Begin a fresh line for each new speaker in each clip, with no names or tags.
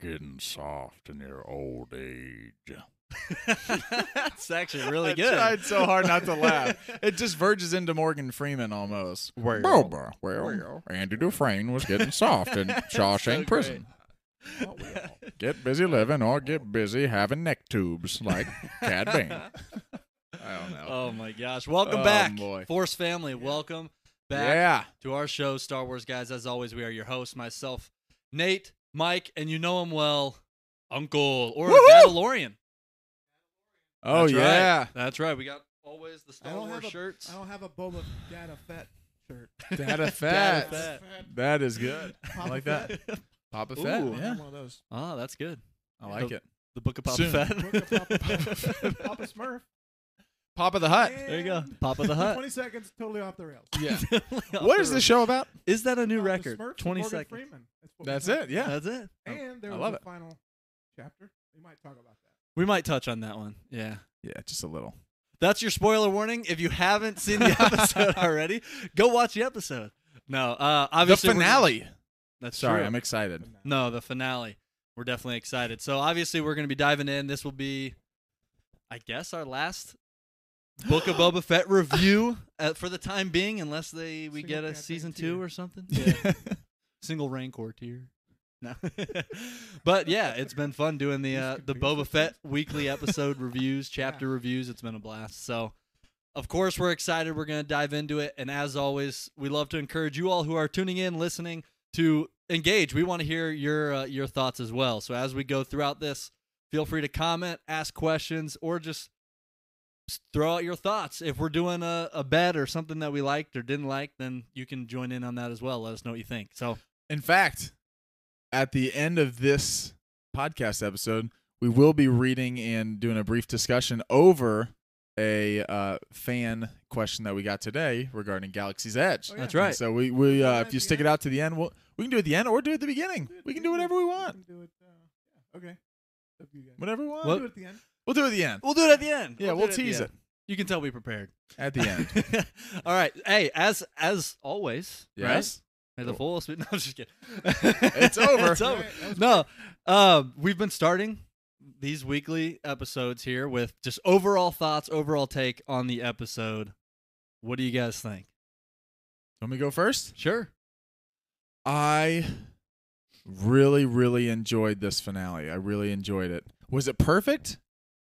getting soft in your old age.
That's actually really
I
good.
tried so hard not to laugh. It just verges into Morgan Freeman almost.
Word.
Boba, well,
Well.
Andy Dufresne was getting soft in Shawshank
great.
Prison. Get busy living or get busy having neck tubes like Cad Bane.
I don't know.
Oh my gosh. Welcome
Oh,
back.
boy.
Force family, welcome back
yeah.
to our show, Star Wars Guys. As always, we are your hosts, myself, Nate, Mike, and you know him well, Uncle or
Woohoo!
Mandalorian.
Oh
That's right.
yeah.
That's right. We got always the Star
I don't
Wars
have a-
shirts.
I don't have a Boba Data Fett shirt.
Data
Data
fat.
Fett.
That is good. I
Papa
like that. Papa Fett.
Ooh.
I
Yeah.
have one of those.
Oh, that's good.
I like it.
The Book of Papa
Soon.
Book of Papa, Papa,
Fett.
Papa Smurf.
Papa the Hut.
there you go.
And
Papa the Hut.
20 seconds, totally off the rails.
Yeah. What is this show about?
Is that a new
Off the
record?
Smurfs and
20
Morgan
seconds.
Freeman. That's, what we
That's
talked
it. Yeah.
That's it.
about. And there
I
was
love
a
it.
final chapter. We might talk about that.
We might touch on that one. Yeah.
Yeah, just a little.
That's your spoiler warning. If you haven't seen the episode already, go watch the episode. No, uh, obviously
the
we're-
finale.
That's
Sorry,
true.
I'm excited.
no, the finale. We're definitely excited. So obviously we're going to be diving in. This will be, I guess, our last Book of Boba Fett review uh, for the time being, unless they we
Single
get a
goddamn
season two
tier.
or something. Yeah. Single Rancor tier. No, but yeah, it's been fun doing the
These
uh,
could
the
be
Boba
good
Fett
things.
weekly episode reviews, chapter reviews. It's been a blast. So, of course, we're excited. We're going to dive into it, and as always, we love to encourage you all who are tuning in, listening, to engage. We want to hear your uh, your thoughts as well. So as we go throughout this, feel free to comment, ask questions, or just s- throw out your thoughts. If we're doing a, a bet or something that we liked or didn't like, then you can join in on that as well. Let us know what you think. So
In fact, at the end of this podcast episode, we will be reading and doing a brief discussion over a uh, fan question that we got today regarding Galaxy's Edge.
Oh, yeah. That's
And
right.
So we, we
Oh,
uh,
at
if you
the
stick it
end?
out to the end, we'll, we can do it at the end or do it at the beginning.
Do it
We can
at the
do
end.
whatever we
We
want.
can do it. Uh, yeah. Okay. Up to you guys.
Whatever we want.
What-
We'll do it at the end.
We'll do it at the end.
we'll do it at the end.
Yeah,
do
we'll
at the
tease
end.
it
You can tell we prepared.
at the end.
All right. Hey, as as always, right?
Yes.
May the
Cool.
full no, I'm just kidding.
It's over.
it's over.
Alright, that was
No, um, we've been starting these weekly episodes here with just overall thoughts, overall take on the episode. What do you guys think?
Let me go first.
Sure.
I really, really enjoyed this finale. I really enjoyed it. Was it perfect?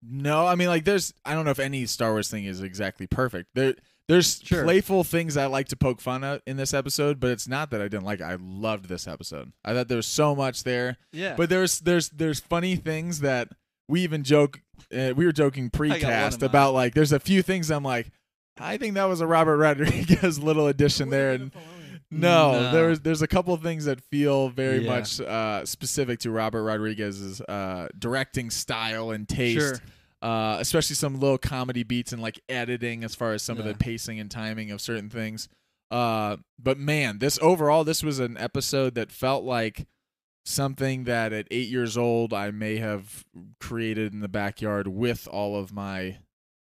No, I mean, like, there's, I don't know if any Star Wars thing is exactly perfect. There, there's
Sure.
playful things I like to poke fun at in this episode, but it's not that I didn't like. It. I loved this episode. I thought there was so much there,
Yeah.
but there's, there's, there's funny things that we even joke. Uh, we were joking
mine.
pre-cast about like, there's a few things I'm like, I think that was a Robert Rodriguez little addition
Would've
there,
been
and
a felony.
no,
No.
there's there's a couple of things that feel very
Yeah.
much uh, specific to Robert Rodriguez's uh, directing style and taste,
sure.
uh, especially some little comedy beats and like editing as far as some of
Yeah.
the pacing and timing of certain things. Uh, but man, this overall, this was an episode that felt like something that at eight years old I may have created in the backyard with all of my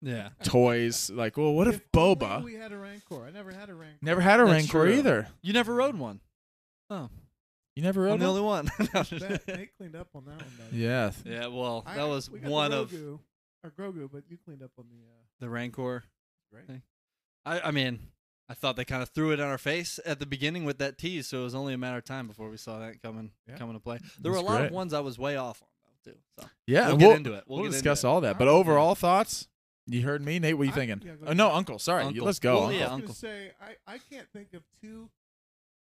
Yeah.
toys. Like, well, what if,
only
Boba
We had a Rancor. I never had a Rancor.
never had a
That's
rancor
true.
either?
You never rode one. Oh,
You never rode
I'm the
one?
only one.
That- Nate cleaned up on that one. Though.
Yeah,
yeah. Well,
I-
that was
we got the
one of
Grogu, or Grogu, but you cleaned up on the. Uh,
the Rancor.
Right.
I, I mean, I thought they kind of threw it on our face at the beginning with that tease, so it was only a matter of time before we saw that coming
Yeah.
coming to play. There were
That's
a lot of
great.
ones I was way off on though too. So
Yeah,
we'll
and
get
we'll,
into it. We'll,
we'll
get into
discuss
it.
all that. But
Alright.
overall thoughts? You heard me, Nate. What you
I-
thinking?
yeah, go
oh, no,
ahead.
Uncle. Sorry, You-
Uncle.
let's go.
Well,
Uncle.
yeah.
I was
Uncle.
gonna say I, I can't think of two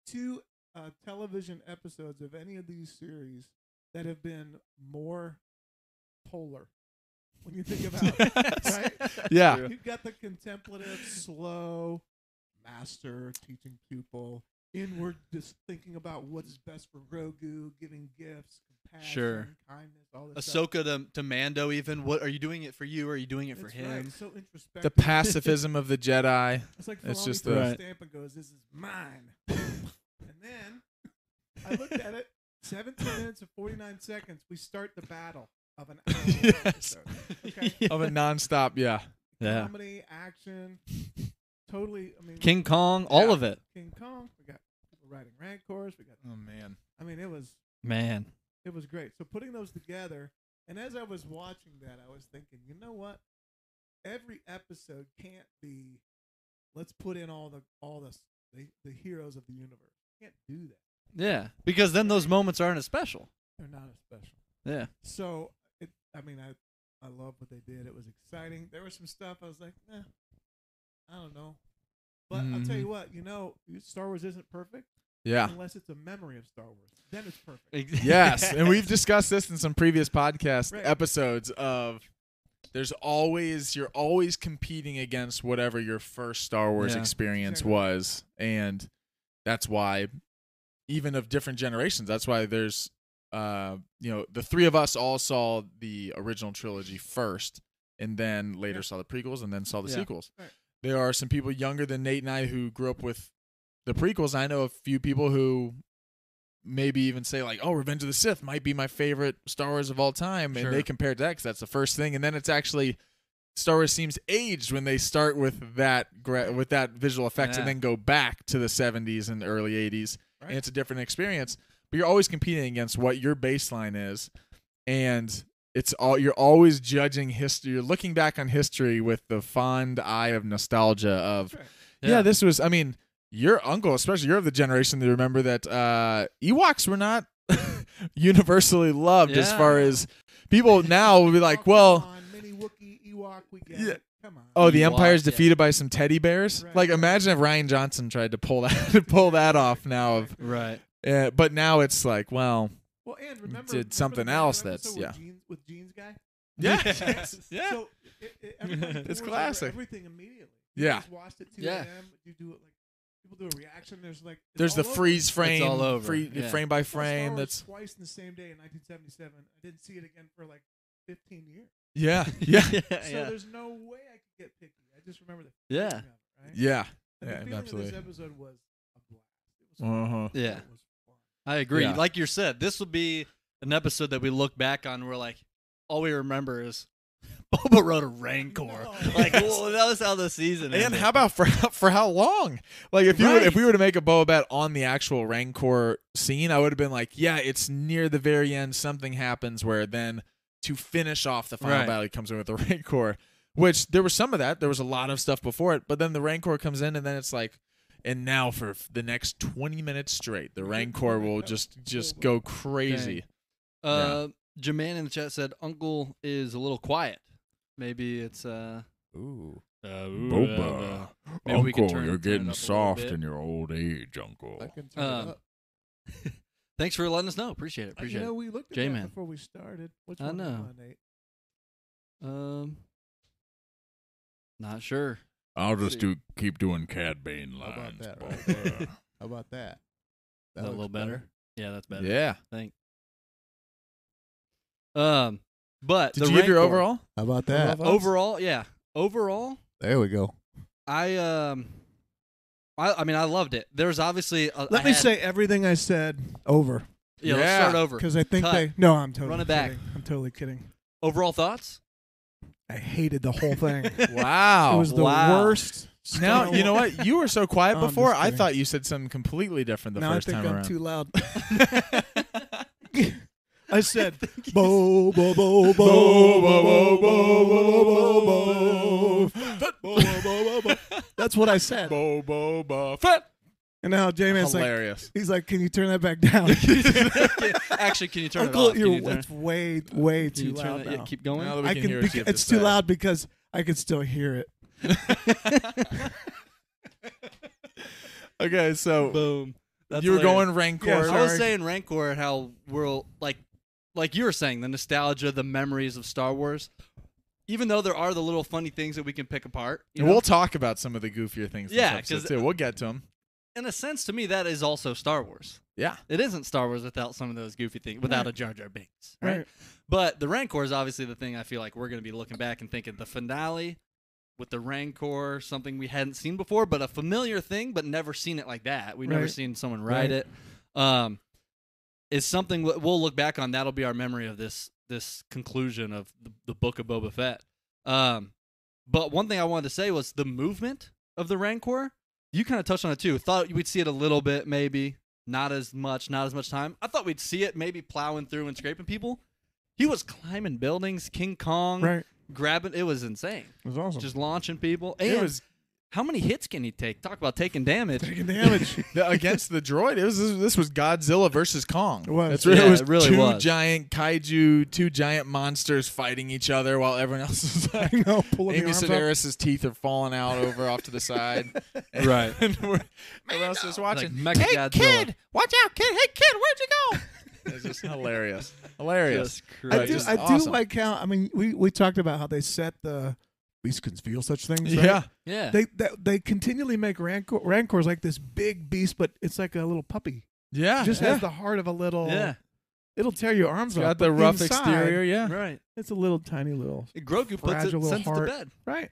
two uh, television episodes of any of these series that have been more polar. When you think about
Yes.
right,
Yeah.
you've got the contemplative, slow master teaching pupil, inward, just thinking about what's best for Grogu, giving gifts, compassion,
Sure.
kindness, all this stuff.
Ahsoka to, to Mando even. What are you doing it for you? Or are you doing it for
That's
him?
right, so introspective.
The pacifism of the Jedi.
It's like
It's just
Filoni just throws
the-
a stamp and goes, "This is mine." and then I looked at it. Seventeen minutes and forty nine seconds. We start the battle of an hour. long
Yes.
episode. Okay.
Of a nonstop, yeah.
Yeah.
Comedy, action, totally. I mean,
King Kong, all
Yeah.
of it.
King Kong. We got people riding rancors. We got.
Oh man.
I mean, it was
Man.
It was great. So putting those together, and as I was watching that, I was thinking, you know what? Every episode can't be. Let's put in all the all the s- the, the heroes of the universe. Can't do that.
Yeah, because then those moments aren't as special.
They're not as special.
Yeah.
So it, I mean, I I love what they did. It was exciting. There was some stuff I was like, eh, I don't know. But I'll tell you what, you know, Star Wars isn't perfect
Yeah.
unless it's a memory of Star Wars. Then it's perfect.
Yes, and we've discussed this in some previous podcast
Right.
episodes of there's always you're always competing against whatever your first Star Wars
Yeah.
experience
Exactly.
was and that's why even of different generations that's why there's uh you know the three of us all saw the original trilogy first and then later
Yeah.
saw the prequels and then saw the
Yeah.
sequels.
Right.
There are some people younger than Nate and I who grew up with the prequels. I know a few people who maybe even say like, "Oh, Revenge of the Sith might be my favorite Star Wars of all time,"
Sure.
and they compare it to that 'cause that's the first thing. And then it's actually Star Wars seems aged when they start with that gra- with that visual effects and
Yeah.
then go back to the 70s and early 80s,
Right.
and it's a different experience. But you're always competing against what your baseline is, and it's all you're always judging history. You're looking back on history with the fond eye of nostalgia of
That's right.
yeah. this was. I mean, your uncle, especially you're of the generation that remember that uh, Ewoks were not universally loved as
Yeah.
far as people now would be
Oh,
like,
come
well,
on, mini Wookiee Ewok, we get
Yeah.
it. Come on.
oh, the
Ewok,
Empire's
yeah.
defeated by some teddy bears.
Right.
Like, imagine if Ryan Johnson tried to pull that pull that off now. Of
right.
uh, but now it's like, well,
Well, and
did
remember, remember
something
the
else
episode
that's-
with
yeah.
Jeans, with jeans guy.
yeah,
Yeah.
So it, it, everybody
It's
pours over
classic.
Everything immediately. You
Yeah.
Just watched it 2
Yeah.
a.m. You do it like people do a reaction. There's like
There's
it's
the
all over.
freeze frame,
all over,
free-
yeah.
frame by
I saw Star
frame.
Wars
That's
twice in the same day in 1977. I didn't see it again for like 15 years.
yeah, yeah,
yeah.
So
yeah.
there's no way I could get picky. I just remember the
Yeah.
feeling of it, right?
yeah.
And the
Yeah,
feeling of
absolutely.
this episode was a blast. It was fun.
Uh-huh.
Yeah.
It was fun.
I agree.
Yeah.
Like you said, this will be an episode that we look back on. We're like, all we remember is Boba rode a Rancor.
No.
Like, whoa, that was how the season.
And
ended.
how about for for how long? Like if you were, if
Right.
we were to make a boa bet on the actual Rancor scene, I would have been like, yeah, it's near the very end. Something happens where then to finish off the final
Right.
battle, he comes in with the Rancor. Which there was some of that. There was a lot of stuff before it, but then the Rancor comes in, and then it's like, and now for f- the next twenty minutes straight, the Rancor will just just go crazy.
Uh, Jaman in the chat said Uncle is a little quiet. Maybe it's uh.
Ooh.
uh
Boba.
Maybe we could
uncle,
turn-
you're
turn it
getting
up a little
soft
bit.
in your old age, uncle.
I can turn it
Um,
up.
Thanks for letting us know. Appreciate it.
Uh,
Appreciate
you know, we looked at
J-Man.
that before we started. Which
I
one was
know.
on, Nate?
it. Um, not sure.
I'll just
See.
do keep doing Cad Bane
How about
lines, uh,
that, right?
Boba.
How about that?
That a
looks
little better? Yeah, that's better.
Yeah.
Um, but
Did
the
you give your
Rancor-
overall?
How about
that? thoughts?
Overall, yeah. Overall,
There we go.
I um, I I mean, I loved it. There's obviously a,
Let
I
me
had-
say everything I said over
yeah, Let's
Yeah.
start over.
because I think
Cut.
they. No, I'm totally
Run it back.
kidding. I'm totally kidding.
Overall thoughts?
I hated the whole thing. it
Wow.
was the
wow.
worst.
now
Star
you know
Wars-
what? You were so quiet
Oh, I'm
before.
just
I
kidding.
thought you said something completely different the
now I
first
think
time
I'm
around.
too loud. I said, bo, bo, bo, bo, bo, bo, bo, bo, bo, bo, bo. That's what I said.
Bobo Buffett.
And now J-Man's like,
Hilarious.
he's like, can you turn that back down?
Actually, can you turn
Uncle,
it off? Can
you're
you turn-
it's way, way
can you
too
turn
loud
it- yeah,
now.
keep going.
Now that we
I
can
can.
hear
bec-
it, see if
it's
this
too
dies.
loud because I can still hear it.
Okay, so
Boom. That's
you were
hilarious.
going Rancor.
Yeah,
I was
Sorry.
saying Rancor and how we're all- like, like you were saying, the nostalgia, the memories of Star Wars. Even though there are the little funny things that we can pick apart, you
And
know,
we'll talk about some of the goofier things. in this
Yeah,
episode,
'cause-
too. we'll get to them.
in a sense, to me, that is also Star Wars.
Yeah,
It isn't Star Wars without some of those goofy things, without a Jar Jar Binks, right?
Right.
But the Rancor is obviously the thing I feel like we're going to be looking back and thinking the finale with the Rancor, something we hadn't seen before, but a familiar thing, but never seen it like that. We've never
Right.
seen someone ride
Right.
it. Um, is something wh- we'll look back on. That'll be our memory of this this conclusion of the, the book of Boba Fett. Um, but one thing I wanted to say was the movement of the Rancor. You kind of touched on it too. Thought we'd see it a little bit, maybe Not as much, not as much time. I thought we'd see it maybe plowing through and scraping people. He was climbing buildings, King Kong,
Right.
grabbing. It was insane.
It was awesome.
Just launching people. And
It was
how many hits can he take? Talk about taking damage.
taking damage.
the, against the droid. It was this was Godzilla versus Kong.
It was.
That's really,
Yeah,
it was
it really
two
was.
giant kaiju, two giant monsters fighting each other while everyone else is like
I know, pulling
Amy
the arms up.
Sedaris's teeth are falling out over off to the side.
Right.
and we're, everyone else is watching.
Like
hey,
Mechagodzilla.
kid! Watch out, kid! Hey, kid! Where'd you go? it's just hilarious. Hilarious.
Just
I
Right,
do,
just
I do
awesome.
like how I mean we, we talked about how they set the least can feel such things. right?
Yeah.
Yeah.
They, they they continually make rancor, rancors like this big beast, but it's like a little puppy.
Yeah.
Just
Ah, yeah.
has the heart of a little.
yeah.
It'll tear your arms
It's got
off,
the
but
rough
inside,
exterior, yeah.
Right.
It's a little tiny little
Grogu puts it,
Fragile little
sends
heart.
it to bed.
right.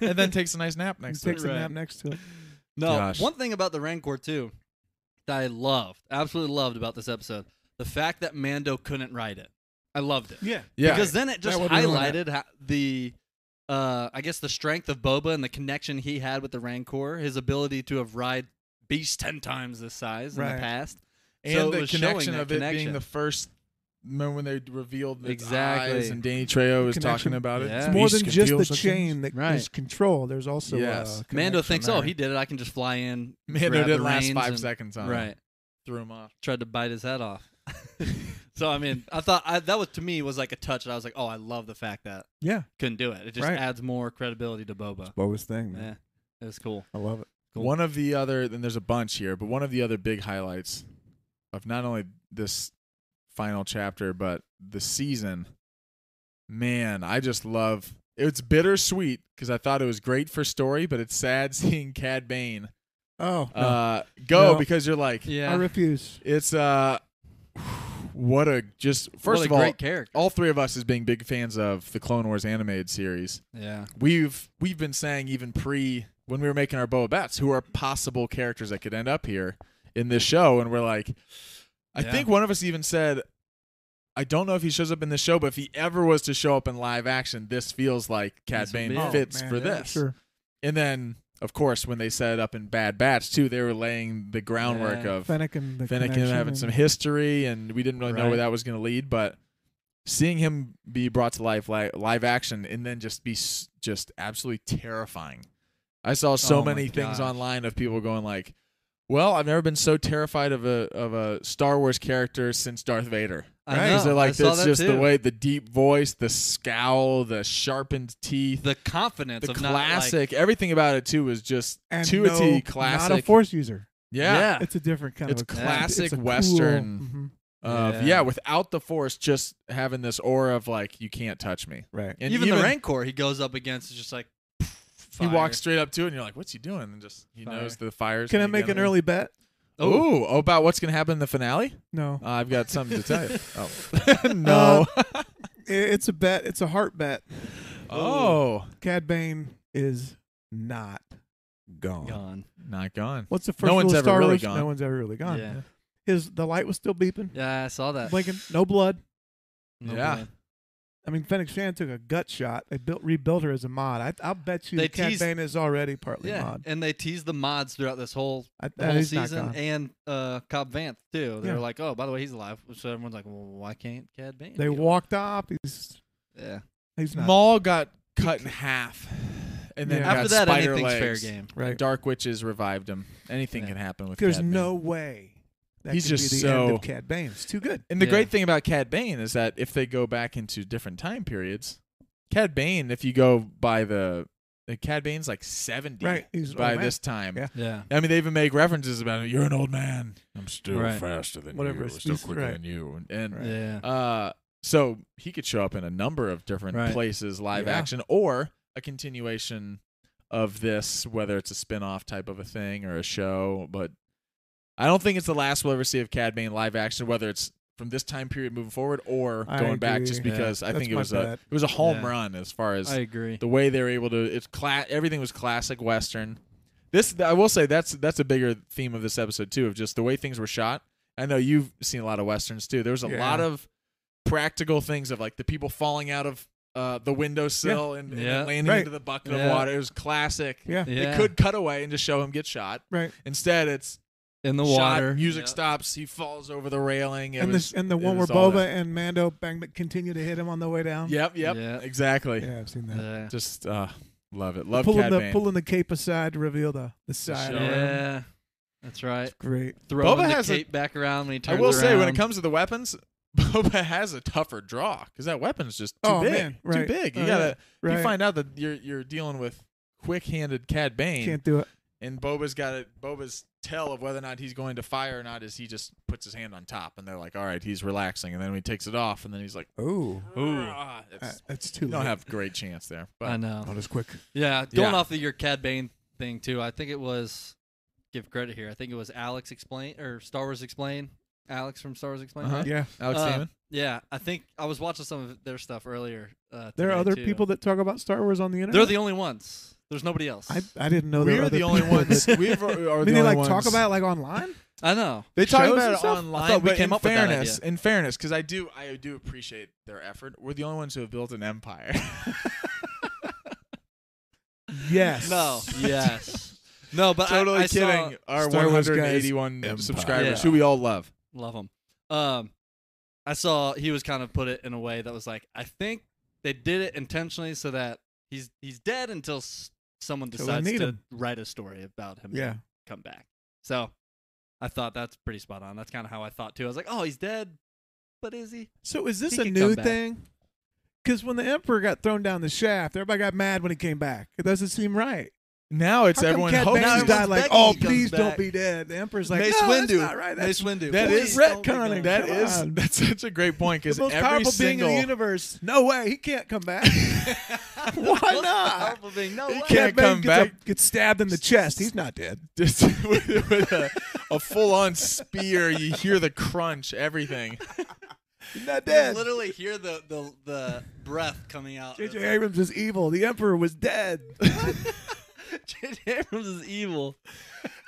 and then takes a nice nap
And
next to
takes
it.
a
Right.
nap next to it.
No,
Gosh.
one thing about the Rancor too that I loved, absolutely loved about this episode, the fact that Mando couldn't ride it. I loved it
Yeah,
Yeah.
because then it just
That would ruin
highlighted ho- the, uh, I guess the strength of Boba and the connection he had with the Rancor, his ability to have ride beasts ten times this size in
Right.
the past,
and
So it
the
was showing
connection
that
of it being
connection.
the first remember when they revealed the
Exactly.
eyes and Danny Trejo was
Connection.
talking about it.
Yeah.
it's more
Beast
than
can
just
feel
the
such
chain that is
Right.
control. There's also
Yes.
a
Mando
connection
thinks,
there.
"Oh, he did it. I can just fly in."
things. Mando
grab
did
the
last
reins
five
and-
seconds on
Right.
it. Threw him off.
tried to bite his head off. so I mean, I thought I, that was to me was like a touch. I was like, oh, I love the fact that
yeah,
couldn't do it. It just
Right.
adds more credibility to Boba.
Boba's thing. Man.
Yeah, it was cool.
I love it.
Cool.
One of the other, and there's a bunch here, but one of the other big highlights of not only this final chapter, but the season, man, I just love it's bittersweet because I thought it was great for story, but it's sad seeing Cad Bane
Oh, no.
uh, go
No.
because you're like,
I refuse.
It's uh, what a just first
what a
of all,
great character.
all three of us as being big fans of the Clone Wars animated series.
Yeah,
We've we've been saying even pre when we were making our Boa Bats, who are possible characters that could end up here in this show, and we're like, I
Yeah.
think one of us even said. I don't know if he shows up in this show, but if he ever was to show up in live action, this feels like Cad
This would be
Bane
it. Oh,
fits
man,
for
yeah,
this.
Sure.
And then, of course, when they set it up in Bad Batch too, they were laying the groundwork
Yeah.
of
Fennec and the
Finnegan
connection
having
and-
some history, and we didn't really know
Right.
where that was going to lead. But seeing him be brought to life, live, live action, and then just be s- just absolutely terrifying. I saw so
Oh my
many things
gosh.
online of people going like, "Well, I've never been so terrified of a of a Star Wars character since Darth Vader."
I
Right? 'Cause
know.
they're like,
I saw
"That's
that
just the
too."
way the deep voice, the scowl, the sharpened teeth."
the confidence
the
of not, like-
classic, everything about it too was just
and
to
no,
a T classic.
Not a force user.
yeah,
yeah,
It's a different kind
It's
of a
classic
it's a cool-
Western.
Mhm.
of yeah.
Yeah.
without the force just having this aura of like you can't touch me
Right.
and
even, the rancor he goes up against is just like
he
fire.
walks straight up to it and you're like what's he doing and just he
Fire.
knows the fires
Can I
gonna
make
get
an
him.
early bet?
Ooh, oh about what's gonna happen in the finale
No.
uh, i've got something to tell you oh no
I- It's a bet. It's a heart bet.
oh
Cad Bane is not gone.
gone.
not gone
What's the first
No
rule
one's
of
ever
Star
really
Wars?
gone.
No one's ever really gone.
Yeah.
His the light was still beeping,
Yeah, I saw that. Oh,
blinking. No blood.
No
Yeah.
blood.
I mean, Fennec Shan took a gut shot. They built rebuilt her as a mod. I, I'll bet you
They
that Cad
teased-
Bane is already partly
yeah.
mod.
And they tease the mods throughout this whole
I,
the
uh,
whole
he's not
season
gone.
and uh, Cobb Vanth too. They're
Yeah.
like, oh, by the way, he's alive. So everyone's like, well, why can't Cad Bane?
They
be alive?
walked off. He's
Yeah.
he's not
maul got cut in half and then
Yeah.
got
After that,
spider
anything's fair
legs.
game.
right.
dark witches revived him anything
Yeah.
can happen with
There's
Cad Bane.
no way. That
He's
could
just
be the
so-
end of Cad Bane. It's too good.
And the
Yeah.
great thing about Cad Bane is that if they go back into different time periods, Cad Bane, if you go by the, the Cad Bane's like seventy
Right. He's an
by
old man.
this time.
Yeah.
Yeah.
I mean, they even make references about it. You're an old man,
I'm still
Right.
faster than
Whatever
you.
it's-
I'm still
he's-
quicker
right.
than you.
and
Right.
Yeah.
uh, so he could show up in a number of different
Right.
places, live
Yeah.
action, or a continuation of this, whether it's a spin-off type of a thing or a show. But I don't think it's the last we'll ever see of Cad Bane live action, whether it's from this time period moving forward or
I
going back, just
agree.
Yeah.
because I
That's
think it
my
was a
bet.
it was a home
Yeah.
run as far as
I agree.
the way they were able to. It's cla- everything was classic western. This I will say that's that's a bigger theme of this episode too of just the way things were shot. I know you've seen a lot of westerns too. There was a
Yeah.
lot of practical things of like the people falling out of uh, the windowsill and, and then
Yeah.
landing
Right.
into the bucket
Yeah.
of water. It was classic.
Yeah.
yeah.
They could cut away and just show him get shot.
Right.
Instead, it's
in the
Shot,
water.
music
Yep.
stops. He falls over the railing. It
and
was,
the and the
it
one where
was all
Boba
that.
and Mando bang, continue to hit him on the way down.
Yep, yep,
Yeah.
exactly.
yeah, I've seen that.
Yeah.
Just uh, love it. Love
pulling
Cad
the
Bane.
pulling the cape aside to reveal the the side.
show.
around.
Yeah, that's right.
It's great.
Throwing
Boba
the
has a-
cape back around when he
I
turns.
will say, when
around.
it comes to the weapons, Boba has a tougher draw because that weapon's just too
Oh,
big.
man,
Too
right.
big. You
Oh,
gotta.
Right.
You find out that you're you're dealing with quick-handed Cad Bane,
Can't do it.
and Boba's got it. Boba's tell of whether or not he's going to fire or not is he just puts his hand on top, and they're like, "All right, he's relaxing," and then he takes it off, and then he's like,
Oh,
"Ooh,
uh,
it's,
that's too
you
late.
don't have great chance there."
I
But
know.
not as quick.
Yeah, going
Yeah.
off of your Cad Bane thing too. I think it was give credit here. I think it was Alex explain or Star Wars explain. Alex from Star Wars explain.
Uh-huh.
right?
Yeah,
Alex
Uh,
Damon,
yeah, I think I was watching some of their stuff earlier. Uh,
there are
today,
other
too.
people that talk about Star Wars on the internet.
They're the only ones. There's nobody else.
I
I,
I didn't know there were
we're
other
the only
people
ones.
that-
We are, are the
I
only
mean, they like
ones.
talk about it like online.
know.
They talk
shows
about
and
it
stuff? I
online,
thought we
but
came
in
up with that
fairness, in fairness, because I do, I do appreciate their effort. We're the only ones who have built an empire.
Yes.
No. Yes. No, but I-
totally
I, saw-
kidding. Our
Star Wars guys
181
empire.
subscribers,
Yeah.
who we all love.
Love him. Um, I saw he was kind of put it in a way that was like, I think they did it intentionally so that he's he's dead until s- someone
Till they
decides
need
to
him.
write a story about him. to
Yeah.
come back. So I thought that's pretty spot on. That's kind of how I thought too. I was like, oh, he's dead, but is he?
So is this
He
a
could
new
come back.
thing? Because when the emperor got thrown down the shaft, everybody got mad when he came back. It doesn't seem right.
Now it's
How come
everyone
Cad
hopes
Bane's
Now
he's
died
everyone's
like,
begging
oh,
he comes
please don't
back."
be dead. The emperor's like,
Mace
no, that's
Windu.
not right. That's
Mace Windu.
that
Please
is-
don't be
retconning.
gone.
That
Come
is
on.
that's such a great point
the
because
most
every
powerful
single
being in the universe. No way, he can't come back. Why
Most
not?
powerful being, no
He
way.
can't
Cad Bane
come
gets a-
back.
gets stabbed in the chest. He's not dead.
just with, with a, a full-on spear, you hear the crunch, everything.
He's not
You
dead.
literally hear the, the the breath coming out.
J.J. Abrams is evil. The emperor was dead.
J.J. Abrams is evil.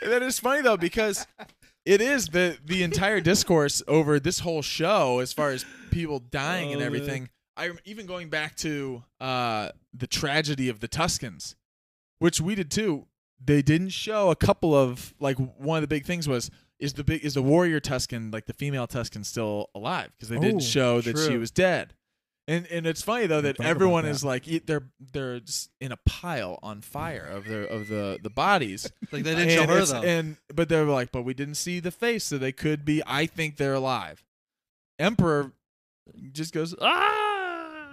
That is funny though because it is the the entire discourse over this whole show as far as people dying and
Oh, man.
everything. I'm even going back to uh, the tragedy of the Tuscans, which we did too. They didn't show a couple of like one of the big things was is the big is the warrior Tuscan like the female Tuscan still alive because they
Oh,
didn't show that she
true.
was dead. And and it's funny though that
Think about
everyone
that.
is like e- they're they're just in a pile on fire of their of the the bodies.
Like they didn't show
And
her
it's-
though.
And but they were like, but we didn't see the face, so they could be. I think they're alive. Emperor just goes ah,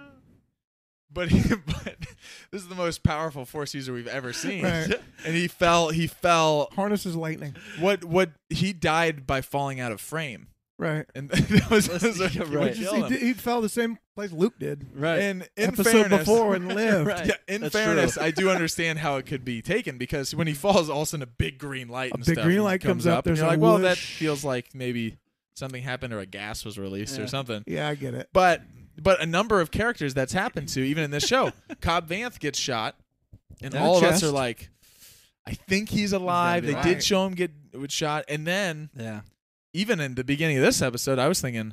but he, but this is the most powerful force user we've ever seen.
Right.
And he fell. He fell.
Harnesses lightning.
What what he died by falling out of frame,
Right.
and that was, that was
Let's-
what
yeah,
killed
right.
He, just- he
him.
did- he fell the same place Luke did.
right.
And in
Episode
fairness-
before and lived.
Right.
Yeah, in
That's
fairness,
true.
I do understand how it could be taken because when he falls, all of a sudden a big green light
A
and
big
stuff
green light comes up,
and
there's
you're
a
like, well, that
whoosh.
feels like maybe something happened or a gas was released
Yeah.
or something.
Yeah, I get it.
But but a number of characters that's happened to even in this show, Cobb Vanth gets shot, and
In the
all of us
chest.
are like, I think he's alive.
be
They
alive.
did show him get get shot, and then
yeah.
even in the beginning of this episode, I was thinking,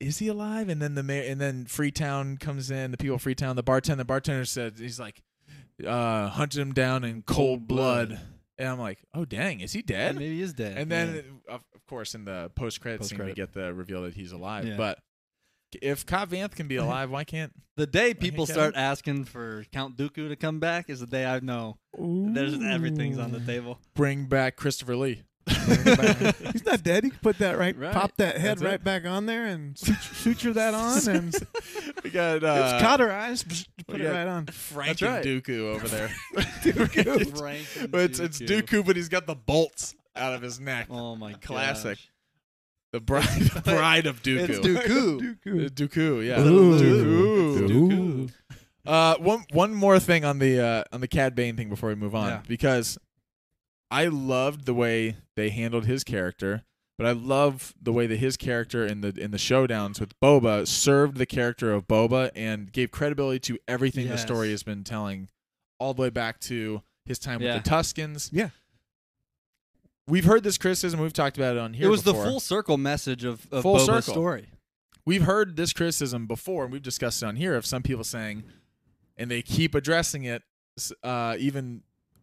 is he alive? And then the mayor, and then Freetown comes in. The people of Freetown, the bartender, the bartender said he's like, uh, hunted him down in cold blood. And I'm like, oh dang, is he dead?
maybe he is dead.
And then, of, of course, in the post credit scene, we
Post-credit.
get the reveal that he's alive.
Yeah.
But if Cobb Vanth can be alive, why can't?
the day people
Kevin?
start asking for Count Dooku to come back is the day I know there's everything's on the
Ooh.
table.
Bring back Christopher Lee.
He's not dead. He can put that right,
Right.
pop that head
That's it.
right back on there and sut- suture that on and it's
we got uh,
cauterized. Psh, Put
we
it
got-
right on.
Frank
That's right.
and Dooku over there.
Frank and
But it's, it's Dooku, but he's got the bolts out of his neck.
Oh my god.
Classic. The bride, the bride of Dooku.
It's Dooku.
Uh,
Dooku.
Dooku, yeah.
Ooh.
Dooku.
Dooku.
Uh, one one more thing on the uh, on the Cad Bane thing before we move on
Yeah.
because I loved the way they handled his character, but I love the way that his character in the in the showdowns with Boba served the character of Boba and gave credibility to everything
Yes.
the story has been telling, all the way back to his time
Yeah.
with the Tuscans.
Yeah.
We've heard this criticism. We've talked about it on here.
It was
before.
the full circle message of, of
Full
Boba's
circle.
story.
We've heard this criticism before, and we've discussed it on here of some people saying, and they keep addressing it. s- Uh, even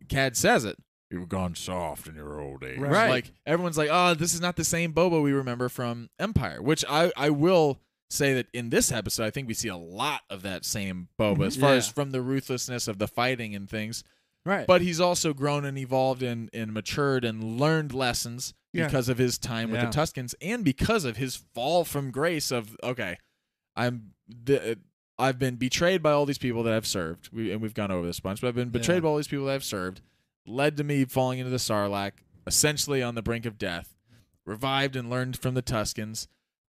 Cad says it.
You've gone soft in your old age.
Right.
It's Like everyone's like, oh, this is not the same Boba we remember from Empire, which I, I will say that in this episode, I think we see a lot of that same
Mm-hmm.
Boba as far
Yeah.
as from the ruthlessness of the fighting and things.
right.
But he's also grown and evolved and, and matured and learned lessons
Yeah.
because of his time with
Yeah.
the Tuscans and because of his fall from grace of okay, I'm the, uh, I've been betrayed by all these people that I've served. We, and we've gone over this bunch, but I've been betrayed
Yeah.
by all these people that I've served, led to me falling into the Sarlacc, essentially on the brink of death, revived and learned from the Tuscans.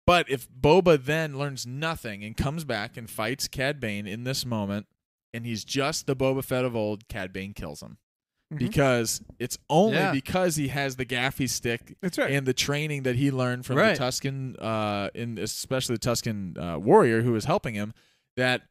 But if Boba then learns nothing and comes back and fights Cad Bane in this moment, and he's just the Boba Fett of old, Cad Bane kills him.
Mhm.
Because it's only
Mm-hmm. Yeah.
because he has the gaffy stick
That's right.
and the training that he learned from
Right.
the Tuscan, uh, in especially the Tuscan uh, warrior who was helping him, that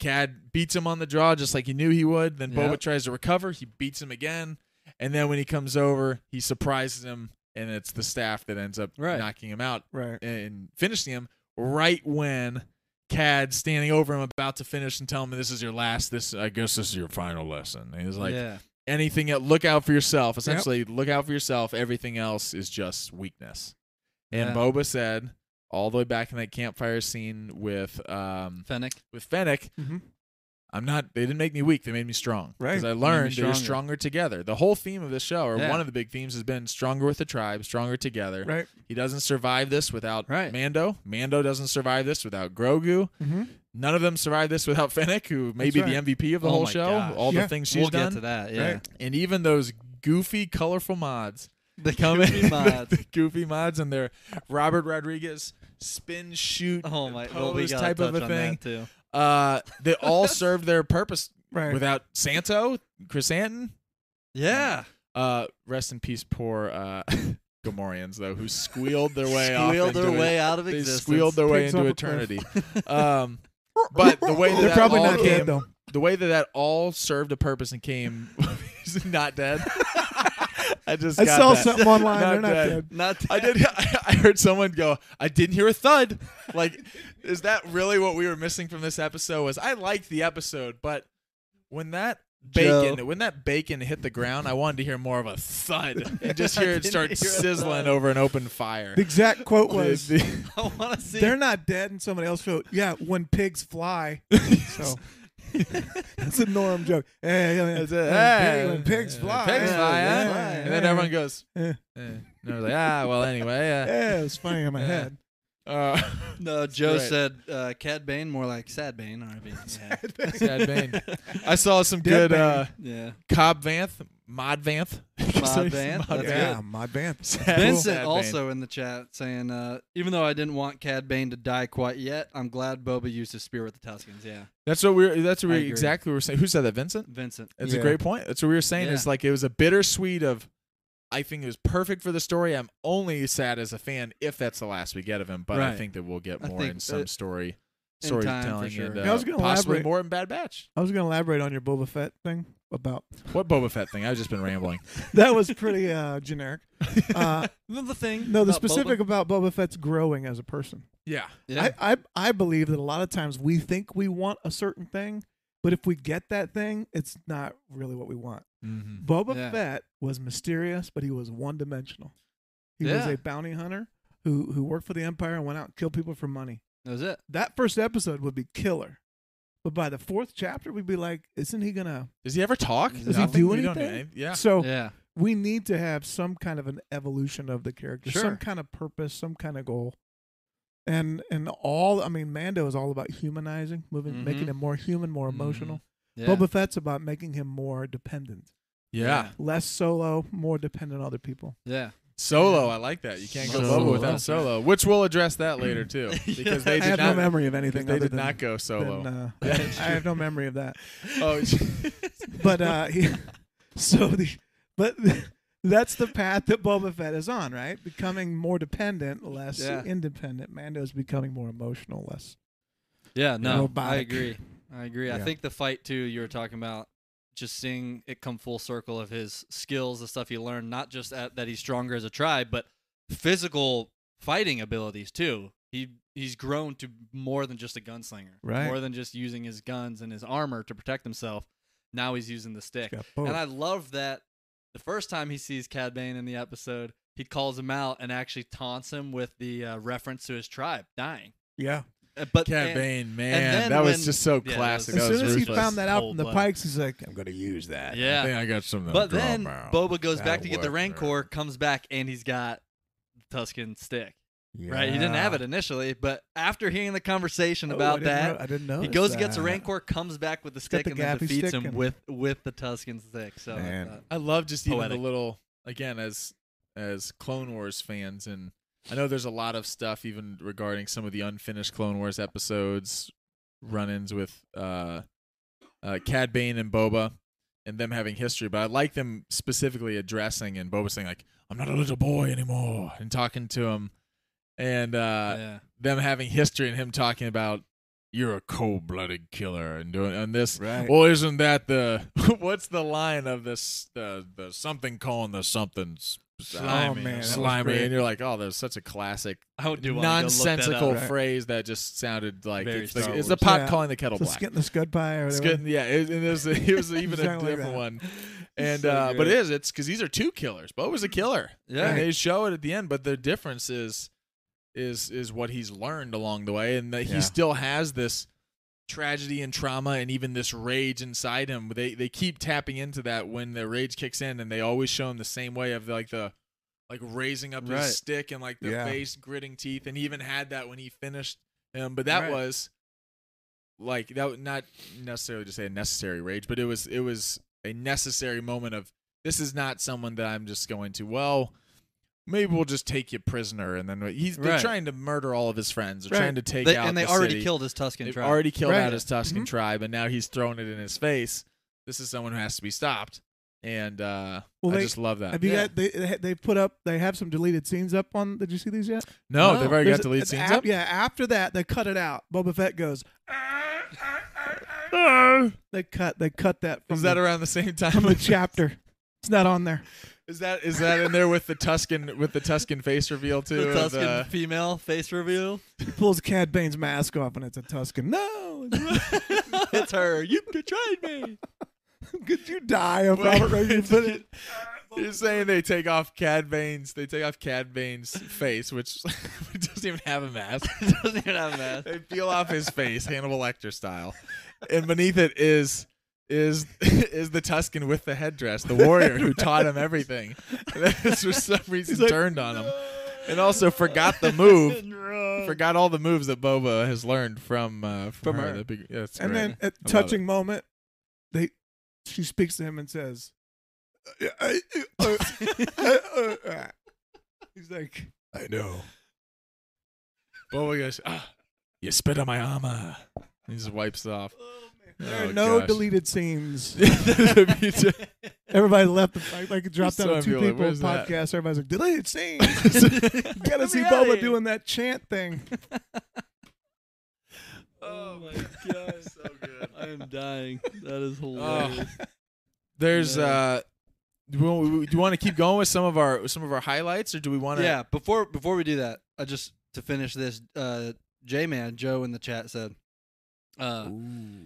Cad beats him on the draw just like he knew he would. Then
Yeah.
Boba tries to recover, he beats him again, and then when he comes over, he surprises him, and it's the staff that ends up
Right.
knocking him out
right.
and finishing him right when Cad standing over him about to finish and tell him this is your last. This I guess this is your final lesson. And he's like,
yeah.
anything else, look out for yourself. Essentially, look out for yourself. Everything else is just weakness. And
Yeah.
Boba said all the way back in that campfire scene with um
Fennec.
with Fennec,
Mhm.
I'm not. They didn't make me weak. They made me strong.
Right.
Because I learned
Made me
that you're
stronger.
stronger together. The whole theme of this show, or
Yeah.
one of the big themes, has been stronger with the tribe, stronger together.
Right.
He doesn't survive this without
Right.
Mando. Mando doesn't survive this without Grogu.
Mm-hmm.
None of them survive this without Fennec, who may
That's
be
right.
the MVP of the
Oh
whole
my
show.
gosh.
All
Yeah.
the things she's
We'll
done,
get to that. Yeah.
Right.
and even those goofy, colorful mods
The
come
goofy
in.
mods.
the, goofy mods and their Robert Rodriguez spin shoot
Oh my.
pose
Well, we gotta
type
touch
of a
on
thing.
that too.
Uh, they all serve their purpose
Right.
without Santo, Chrysanthemum.
Yeah.
Uh, rest in peace, poor uh, Gamorreans though, who squealed their way off.
squealed their
into it.
way out of
They
existence.
squealed their way
Pigs
into
off a cliff.
eternity. um, but the way that
They're
that
probably
all
not
came,
dead though.
The way that that all served a purpose and came He's not dead. I just
I
got
saw
that.
something online.
Not
They're not
dead.
dead.
Not.
I did. I heard someone go. I didn't hear a thud. Like, is that really what we were missing from this episode? Was I liked the episode, but when that bacon,
Joe.
when that bacon hit the ground, I wanted to hear more of a thud and just
I
hear it
didn't
start
hear a
sizzling
thud.
over an open fire.
The exact quote was,
The-
I want to see.
"They're not dead," and somebody else wrote, "Yeah, when pigs fly." So that's a norm joke. Hey, yeah, yeah.
That's it.
uh,
When,
ah,
Hey,
pig- when pigs
uh,
fly,
pigs
yeah,
fly, eh?
yeah,
and then
yeah.
everyone goes,
Yeah.
eh. and I was like, ah, well, anyway,
Yeah, it was funny in my
Yeah.
head.
yeah. Uh,
No, Joe
Right.
said uh, Cad Bane, more like Sad Bane. RV. Yeah.
sad Bane. I saw some good
Dead Bane.
uh,
yeah.
Cobb Vanth, Mod Vanth,
Mod Vanth,
Mod
that's
Vanth.
Yeah, my band.
Sad- sad
Vincent
Bane.
also in the chat saying, uh, even though I didn't want Cad Bane to die quite yet, I'm glad Boba used his spear with the Tuscans. Yeah.
That's what we're. That's what
I
we
agree.
exactly what we're saying. Who said that, Vincent?
Vincent.
That's a
Yeah.
great point. That's what we were saying. It's
Yeah.
like it was a bittersweet of. I think it was perfect for the story. I'm only sad as a fan if that's the last we get of him, but I
Right.
think that we'll get
I
more
think
in some
that-
story
in time for
storytelling
sure.
and uh,
Yeah, I was gonna
possibly
elaborate.
more in Bad Batch.
I was going to elaborate on your Boba Fett thing about
What Boba Fett thing? I've just been rambling.
that was pretty uh, generic. Uh,
The thing.
no, the
about Boba-
specific about Boba Fett's growing as a person.
Yeah,
Yeah.
I, I I believe that a lot of times we think we want a certain thing, but if we get that thing, it's not really what we want.
mm-hmm.
Boba
Yeah.
Fett was mysterious, but he was one dimensional. He was
Yeah.
a bounty hunter who who worked for the Empire and went out and killed people for money.
that was it.
That first episode would be killer. But by the fourth chapter, we'd be like, isn't he gonna?
does he ever talk?
Does he
Nothing?
do
We don't
anything?
any- yeah,
So
Yeah.
we need to have some kind of an evolution of the character,
Sure.
some kind of purpose, some kind of goal. And and all I mean, Mando is all about humanizing, moving,
Mm-hmm.
Mhm.
making him more human, more emotional.
Yeah.
Boba Fett's about making him more dependent,
yeah.
less solo, more dependent on other people.
Yeah.
Solo, I like that. You can't go
Solo.
Boba without Solo, which we'll address that later too, because they
I have
did
no
not.
memory of
because
anything.
they
other
did
than,
not go Solo.
than, uh,
Yeah.
I have no memory of that.
oh,
But uh, he, so the but that's the path that Boba Fett is on, right? Becoming more dependent, less
Yeah.
independent. Mando's becoming more emotional, less
Yeah. No. I
Robotic.
agree. I agree. I
Yeah.
think the fight too. You were talking about just seeing it come full circle of his skills, the stuff he learned, not just at, that he's stronger as a tribe, but physical fighting abilities too. He he's grown to more than just a gunslinger,
Right.
More than just using his guns and his armor to protect himself. Now he's using the stick,
Got both.
and I love that The first time he sees Cad Bane in the episode, he calls him out and actually taunts him with the uh, reference to his tribe dying.
Yeah.
Uh, But
Cad
and-
Bane,
then
man, that was
when-
just so
yeah, that
classic.
was-
As
That was
soon as he
ruthless.
found that out from the
Cold-blooded.
Pikes, he's like, "I'm going to use that."
I
Yeah.
think I got something.
But
to draw
then
about.
Boba goes back to
That'll
get the
work there.
Rancor, comes back, and he's got the Tuscan stick.
Yeah.
Right? He didn't have it initially, but after hearing the conversation
Oh,
about
I didn't
that,
know- I didn't know.
he goes and gets a Rancor, comes back with the
got
stick,
the
and then
gaffy
defeats
stick
him
and-
with with the Tuscan stick. So I
Man.
thought-
I love just even
Poetic.
the little again as as Clone Wars fans, and I know there's a lot of stuff even regarding some of the unfinished Clone Wars episodes, run-ins with uh, uh, Cad Bane and Boba, and them having history. But I like them specifically addressing and Boba saying like, "I'm not a little boy anymore," and talking to him, and uh,
yeah.
them having history and him talking about you're a cold-blooded killer and doing and this
Right.
well, isn't that the what's the line of this the the something calling the something s-
oh
Slimy.
man,
slimy? And
That was
you're like, oh, that's such a classic
I would do wanna go look that
nonsensical
up.
right?
phrase that just sounded like
Very
it's, the,
Star
it's the
Wars.
pot
Yeah.
calling the kettle
great. So
black.
skin the scud pie or
It's
whatever.
good. Yeah, it, and it was it was even a
Something like
different
that.
one, and
so
uh, but
good.
it is it's because these are two killers. Boba's a killer.
Yeah.
and they show it at the end, but the difference is is is what he's learned along the way, and that
Yeah.
he still has this tragedy and trauma and even this rage inside him. They they keep tapping into that when the rage kicks in, and they always show him the same way of like the like raising up
Right.
his stick and like the
Yeah.
face gritting teeth, and he even had that when he finished him. But that
Right.
was like that was not necessarily to say a necessary rage, but it was it was a necessary moment of this is not someone that I'm just going to well. Maybe we'll just take you prisoner, and then he's they're
Right.
trying to murder all of his friends. They're
Right.
trying to take
They-
out
and they
the
already
city.
killed his Tuscan
They've
tribe.
already killed
Right.
out his Tuscan
Mhm.
tribe, and now he's thrown it in his face. This is someone who has to be stopped, and uh,
Well,
I
they-
just love that.
Have you
Yeah.
got they they they put up they have some deleted scenes up on did you see these yet?
no,
No.
they've already
There's
got the
a-
lead
it's
scenes
af-
up.
Yeah, after that they cut it out. Boba Fett goes. They cut they cut that from
Is that
the,
around the same time?
from the chapter. It's not on there.
is that is that in there with the Tuscan with the Tuscan face reveal too? uh,
the
of
Tuscan
the-
female face reveal.
He pulls Cad Bane's mask off and it's a Tuscan. No,
it's her. You betrayed me.
could you die if Robert Reagan put it?
You're saying they take off Cad Bane's they take off Cad Bane's face, which doesn't even have a mask.
Doesn't even have a mask.
They peel off his face, Hannibal Lecter style, and beneath it is is is the Tuscan with the headdress, the warrior who taught him everything. And that is for some reason turned on him, and also forgot the move, forgot all the moves that Boba has learned from uh, from,
From her.
The big, yeah, that's
And
great.
then a
it.
touching moment, they she speaks to him and says, "He's like, I know."
Boba goes, ah, "You spit on my armor." He just wipes it off.
There
Oh,
are no
gosh.
deleted scenes.
That'd be
Oh,
t-
Everybody left. The, like, like it dropped out
So
of two
I'm like,
people
"Where's that?"
podcast. Everybody's like, deleted scenes. Gotta see Boba doing that chant thing.
Oh my god, so good. I am dying. That is
hilarious.
hilarious.
There's
Yeah.
uh do we, do you want to keep going with some of our some of our highlights or do we want to
yeah, before before we do that, I just to finish this, uh J Man, Joe in the chat said uh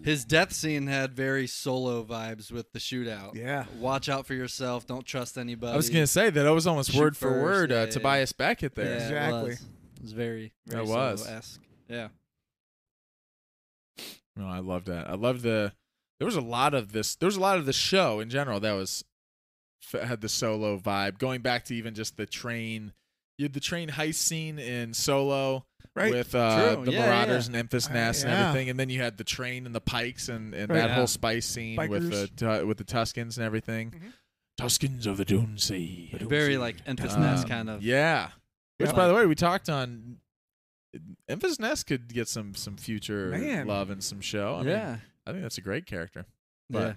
his death scene had very solo vibes with the shootout.
Yeah.
Watch out for yourself, don't trust anybody.
I was going to say that I was almost
Shoot
word for
first,
word
yeah,
uh,
yeah.
Tobias Beckett there.
Yeah,
Exactly.
It was, It was very, very
It was.
solo-esque. Yeah.
No, I love that. I love the there was a lot of this there was a lot of the show in general that was f- had the solo vibe going back to even just the train you had the train heist scene in Solo
Right.
with uh,
True.
the
Yeah, yeah,
Marauders and Memphis
Uh,
Nest and
yeah.
everything, and then you had the train and the Pikes and, and
Right.
that
Yeah.
whole spice scene with the Tu- with the Tuscans and everything.
Mm-hmm.
Mhm.
Tuscans of the Dune Sea,
Very like Emphas Nest
Um,
kind of.
Yeah. Which,
Yeah.
by the way, we talked on. Memphis Nest could get some some future
Man.
love and some show. I mean,
yeah.
I think that's a great character.
yeah.
But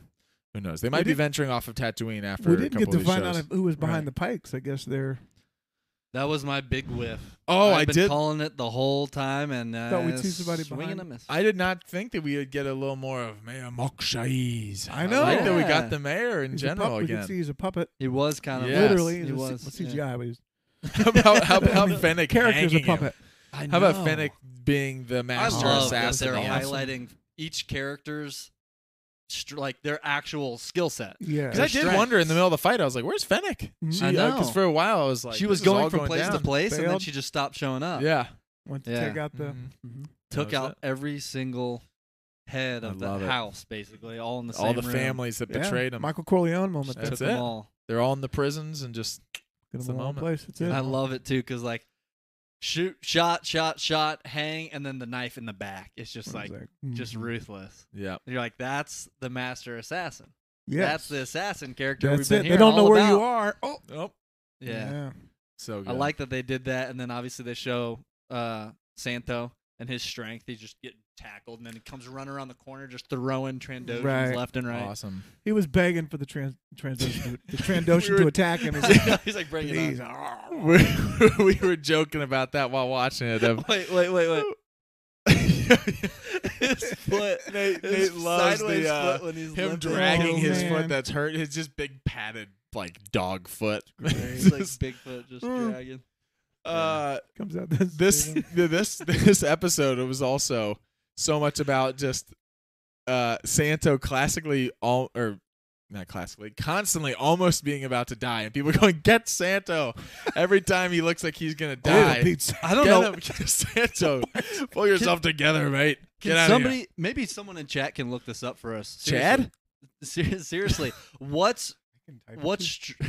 who knows? They might be
did-
venturing off of Tatooine after
We
a
didn't
couple
get to
of these
find out
shows.
if- who was behind
Right.
the pikes. I guess they're.
That was my big whiff.
oh,
I've
I
been
did.
calling it the whole time, and uh,
Thought we'd see somebody
swing and
behind.
a miss.
I did not think that we would get a little more of Mayor Mokshaiz.
I
I
know.
like that we
Yeah.
got the mayor in
he's a
general
pup- We can
again.
see he's a puppet.
he was kind of
Yes.
Literally,
he
he's a
was
C-
yeah.
CGI. But he's
how about how about
I mean,
Fennec
character's a
hanging him?
puppet.
I
How about
know.
Fennec being the
I
master
love that
assassin?
they're
at the end?
highlighting each character's str- like their actual skill set.
Yeah.
Because I did
strengths.
wonder in the middle of the fight, I was like, "Where's Fennec?"
Mhm.
She,
I know.
Because for a while, I was like,
she
"This
was
is all
going from place to
down."
place, and then
Failed.
she just stopped showing up.
Yeah,
Went to
Yeah. Mm-hmm.
take out the.
Mhm.
took
That was
out every single head
I
of
love
the
it.
house, basically, all in the same
all the
room.
families that
Yeah,
betrayed him.
Michael Corleone
Just
moment. there.
That's
took them
it.
all.
They're all in the prisons and just
Get
It's
him
the
in one
moment.
place. That's it.
I love it too, because like shoot, shot, shot, shot, hang, and then the knife in the back. It's just like just
Mhm.
ruthless.
yeah.
You're like, that's the master assassin.
Yes.
That's the assassin character
That's
we've been
it. They
hearing
don't know
all
where you
about.
are. Oh.
Oh,
Yeah.
so good.
I like that they did that, and then obviously they show uh, Santo and his strength. He's just getting tackled, and then he comes running around the corner, just throwing Trandoshans
Right.
left and right.
Awesome.
He was begging for the trans Trandoshan to, the
We
Trandoshan
were-
to attack him. He's
I know,
like,
He's like, bring it on.
"Please, ah."
we we were joking about that while watching it. Of,
Wait, wait, wait, wait. his foot.
Nate,
his
Nate loves
sideways
the, uh,
foot when he's
him
lifting
dragging
Oh,
it.
his
man.
foot that's hurt. His just big padded like dog foot.
It's like
Just-
Bigfoot just
Mm.
dragging.
uh,
comes out this.
this this this episode was also so much about just uh Santo classically all or not classically constantly almost being about to die and people going get Santo every time he looks like he's gonna die.
I don't
Get
know.
him, get Santo. Pull yourself together, mate. Get
Can
out
somebody, maybe someone in chat can look this up for us.
of here. Chad?
Seriously, Ser- seriously what's what's str-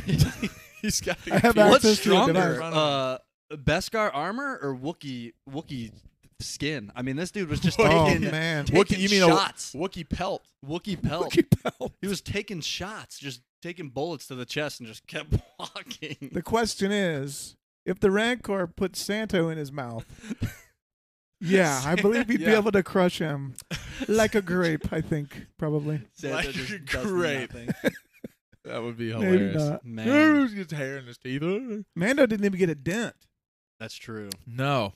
He's got the
I have
computer.
access
what's
to a
stronger,
device.
uh, Beskar armor or Wookie Wookie skin? I mean, this dude was just
Oh,
Oh
taking,
man.
taking
Wookiee- you mean a-
shots.
Wookie pelt.
Wookie pelt.
Wookiee Bell.
He was taking shots, just taking bullets to the chest, and just kept walking.
The question is, if the Rancor put Santo in his mouth, yeah, I believe he'd be
Yeah.
able to crush him like a grape. I think probably.
Santa
Like,
just does
great.
nothing.
That would be
Maybe
hilarious.
not.
Man,
He's got hair in his teeth.
Mando didn't even get a dent.
that's true.
No.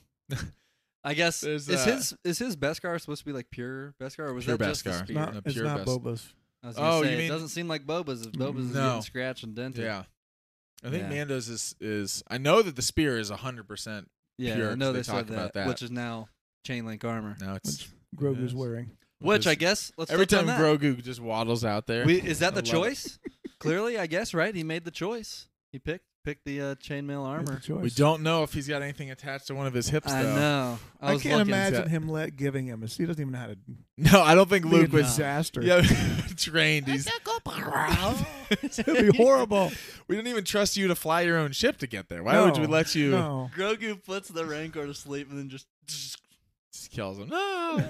I guess
There's,
is
uh,
his is his Beskar supposed to be like pure Beskar, or was
Pure
that just the
Beskar.
spear?
Not,
No,
it's
pure
not
best.
Boba's.
I was gonna
Oh, you
say, it
mean-
doesn't seem like Boba's. If Boba's is
No.
getting scratched and dented.
Yeah. I think
Yeah.
Mando's is, is I know that the spear is hundred percent
Yeah,
Pure,
I
'cause
know
they
they,
talk
said that,
about that.
which is now chain link armor.
now it's
Which
Yes.
Grogu's wearing.
Which I
Because
guess let's
every
touch
time
on that.
Grogu just waddles out there.
We, is that
I love
the
it.
choice? Clearly, I guess right. He made the choice. He picked picked the uh, chainmail
That's the
armor.
choice.
We don't know if he's got anything attached to one of his hips
I
though.
know. I,
I,
was
can't
looking.
imagine
Yeah.
him let giving him. A, he doesn't even know how to.
No, I don't think
be
Luke
a
was
disaster.
yeah, trained. He's
It'd be horrible.
we didn't even trust you to fly your own ship to get there. Why would we
No,
let you
No.
Grogu puts the Rancor to sleep and then just.
Just kills him? No.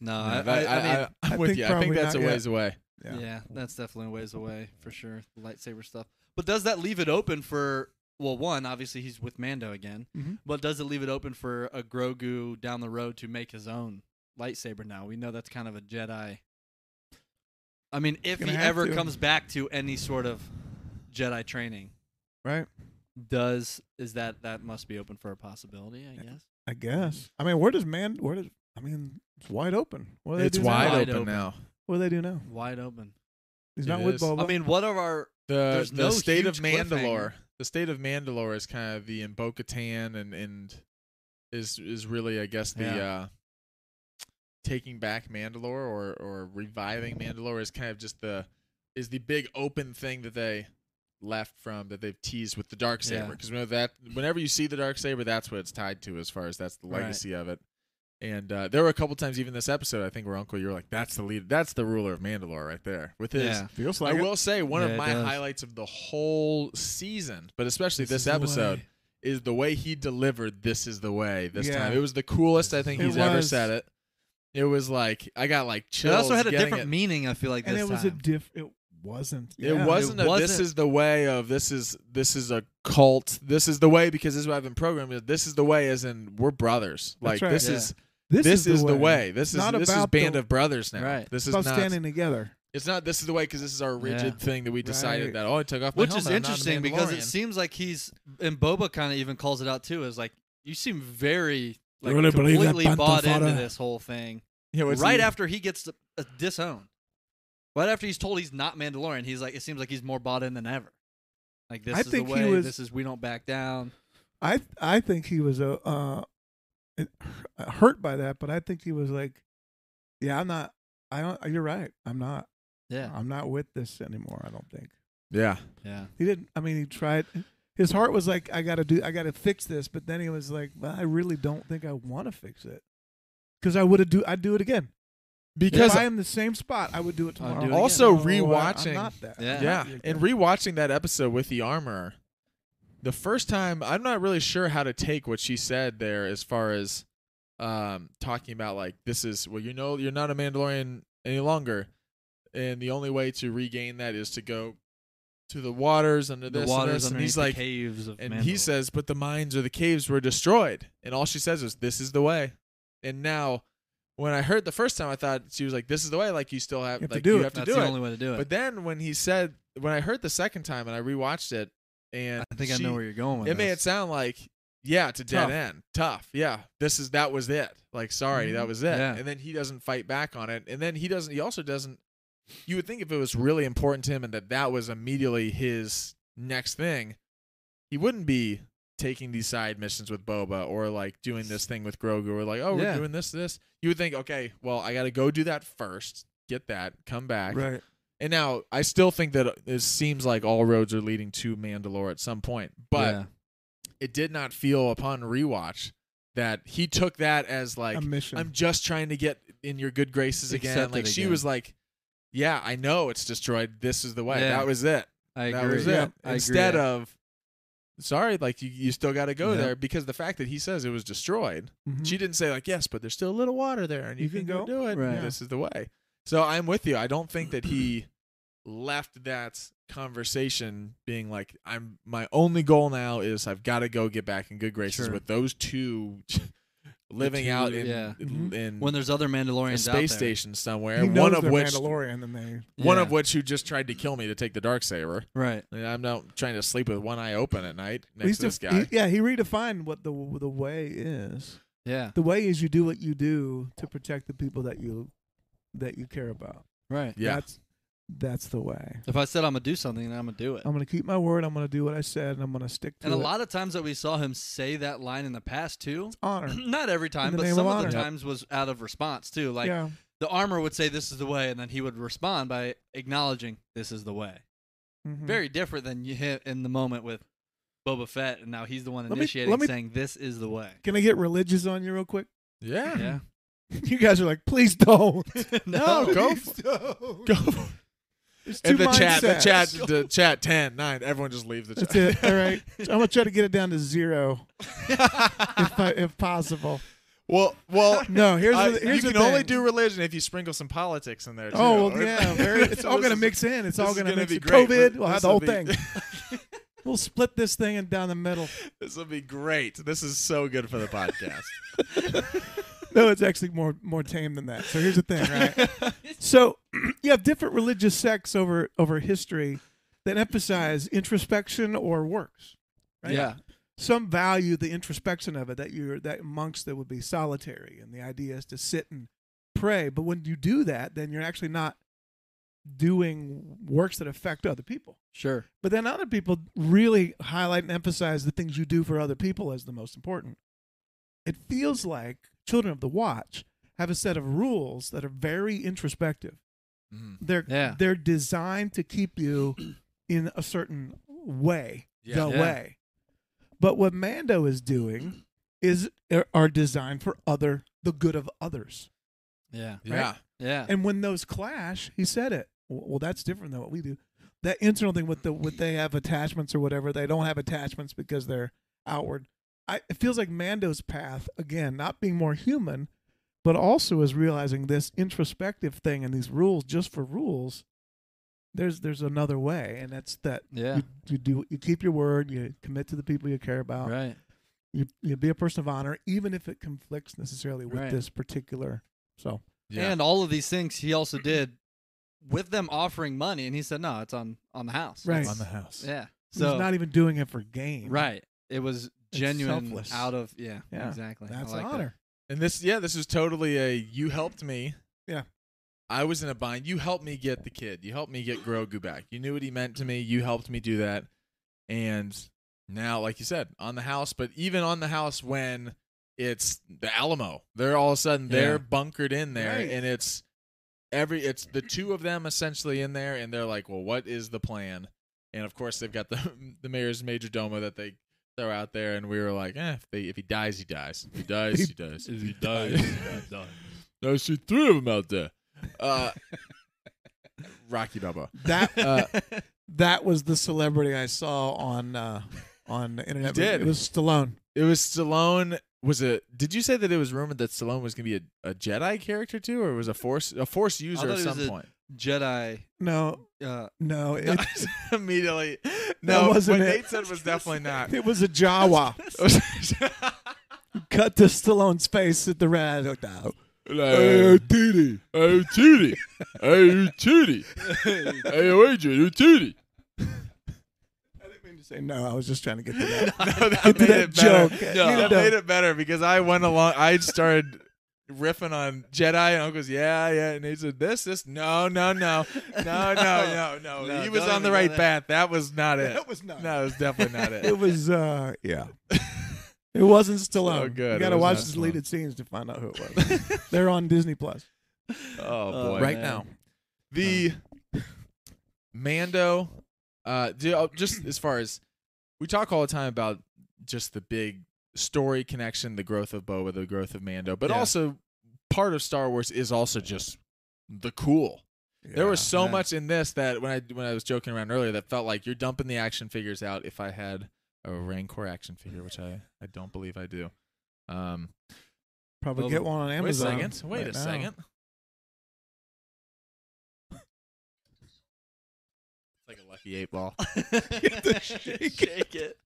No,
No,
I,
that-
I, I mean,
I, am
I
with
think
you. I think
probably
that's a
not yet.
ways away.
yeah. that's definitely a ways away for sure. The lightsaber stuff, but does that leave it open for? Well, one, obviously he's with Mando again,
Mhm.
but does it leave it open for a Grogu down the road to make his own lightsaber? Now we know that's kind of a Jedi. I mean, if he
gonna have
ever
to.
comes back to any sort of Jedi training,
Right.
does is that that must be open for a possibility? I guess.
I guess. I mean, where does man? Where does? I mean, it's wide open. What do they
It's
do
wide
now?
Wide
open,
open.
now.
What do they do now?
Wide open.
He's
It
not with
is.
Boba.
I mean, what are our
The
There's
the
no
state of
huge cliffhanger.
Mandalore. The state of Mandalore is kind of the in Bo-Katan and and is is really I guess the
Yeah.
uh taking back Mandalore or or reviving Mandalore is kind of just the is the big open thing that they left from that they've teased with the dark saber
Yeah.
because whenever that whenever you see the dark saber that's what it's tied to as far as that's the
Right.
legacy of it and uh, there were a couple times even this episode i think where uncle you were like that's the lead that's the ruler of mandalore right there with his
yeah.
feels
I will say one
Yeah,
of
it
my
does.
highlights of the whole season, but especially
This
this,
is the
episode,
way.
is the way he delivered "This is the way" this
Yeah.
time. It was the coolest I think
It
he's ever
was.
said it. It was like I got like chills.
It also had a
getting
different
it.
meaning. I feel like
and
this
it was a
time.
diff. It wasn't.
It
Yeah.
wasn't
It
a this
wasn't-
is the way of this is this is a cult. This is the way because this is what I've been programmed. with. This is the way as in we're brothers.
That's
Like
right.
this
Yeah.
is this, is the way. This is
Not
this is
about
band
the-
of brothers now.
Right.
This
It's
is
about
not
standing together.
it's not this is the way because this is our rigid thing that we decided
Right.
that oh I took off my
Which is
helmet, I'm not a
interesting because it
Mandalorian.
seems like he's and Boba kind of even calls it out too. Is like you seem very
You
like
really believe that
completely
Bantha
bought into
fodder?
this whole thing.
Yeah, what's
right
the-
after he gets to- uh, disowned, right after he's told he's not Mandalorian, he's like it seems like he's more bought in than ever. Like this
I
is the
think he
way.
was-
this is we don't back down.
I I think he was uh, a uh, it- hurt by that, but I think he was like, yeah, I'm not. I don't. You're right. I'm not.
Uh,
Yeah.
I'm not with this anymore. I don't think
Yeah.
Yeah.
he didn't. I mean, he tried. His heart was like, I gotta do. I gotta fix this. But then he was like, well, I really don't think I want to fix it. Because I would have do. I'd do it again.
Because
if I am the same spot, I would do it
I'll
tomorrow.
do it again.
also
I don't know why I'm
rewatching.
not that.
Yeah.
yeah.
You're
And
good.
rewatching that episode with the armor, the first time, I'm not really sure how to take what she said there as far as um, talking about, like, this is, well, you know, you're not a Mandalorian any longer. And the only way to regain that is to go to the waters under
The
this. and, this.
waters
and
underneath
he's like,
the caves of
and
Mandalore.
he says, but the mines or the caves were destroyed. And all she says is, this is the way. And now, when I heard the first time, I thought she was like, this is the way. Like, you still have,
You have to
like,
do
you
it.
have to
That's
do
the
it.
only way to do it.
But then when he said, when I heard the second time and I rewatched it, and
I think I
she-
know where you're going with
it made it
this.
sound like, yeah, it's a dead
Tough.
end, tough. Yeah, this is that was it. Like, sorry, that was it.
Mm-hmm. Yeah.
And then he doesn't fight back on it, and then he doesn't. He also doesn't. You would think if it was really important to him and that that was immediately his next thing, he wouldn't be taking these side missions with Boba or like doing this thing with Grogu or like, oh, we're
Yeah.
doing this, this. You would think, okay, well, I got to go do that first, get that, come back,
Right.
and now I still think that it seems like all roads are leading to Mandalore at some point, but
Yeah.
it did not feel upon rewatch that he took that as like
a mission.
I'm just trying to get in your good graces again.
Accept
like
it
she
again.
was like, yeah, I know it's destroyed. This is the way.
Yeah.
That was it.
I
That
agree.
was it.
Yep, I agree.
Instead of sorry, like you, you still got to go
Yep.
there because the fact that he says it was destroyed
Mhm.
she didn't say like yes, but there's still a little water there, and you, can, go, do it. and
Right.
This is the way. So I'm with you. I don't think that he left that conversation being like I'm. My only goal now is I've got to go get back in good graces
Sure.
with those two living
two-
out in
yeah.
in,
Mhm.
when there's other
a
Mandalorians out there.
space station somewhere.
He knows
One of
they're
which
Mandalorian, and they.
one
Yeah.
of which who just tried to kill me to take the dark saber.
Right.
And I'm not trying to sleep with one eye open at night next
He's
to this
def-
guy.
he- yeah, he redefined what the the way is.
Yeah.
the way is you do what you do to protect the people that you that you care about.
Right.
yeah.
That's that's the way.
If I said I'm gonna do something, then I'm gonna do it.
I'm gonna keep my word, I'm gonna do what I said, and I'm gonna stick to
and a
it.
lot of times that we saw him say that line in the past too.
honor.
Not every time,
the
but
name
some
of
of the
honor. Yep.
times was out of response too. Like
yeah.
the armor would say, "This is the way," and then he would respond by acknowledging, "This is the way."
Mhm.
Very different than you hit in the moment with Boba Fett, and now he's the one
Let me-
initiating,
let me-
saying, "This is the way."
Can I get religious on you real quick?
yeah.
Yeah.
You guys are like, please don't.
No, go
Please
for-
don't.
Go. for it.
There's
And
two
the chat, the
mindsets.
chat, the chat, 10, 9, everyone just leave the chat.
That's it. All right. I'm gonna try to get it down to zero if I, if possible.
Well, well,
No, here's
I-
the, here's
you
the
can only
thing.
do religion if you sprinkle some politics in there. Too.
Oh well, yeah, very, it's
So
all
this
gonna
is-
mix in. It's
this
all
is
gonna,
gonna
mix
be
in.
great,
COVID.
but
We'll have
this
the whole
will
thing.
be-
We'll split this thing and down the middle.
This will be great. This is so good for the podcast.
No, it's actually more more tame than that. So here's the thing, right? so you have different religious sects over over history that emphasize introspection or works. Right?
Yeah.
Some value the introspection of it that you're that monks that would be solitary and the idea is to sit and pray. But when you do that, then you're actually not doing works that affect other people.
Sure.
But then other people really highlight and emphasize the things you do for other people as the most important. It feels like Children of the Watch have a set of rules that are very introspective.
Mhm.
They're
Yeah.
they're designed to keep you in a certain way,
Yeah.
the
Yeah.
way. But what Mando is doing is er, are designed for other the good of others.
Yeah.
Yeah.
Yeah.
And when those clash, he said it. W- Well, that's different than what we do. That internal thing with the with they have attachments or whatever. They don't have attachments because they're outward. I, it feels like Mando's path again, not being more human, but also is realizing this introspective thing and these rules just for rules. There's there's another way, and that's that
Yeah.
you, you do you keep your word, you commit to the people you care about,
Right.
you you be a person of honor, even if it conflicts necessarily with
Right.
this particular. So
Yeah.
And all of these things he also did with them offering money, and he said, "No, it's on on the house."
Right.
It's-
On the
house.
yeah.
so,
So
he's not even doing it for gain,
right. It was
It's
genuine
selfless.
out of yeah,
Yeah.
exactly. I
That's
like
an
that.
honor.
And this, yeah, this is totally a you helped me.
Yeah.
I was in a bind. You helped me get the kid. You helped me get Grogu back. You knew what he meant to me. You helped me do that. And now, like you said, on the house, but even on the house when it's the Alamo, they're all of a sudden
Yeah.
they're bunkered in there
Right.
and it's every it's the two of them essentially in there, and they're like, "Well, what is the plan?" And of course, they've got the the mayor's major domo that they throw out there, and we were like, eh, "If they if he dies, he dies. If he dies, he dies.
If he
dies, he dies. I see three of them out there." Uh, Rocky Balboa.
That
Uh,
that was the celebrity I saw on uh, on the internet.
You did.
It was Stallone.
It was Stallone. Was it? Did you say that it was rumored that Stallone was going to be a, a Jedi character too, or was a force a force user
thought
at
he was
some
a-
point?
Jedi.
No,
Uh,
no, it,
Immediately, no.
wasn't
what
it.
Nate said was definitely not.
it was a Jawa. Cut to Stallone's face at the red. Like, "No."
Hey, Tootie. uh, Hey, Tootie. Hey, Tootie. Hey, Adrian, you Tootie.
I didn't mean to say no. I was just trying to get to that.
No, that
Get to
made
that
it better.
joke.
No,
You
that
know.
made it better because I went along. I started riffing on Jedi, and Uncle's yeah, yeah, and he said this, this, no, no, no, no, no, no, no.
No,
he was
don't
on the
even
right
go
path. That was not it.
That was not.
No, it was definitely not
It
it.
was. uh Yeah. It wasn't Stallone.
good.
You
It
got to
was
watch
not
the deleted scenes to find out who it was. They're on Disney Plus.
Oh
Oh,
boy,
Right man.
now.
the Um, Mando. Uh, do, oh, just as far as we talk all the time about just the big story connection, the growth of Boba, the growth of Mando, but
Yeah.
also part of Star Wars is also just the cool. There was so
Yeah.
much in this that when I when I was joking around earlier, that felt like you're dumping the action figures out. If I had a Rancor action figure, which I I don't believe I do. Um,
Probably
Well,
get one on
wait a
Amazon.
second. Wait
right
a
now.
second. It's like a lucky eight ball.
shake, it.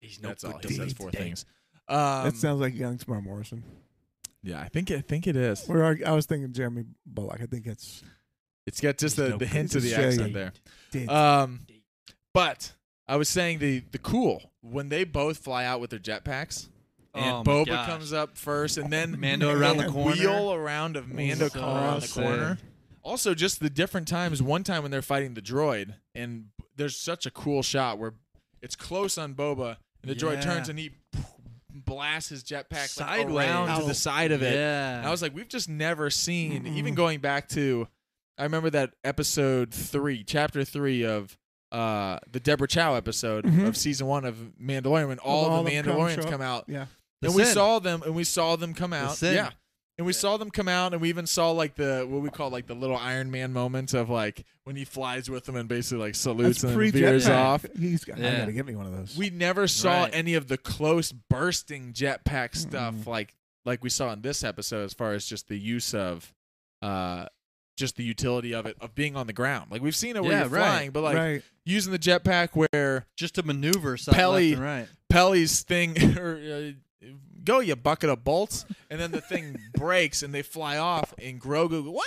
He's
That's all.
good
He says
deed
four
today.
things. Um,
that sounds like young Tamar Morrison.
yeah, I think I think it is.
Where are, I was thinking Jeremy Bullock. I think it's.
It's got just
There's
the,
no
the hint of the
confusion.
accent there.
Did.
Um, but I was saying the the cool when they both fly out with their jetpacks and
Oh my
Boba
gosh.
comes up first, and then
Mando around the
and
corner.
wheel around of Mando
So
coming around the
sick.
corner. Also, just the different times. One time when they're fighting the droid, and b- there's such a cool shot where it's close on Boba, and the droid
Yeah.
turns and he blasts his jetpack
Sideways.
like, around to
Oh.
the side of it.
Yeah.
And I was like, we've just never seen, even
Mm-mm.
going back to, I remember that episode three, chapter three of uh, the Deborah Chow episode
Mhm.
of season one of Mandalorian when all,
all
the
them come
Mandalorians
show
come,
up.
out.
Yeah.
The
and we
Sin.
saw them, and we saw them come out.
Sin.
Yeah. And we
Yeah.
saw them come out, and we even saw like the what we call like the little Iron Man moment of like when he flies with them and basically like salutes and then veers
jetpack.
off.
He's got, I
Yeah.
gotta get me one of those.
We never saw
Right.
any of the close bursting jetpack stuff
Mm-mm.
like like we saw in this episode as far as just the use of uh just the utility of it of being on the ground. Like we've seen it where
Yeah,
you're
right,
flying, but like
right.
using the jetpack where
just to maneuver something
Pelly-
left and right.
Pelly's thing or uh, go you bucket of bolts and then the thing breaks and they fly off and Grogu Wah!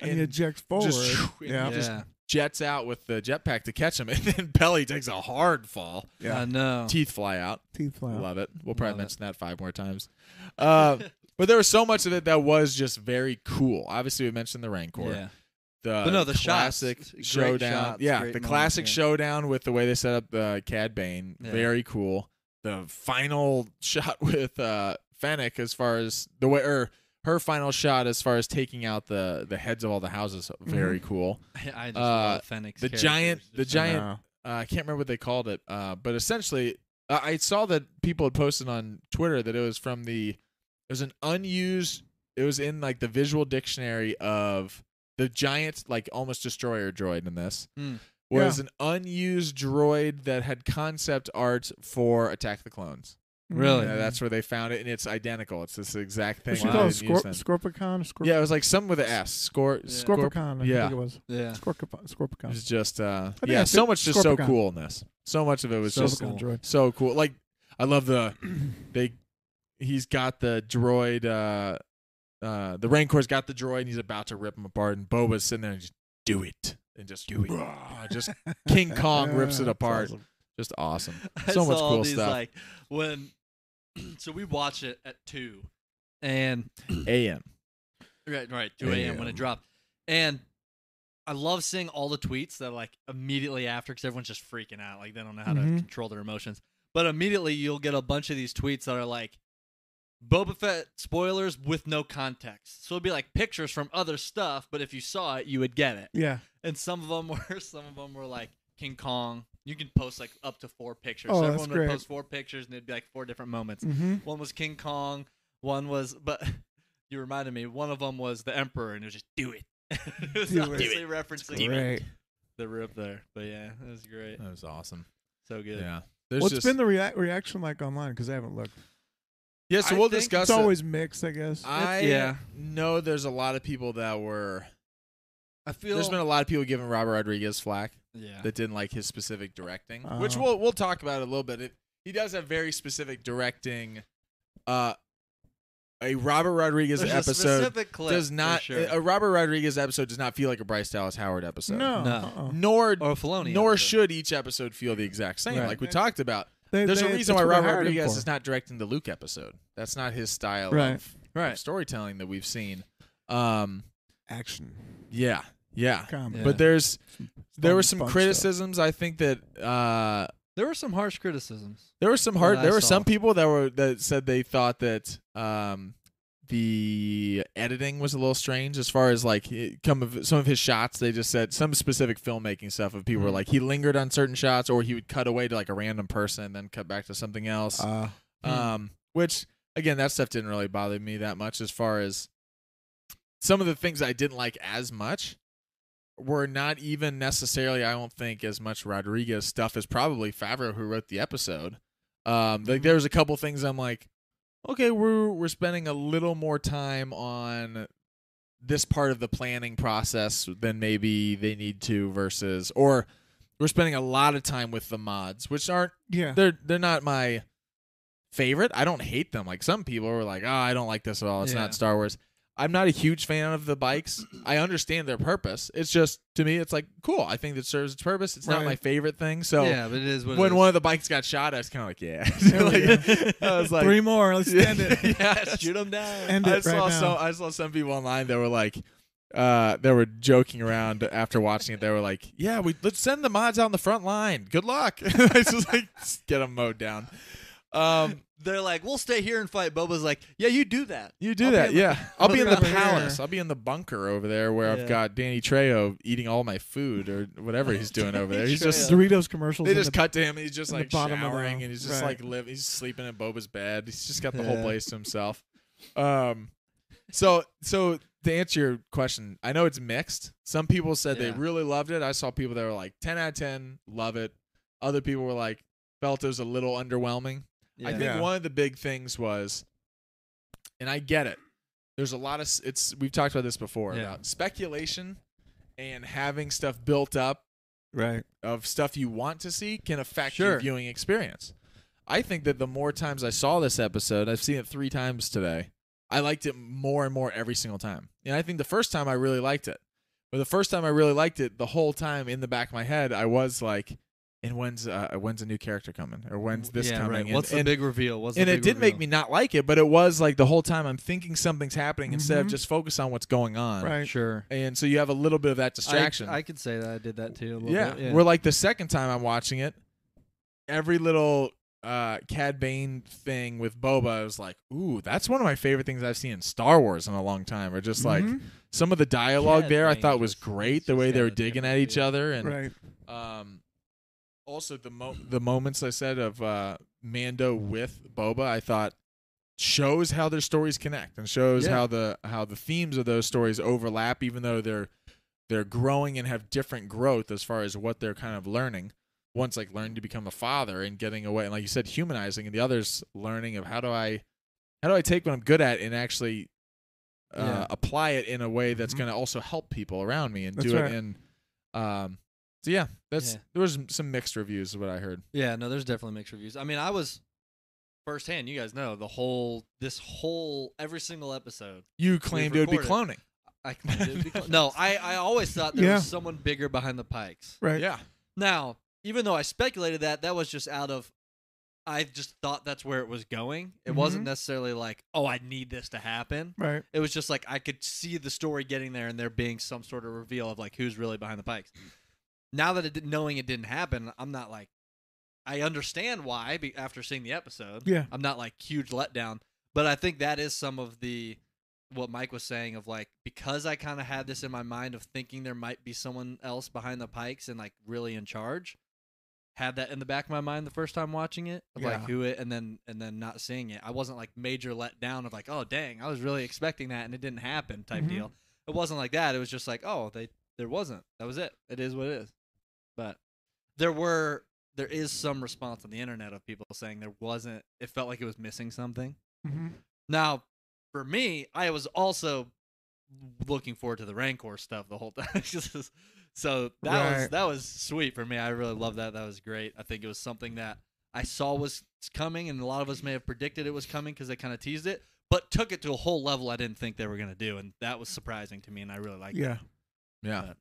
And, he ejects forward.
just, and
yeah.
just
yeah.
jets out with the jetpack to catch him and then Pelly takes a hard fall.
yeah.
I know.
Teeth fly out.
Teeth fly out.
Love it. We'll probably
Love it.
mention that five more times. Uh, but there was so much of it that was just very cool. Obviously, we mentioned the Rancor.
Yeah.
The
But no, the shots.
classic
Great
showdown.
shots,
yeah, the
great moments,
classic
yeah.
showdown with the way they set up uh, Cad Bane.
Yeah.
Very cool. The final shot with uh, Fennec, as far as the way, or her final shot as far as taking out the the heads of all the houses.
Mm-hmm.
Very cool.
I just
Uh,
love Fennec's
the
characters.
giant- the
Just-
giant-
No.
uh, I can't remember what they called it, uh, but essentially, uh, I saw that people had posted on Twitter that it was from the it was an unused it was in like the visual dictionary of the giant like almost destroyer droid in this
Hmm.
was an unused droid that had concept art for Attack of the Clones.
Really?
Uh, that's where they found it, and it's identical. It's this exact thing.
What should
that
call
they
it?
had used then.
Scor- Scorpicon? Scor-
yeah, it was like some with an S. Score.
Yeah.
Scorp-
Scorpicon. I
yeah.
think it was.
Yeah.
Scorpicon.
it
Scorpicon.
was just uh,
think
yeah.
I
So
said
much just so
Scorpicon.
cool in this. So much of it was
So
just
cool.
Scorpicon droid.
so cool. Like I love the they he's got the droid uh uh the Rancor's got the droid and he's about to rip him apart and Boba's sitting there and just do it and just do it. just King Kong rips it
That's
apart.
awesome.
Just awesome.
I
So much
saw all
cool
these,
stuff.
Like when, so we watched it at two, and
AM.
right, right, two a.m. when it
AM.
dropped, and I love seeing all the tweets that are like immediately after because everyone's just freaking out,
Mm-hmm.
like they don't know how
Mhm.
to control their emotions. But immediately you'll get a bunch of these tweets that are like, Boba Fett spoilers with no context. So it'd be like pictures from other stuff, but if you saw it, you would get it.
Yeah.
And some of them were some of them were like King Kong. You can post like up to four pictures. so
Oh, that's
everyone would
great.
post four pictures and it'd be like four different moments.
Mm-hmm.
One was King Kong, one was but you reminded me, one of them was the Emperor and it was just do it. it was
Do it.
obviously referencing
Great.
the rip there. But yeah, it was great.
That was awesome.
So good.
Yeah. There's
What's
just,
been the reac reaction like online? Because I haven't looked.
yeah, so
I
we'll
think
discuss
It's
it.
always mixed, I guess.
I
yeah.
know there's a lot of people that were.
I feel
There's been a lot of people giving Robert Rodriguez flack
yeah.
that didn't like his specific directing, which
Oh.
we'll we'll talk about a little bit. It, he does have very specific directing. Uh, a Robert Rodriguez
There's a
episode
specific clip
does
for
not uh,
sure.
a Robert Rodriguez episode does not feel like a Bryce Dallas Howard episode.
no.
No. Oh,
uh-uh.
nor
or a Filoni.
nor
episode.
should each episode feel the exact same,
Right.
like we talked about.
They-
There's
they-
a reason
that's
why
what I
Robert
hired him
Rodriguez
for.
is not directing the Luke episode. That's not his style
Right.
of,
Right.
of storytelling that we've seen. Um,
action
yeah, yeah.
comedy.
Yeah.
But there's there
Fun-
were some
fun stuff.
criticisms. I think that uh,
There were some harsh criticisms.
there were some hard.
That I
There were some
saw.
people that were that said they thought that um, the editing was a little strange as far as like it- come of some of his shots. They just said some specific filmmaking stuff of people were
Mhm.
like he lingered on certain shots or he would cut away to like a random person and then cut back to something else.
Uh, Hmm.
Um, which again, that stuff didn't really bother me that much. As far as some of the things I didn't like as much were not even necessarily, I don't think, as much Rodriguez stuff as probably Favreau who wrote the episode. Um,
Mm-hmm.
like there was a couple things I'm like, okay, we're we're spending a little more time on this part of the planning process than maybe they need to versus or we're spending a lot of time with the mods, which aren't
Uh-huh.
yeah.
they're they're not my favorite. I don't hate them. Like some people were like, "Oh, I don't like this at all. It's
Yeah.
not Star Wars." I'm not a huge fan of the bikes. I understand their purpose. It's just to me, it's like cool. I think that serves its purpose. It's not
Right.
my favorite thing. So
yeah, but it is what
when
it is.
one of the bikes got shot, I was kind of like, yeah.
There we
Like, I was like,
Three more. Let's end it.
yeah,
shoot them down.
End
I
it right
saw
now.
some. I saw some people online that were like, uh, that were joking around after watching it. They were like, "Yeah, we let's send the mods on the front line. Good luck." it's just like just get them mowed down. Um,
They're like, we'll stay here and fight. Boba's like, yeah, you do that.
you do
I'll be
that,
in the-
yeah. I'll be in the
over here.
palace. I'll be in the bunker over there where
Yeah.
I've got Danny Trejo eating all my food or whatever he's doing over there. He's
Danny
just.
Trejo.
Doritos commercials.
They
in
just
the-
cut to him. And he's just
in the
like
bottom of the
showering,
house.
and he's just
Right.
like live. He's sleeping in Boba's bed. He's just got the whole
Yeah.
place to himself. Um, so so to answer your question, I know it's mixed. Some people said they
Yeah.
really loved it. I saw people that were like ten out of ten, love it. Other people were like felt it was a little underwhelming.
Yeah.
I think
Yeah.
one of the big things was, and I get it. There's a lot of s- it's. We've talked about this before
Yeah.
about speculation and having stuff built up
Right.
of stuff you want to see can affect
Sure.
your viewing experience. I think that the more times I saw this episode, I've seen it three times today. I liked it more and more every single time. And I think the first time I really liked it. But the first time I really liked it, the whole time in the back of my head, I was like, and when's uh, when's a new character coming? Or when's this
yeah,
coming?
Right.
And-
What's
and,
the big reveal? What's
and
the
it
big
did make me
reveal?
not like it, but it was like the whole time I'm thinking something's happening instead of
Mm-hmm.
Mhm.
just focus on what's going on.
Right.
sure
And so you have a little bit of that distraction
I, I could say that I did that too. A little
yeah.
bit. yeah.
We're like the second time I'm watching it, every little uh Cad Bane thing with Boba, I was like, ooh, that's one of my favorite things I've seen in Star Wars in a long time. Or just like
Mhm.
some of the dialogue
Mm-hmm. Cad
there I
Bane
thought was
just-
great,
he's
the
just
way they
got
were
a
digging
different
at each
feel.
other and
Right.
um also the mo- the moments I said of uh Mando with Boba, I thought shows how their stories connect and shows
Yeah.
how the how the themes of those stories overlap even though they're they're growing and have different growth as far as what they're kind of learning. One's like learning to become a father and getting away and like you said humanizing and the other's learning of how do I how do I take what I'm good at and actually uh,
Yeah. Mm-hmm.
apply it in a way that's
Mhm.
going to also help people around me and
That's
do
right.
it in um so yeah, that's
Yeah.
there was some mixed reviews is what I heard.
Yeah, no, there's definitely mixed reviews. I mean, I was firsthand. You guys know the whole this whole every single episode.
You claimed it would be cloning.
I did because- no, I I always thought there
Yeah.
was someone bigger behind the pikes.
Right.
Yeah.
Now, even though I speculated that, that was just out of I just thought that's where it was going. It wasn't necessarily like, oh, I need this to happen.
Right.
It was just like I could see the story getting there and there being some sort of reveal of like who's really behind the pikes. Now that it did, knowing it didn't happen, I'm not like I understand why be, after seeing the episode.
Yeah.
I'm not like huge letdown, But I think that is some of the what Mike was saying of like because I kind of had this in my mind of thinking there might be someone else behind the pikes and like really in charge. Had that in the back of my mind the first time watching it, of like
Yeah.
who it, and then and then not seeing it. I wasn't like major let down of like oh dang, I was really expecting that and it didn't happen type
Mhm.
deal. It wasn't like that. It was just like oh they there wasn't. That was it. It is what it is. But there were there is some response on the internet of people saying there wasn't. It felt like it was missing something.
Mm-hmm.
Now, for me, I was also looking forward to the Rancor stuff the whole time. Just- so that was
Right.
that was sweet for me. I really loved that. That was great. I think it was something that I saw was coming, and a lot of us may have predicted it was coming because they kind of teased it, but took it to a whole level I didn't think they were gonna do, and that was surprising to me, and I really liked it.
Yeah.
Yeah.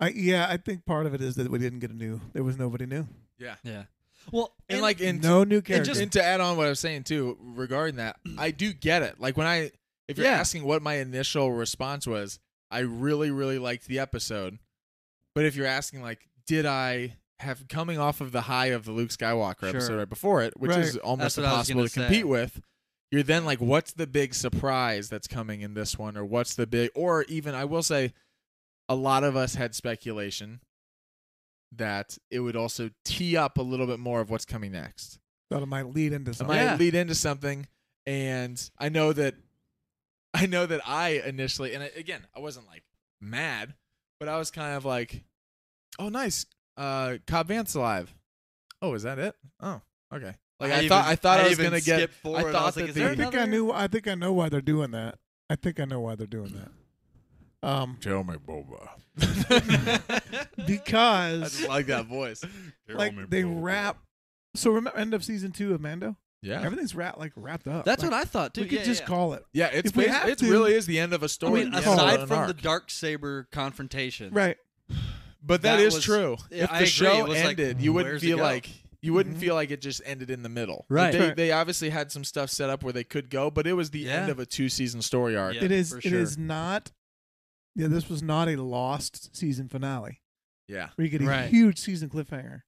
I yeah, I think part of it is that we didn't get a new. There was nobody new.
Yeah. Well,
And like in
no new
and
character.
just and to add on what I was saying too regarding that, I do get it. Like when I, if you're
Yeah.
asking what my initial response was, I really really liked the episode, but if you're asking like, did I have coming off of the high of the Luke Skywalker
Sure.
episode right before it, which is almost
That's what I was
impossible
gonna
to compete
say.
with. You're then like, what's the big surprise that's coming in this one, or what's the big, or even I will say, a lot of us had speculation that it would also tee up a little bit more of what's coming next
thought it might lead into
it
something.
might
Yeah.
lead into something and i know that i know that i initially and I, again i wasn't like mad but i was kind of like oh nice uh cobb vance alive oh is that it oh okay like i, thought
even-
i thought i, was
even
gonna get
skipped forward.
thought
was like,
that
is
the-
there
I think I
another-
knew. I think I know why they're doing that. I think I know why they're doing that. Um,
Tell me, Boba.
i
because
just like that voice
Tell
like
me,
they
Boba.
wrap. So remember, end of season two of Mando.
yeah
Everything's wrapped like wrapped up.
That's
Like,
what I thought too.
we could
Yeah,
just
yeah.
call it
yeah it's
If we
basi-
have
it
to-
really is the end of a
I
story
mean,
the end of
aside
an
from the
arc.
dark saber confrontation,
right.
But
That
that is
was-
true.
yeah,
if the
I agree.
show
It was like, mm,
ended, you wouldn't
where's it
feel
go? Mm-hmm.
like you wouldn't
Mhm.
feel like it just ended in the middle.
Right.
They,
Right.
they obviously had some stuff set up where they could go, but it was the
Yeah.
end of a two season story arc.
Yeah,
it is.
for
It is not. Yeah, this was not a lost season finale.
Yeah.
We get a
Right.
huge season cliffhanger.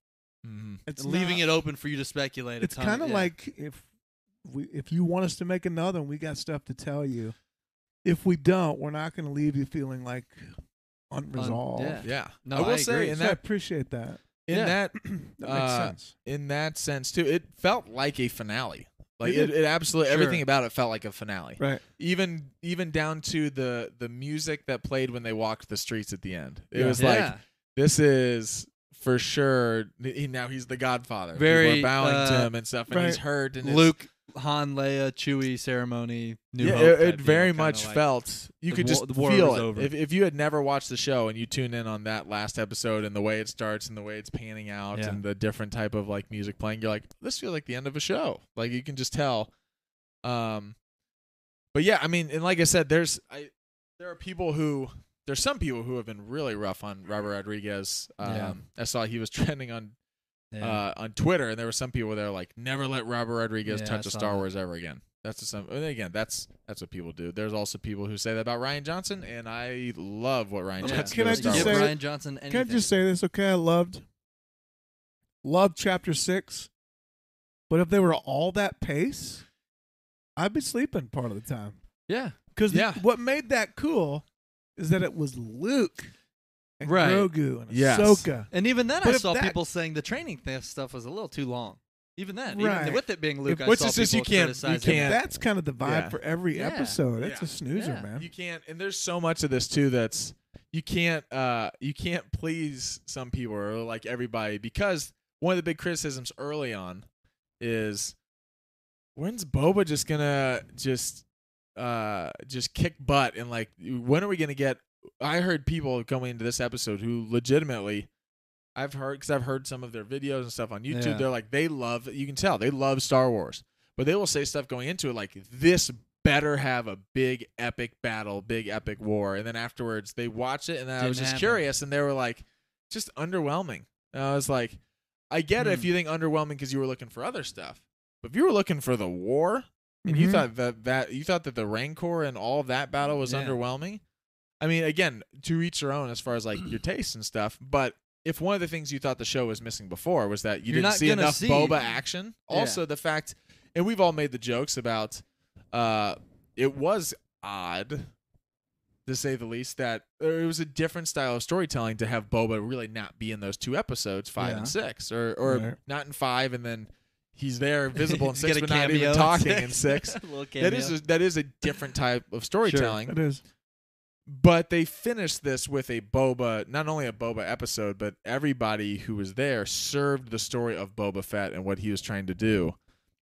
Mm-hmm.
It's
leaving
not-
it open for you to speculate. a
It's
ton.
kind of
Yeah.
like if we if you want us to make another, one, we got stuff to tell you. If we don't, we're not going to leave you feeling like unresolved.
yeah.
Yeah.
No,
I will
I
say
agree.
in
So I
that
appreciate that.
in
Yeah.
that
that makes
Uh,
sense.
in that sense too, it felt like a finale. Like
It
it,
did.
it absolutely
Sure.
everything about it felt like a finale.
Right.
Even even down to the the music that played when they walked the streets at the end. It
Yeah.
was like this is for sure. He, now he's the Godfather. People
Very,
are bowing to
uh,
him and stuff, and he's
right.
hurt. And it's-
Luke, Han, Leia, Chewie ceremony. New
yeah,
Hope
it,
type
it
deal,
very
kinda
much
like-
felt you
the
could
wa-
just
the war
feel
was
it.
over.
If, if you had never watched the show and you tune in on that last episode and the way it starts and the way it's panning out
Yeah.
and the different type of like music playing, you're like, this feels like the end of a show. Like you can just tell. Um, but yeah, I mean, and like I said, there's I there are people who there's some people who have been really rough on Robert Rodriguez. Um,
Yeah.
I saw he was trending on
Yeah.
uh, on Twitter, and there were some people that were like, "Never let Robert Rodriguez
Yeah, I
touch a
saw
Star
that.
Wars ever again." That's what some. And again, that's that's what people do. There's also people who say that about Ryan Johnson, and I love what Ryan
Yeah.
Johnson.
Can
did
I
with
Just
Star
just
give
say-
Wars.
Ryan Johnson anything.
Can I just say this? Okay, I loved loved chapter six, but if they were all that pace, I'd be sleeping part of the time.
yeah,
Because
Yeah.
what made that cool is that it was Luke and
Right.
Grogu and
Yes.
Ahsoka.
and even then,
But
I
if
saw
that-
people saying the training th- stuff was a little too long. Even then,
Right.
even with it being Luke, I
Which
saw
is just you
people
can't- you
criticizing
can't-
it.
That's kind of the vibe
Yeah.
for every
Yeah.
episode. It's
Yeah.
a snoozer,
Yeah.
man.
You can't, and there's so much of this too that's you can't uh you can't please some people or like everybody because one of the big criticisms early on is when's Boba just gonna just uh just kick butt and like when are we gonna get I heard people going into this episode who legitimately I've heard because I've heard some of their videos and stuff on YouTube.
Yeah.
They're like they love you can tell they love Star Wars, but they will say stuff going into it like this better have a big epic battle, big epic war, and then afterwards they watch it and I
Didn't
was just
happen.
curious and they were like just underwhelming. And I was like, I get it if
Hmm.
you think underwhelming because you were looking for other stuff, but if you were looking for the war and you
Mm-hmm.
Mhm.
thought that that you thought that the Rancor and all of that battle was
Yeah.
underwhelming. I mean, again, to each their own as far as like your tastes and stuff. But if one of the things you thought the show was missing before was that you
You're
didn't
not
see
gonna
enough
see-
Boba action,
Yeah.
also the fact and we've all made the jokes about uh it was odd to say the least that or it was a different style of storytelling to have Boba really not be in those two episodes, 5
Yeah.
and 6 or or
Right.
not in 5 and then he's there visible in
Just
6
get a
but not
cameo
even
in
talking
six.
in 6.
Little
That is
cameo.
a, that is a different type of storytelling.
It is.
But they finished this with a Boba, not only a Boba episode, but everybody who was there served the story of Boba Fett and what he was trying to do.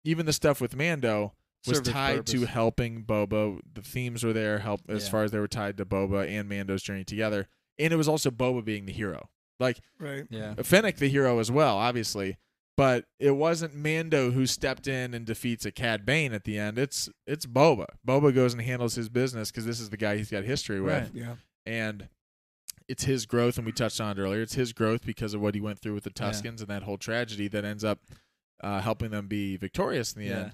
Even the stuff with Mando was
Served its
tied to
purpose.
helping Boba. The themes were there, help as
Yeah.
far as they were tied to Boba and Mando's journey together. And it was also Boba being the hero. Like
Right.
yeah.
Fennec the hero as well, obviously. But it wasn't Mando who stepped in and defeats a Cad Bane at the end. It's it's Boba. Boba goes and handles his business because this is the guy he's got history with
Right.
Yeah.
and it's his growth and we touched on it earlier it's his growth because of what he went through with the tuscans and that whole tragedy that ends up uh, helping them be victorious in the
Yeah.
end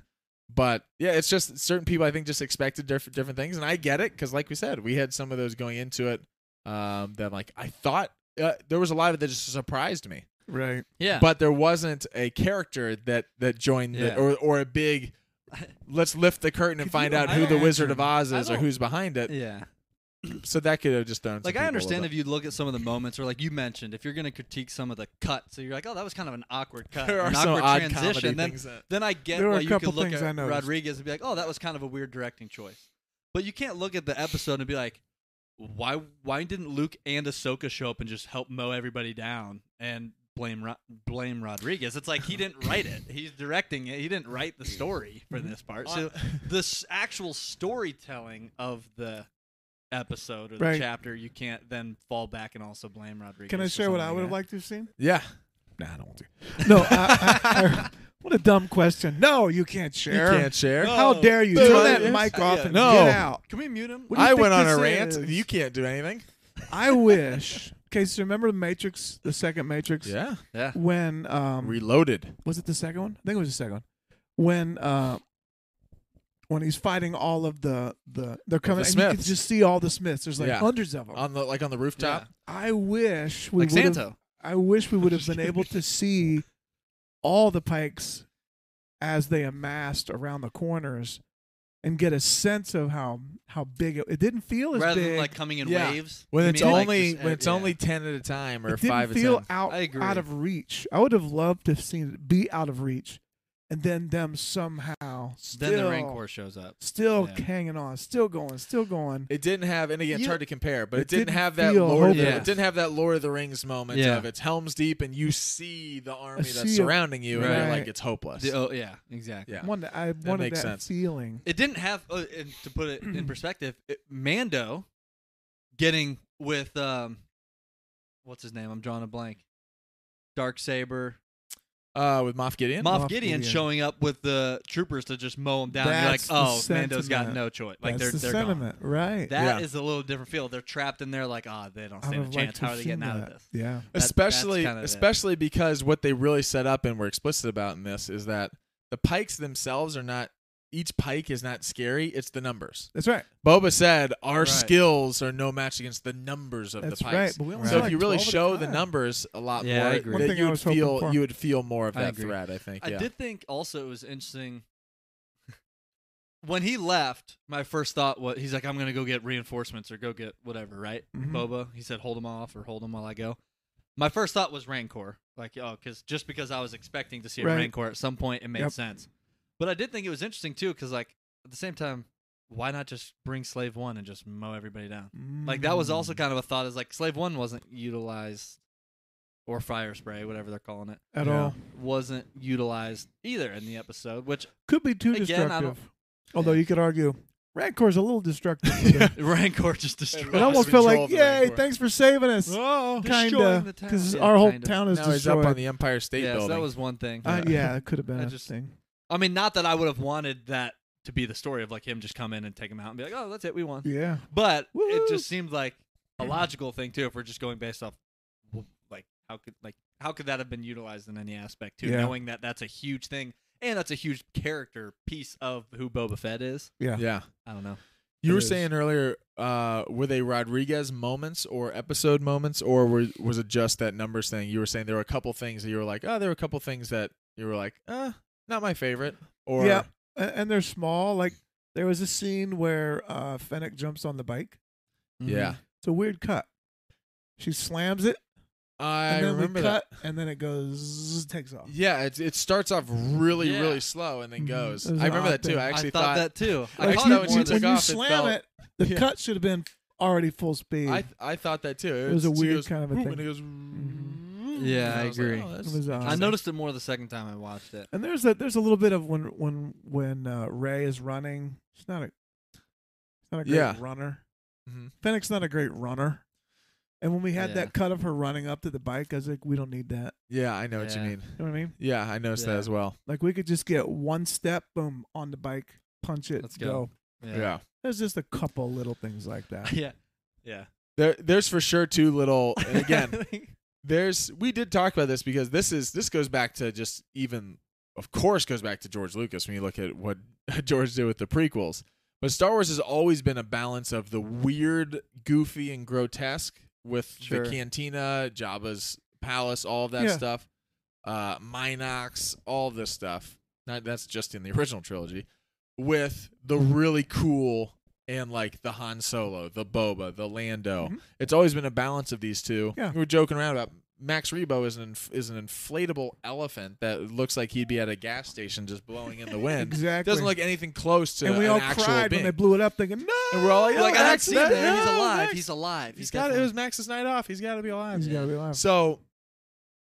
but yeah it's just certain people i think just expected diff- different things and i get it because like we said we had some of those going into it um, that like i thought uh, there was a lot of it that just surprised me
Right.
Yeah.
but there wasn't a character that that joined
Yeah.
the, or, or a big let's lift the curtain and
Could you
find out who the wizard of oz
imagine- I
is or
don't-
who's behind it
yeah.
so that could have just done
Like I understand if you look at some of the moments, or like you mentioned, if you're going to critique some of the cuts, so you're like, oh, that was kind of an awkward cut,
there
or
are
an
some
awkward
odd comedy
transition. Then,
things that
then I get
There were
why
a
you could
couple
look
things
at
I noticed.
Rodriguez and be like, oh, that was kind of a weird directing choice. But you can't look at the episode and be like, why why didn't Luke and Ahsoka show up and just help mow everybody down and blame Ro- blame Rodriguez? It's like he didn't write it. He's directing it. He didn't write the story for
Mm-hmm.
this part.
Uh,
So the s- actual storytelling of the episode or the
Right.
chapter, you can't then fall back and also blame Rodriguez.
Can I
for
share what
something
I would have
like
liked to have seen?
yeah nah i don't want to
No. I, I, I- what a dumb question. No, you can't share.
you can't share
How dare you?
Boo.
Turn that
Yeah.
mic off and
No.
get out.
that? Can we mute him? Uh,
What do you
i
think
went on a
this
rant
is?
you can't do anything
I wish. Okay, so remember the Matrix, the second Matrix?
yeah
Yeah.
When um,
reloaded
was it the second one? I think it was the second one. When uh, when he's fighting all of the the they're coming.
the
and you can
Smiths.
just see all the Smiths. There's like
Yeah.
hundreds of them.
on the like on the rooftop
I wish we
Uh, Like
would have
Santo.
I wish we would have
Just
been
kidding.
able to see all the pikes as they amassed around the corners and get a sense of how how big it, it didn't feel as
rather
big.
than like coming in
Yeah.
waves.
when
You
it's
mean, like,
only
just-
when it's
yeah.
only 10 at a time or
it didn't
5
feel
at
out
I agree.
out of reach. I would have loved to have seen it be out of reach, and then them somehow still
then the Rancor shows up.
still
Yeah.
hanging on, still going, still going.
it didn't have and again it's
You-
hard to compare but
it
it, didn't,
didn't
have that
feel
lord of the-
hopeless.
it didn't have that lord of the rings moment
Yeah.
of it's helms deep and you see the army
sea
that's
of-
surrounding you and you're
Right.
like it's hopeless
The- oh yeah, exactly.
yeah
One, I wanted
makes
that
sense.
feeling.
It didn't have, uh, and to put it in perspective, it, Mando getting with um, what's his name? I'm drawing a blank. Dark saber,
uh with moff gideon
Moff,
Moff
Gideon,
Gideon.
showing up with the troopers to just mow him down. You're like,
That's the
oh, Mando's got
sentiment.
no choice. Like they're
That's the
they're gone.
sentiment, right?
That is
Yeah.
a little different feel. They're trapped in there, like, ah, they don't
I would
stand a
have liked
chance.
to
How are
have
they getting
seen
out of
that.
this?
Yeah.
That-
especially
that's kinda it.
especially because what they really set up and were explicit about in this is that the pikes themselves are not each pike is not scary it's the numbers
That's right.
boba said our
Right.
skills are no match against the numbers of
That's
the
right.
pikes
But we only
Right.
so
saw
if
like
you really
12 at a
show the
time.
numbers a lot
Yeah, I
more
agree. One
that
thing
you
I
would
was hoping
feel
for.
you would feel more of
I
that
agree.
threat i think
I
yeah
did think also it was interesting when he left. My first thought was he's like, I'm gonna go get reinforcements or go get whatever, right?
Mhm.
Boba. He said, hold him off or hold him while I go. My first thought was Rancor, like oh, because just because I was expecting to see a
Right.
Rancor at some point, it made
Yep.
sense. But I did think it was interesting too, because like at the same time, why not just bring Slave One and just mow everybody down? Like that was also
Mm.
kind of a thought. Is like Slave One wasn't utilized, or Fire Spray, whatever they're calling it
at
Yeah.
all.
wasn't utilized either in the episode, which
Could be too
Again, I don't-
destructive. Although you could argue Rancor's a little destructive.
Yeah.
Rancor just destroyed.
It almost felt like,
Control of the
yay,
Rancor."
thanks for saving us.
oh,
Kinda, because our whole town is
now he's up
destroyed.
on the empire state
Yeah, so
building
that was one thing.
uh, yeah, that could have been
I
a
just-
thing.
I mean, not that I would have wanted that to be the story of like him just come in and take him out and be like, oh, that's it, we won.
Yeah,
But
Woo-hoo.
it just seemed like a logical thing too. If we're just going based off, w- like how could like how could that have been utilized in any aspect too?
Yeah.
Knowing that that's a huge thing and that's a huge character piece of who Boba Fett is.
yeah,
yeah
I don't know.
You
It
were
is.
saying earlier, uh, were they Rodriguez moments or episode moments, or were, was it just that numbers thing? You were saying there were a couple things that you were like, oh, there were a couple things that you were like, uh, Not my favorite. Or
Yeah. A- And, they're small. Like there was a scene where uh, Fennec jumps on the bike.
yeah,
It's a weird cut. She slams it, and
I
then
remember
we
that.
cut, and then it goes zzz, takes off.
Yeah, it it starts off really
Yeah.
really slow and then
Mhm.
goes.
It was
I
an
remember
odd
that too.
thing.
I
I,
actually
thought, that too. I
Like,
caught
you- when
that when
you
you
when
took
you
off, it
slam
felt-
it, the
Yeah.
cut should have been already full speed.
I I thought that too.
It was a
she
weird
goes,
kind of a
"Vroom,"
thing. Mm-hmm.
And it goes.
Yeah,
and
I
was like,
agree.
"Oh, that's
It was odd.
I noticed it more the second time I watched it.
And there's a there's a little bit of when when when uh, Ray is running. She's not a she's not a great
Yeah.
runner.
Mhm.
Fennec's not a great runner. And when we had
Yeah.
that cut of her running up to the bike, I was like, we don't need that.
Yeah, I know what you
Yeah.
mean.
You know what I mean?
Yeah, I noticed
Yeah.
that as well.
Like we could just get one step, boom, on the bike, punch it,
Let's go.
Yeah.
There's just a couple little things like that.
Yeah. Yeah.
There there's for sure two little and again, there's we did talk about this because this is this goes back to just even of course goes back to George Lucas when you look at what George did with the prequels. But Star Wars has always been a balance of the weird, goofy, and grotesque with
Sure.
the cantina, Jabba's palace, all of that
Yeah.
stuff, uh, Minox, all of this stuff. Not, that's just in the original trilogy, with the really cool and like the Han Solo, the Boba, the Lando.
Mhm.
It's always been a balance of these two.
Yeah.
We were joking around about Max Rebo is an inf- is an inflatable elephant that looks like he'd be at a gas station just blowing in the wind. It
Exactly.
doesn't look anything close to
and we
an
all
actual
cried
being.
when they blew it up, thinking, "No,
and we're all like,
like
"Oh,
I don't
Max,
see
that-
that. He's
no,
alive.
Max."
He's alive.
he's got it
definitely-
was Max's night off. He's got to be alive.
he's gotta be alive."
So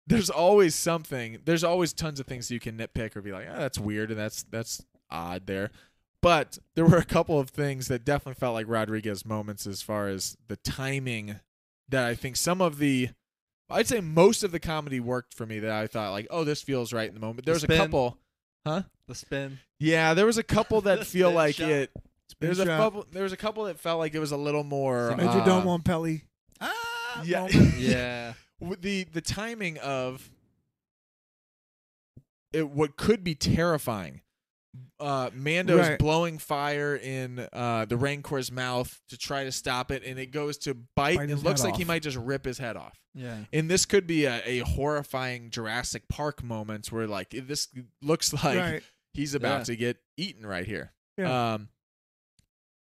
there's always something. There's always tons of things you can nitpick or be like, "Oh, that's weird and that's that's odd there." But there were a couple of things that definitely felt like Rodriguez moments as far as the timing that I think some of the I'd say most of the comedy worked for me that I thought like, "Oh, this feels right in the moment." There
The
was a
spin.
couple.
the spin.
Yeah, there was a couple
The
that feel
spin
like
shot.
it
Big
there's a
shot.
couple there was a couple that felt like it was a little more
Major
uh,
Domo and Pelly.
yeah,
Yeah.
with the the timing of it what could be terrifying uh mando's
Right.
blowing fire in uh the rancor's mouth to try to stop it and it goes to bite,
Bite
and
his
it looks
head
like he
off.
might just rip his head off
Yeah.
and this could be a, a horrifying jurassic park moment where like this looks like
right.
he's about
Yeah.
to get eaten right here
Yeah.
um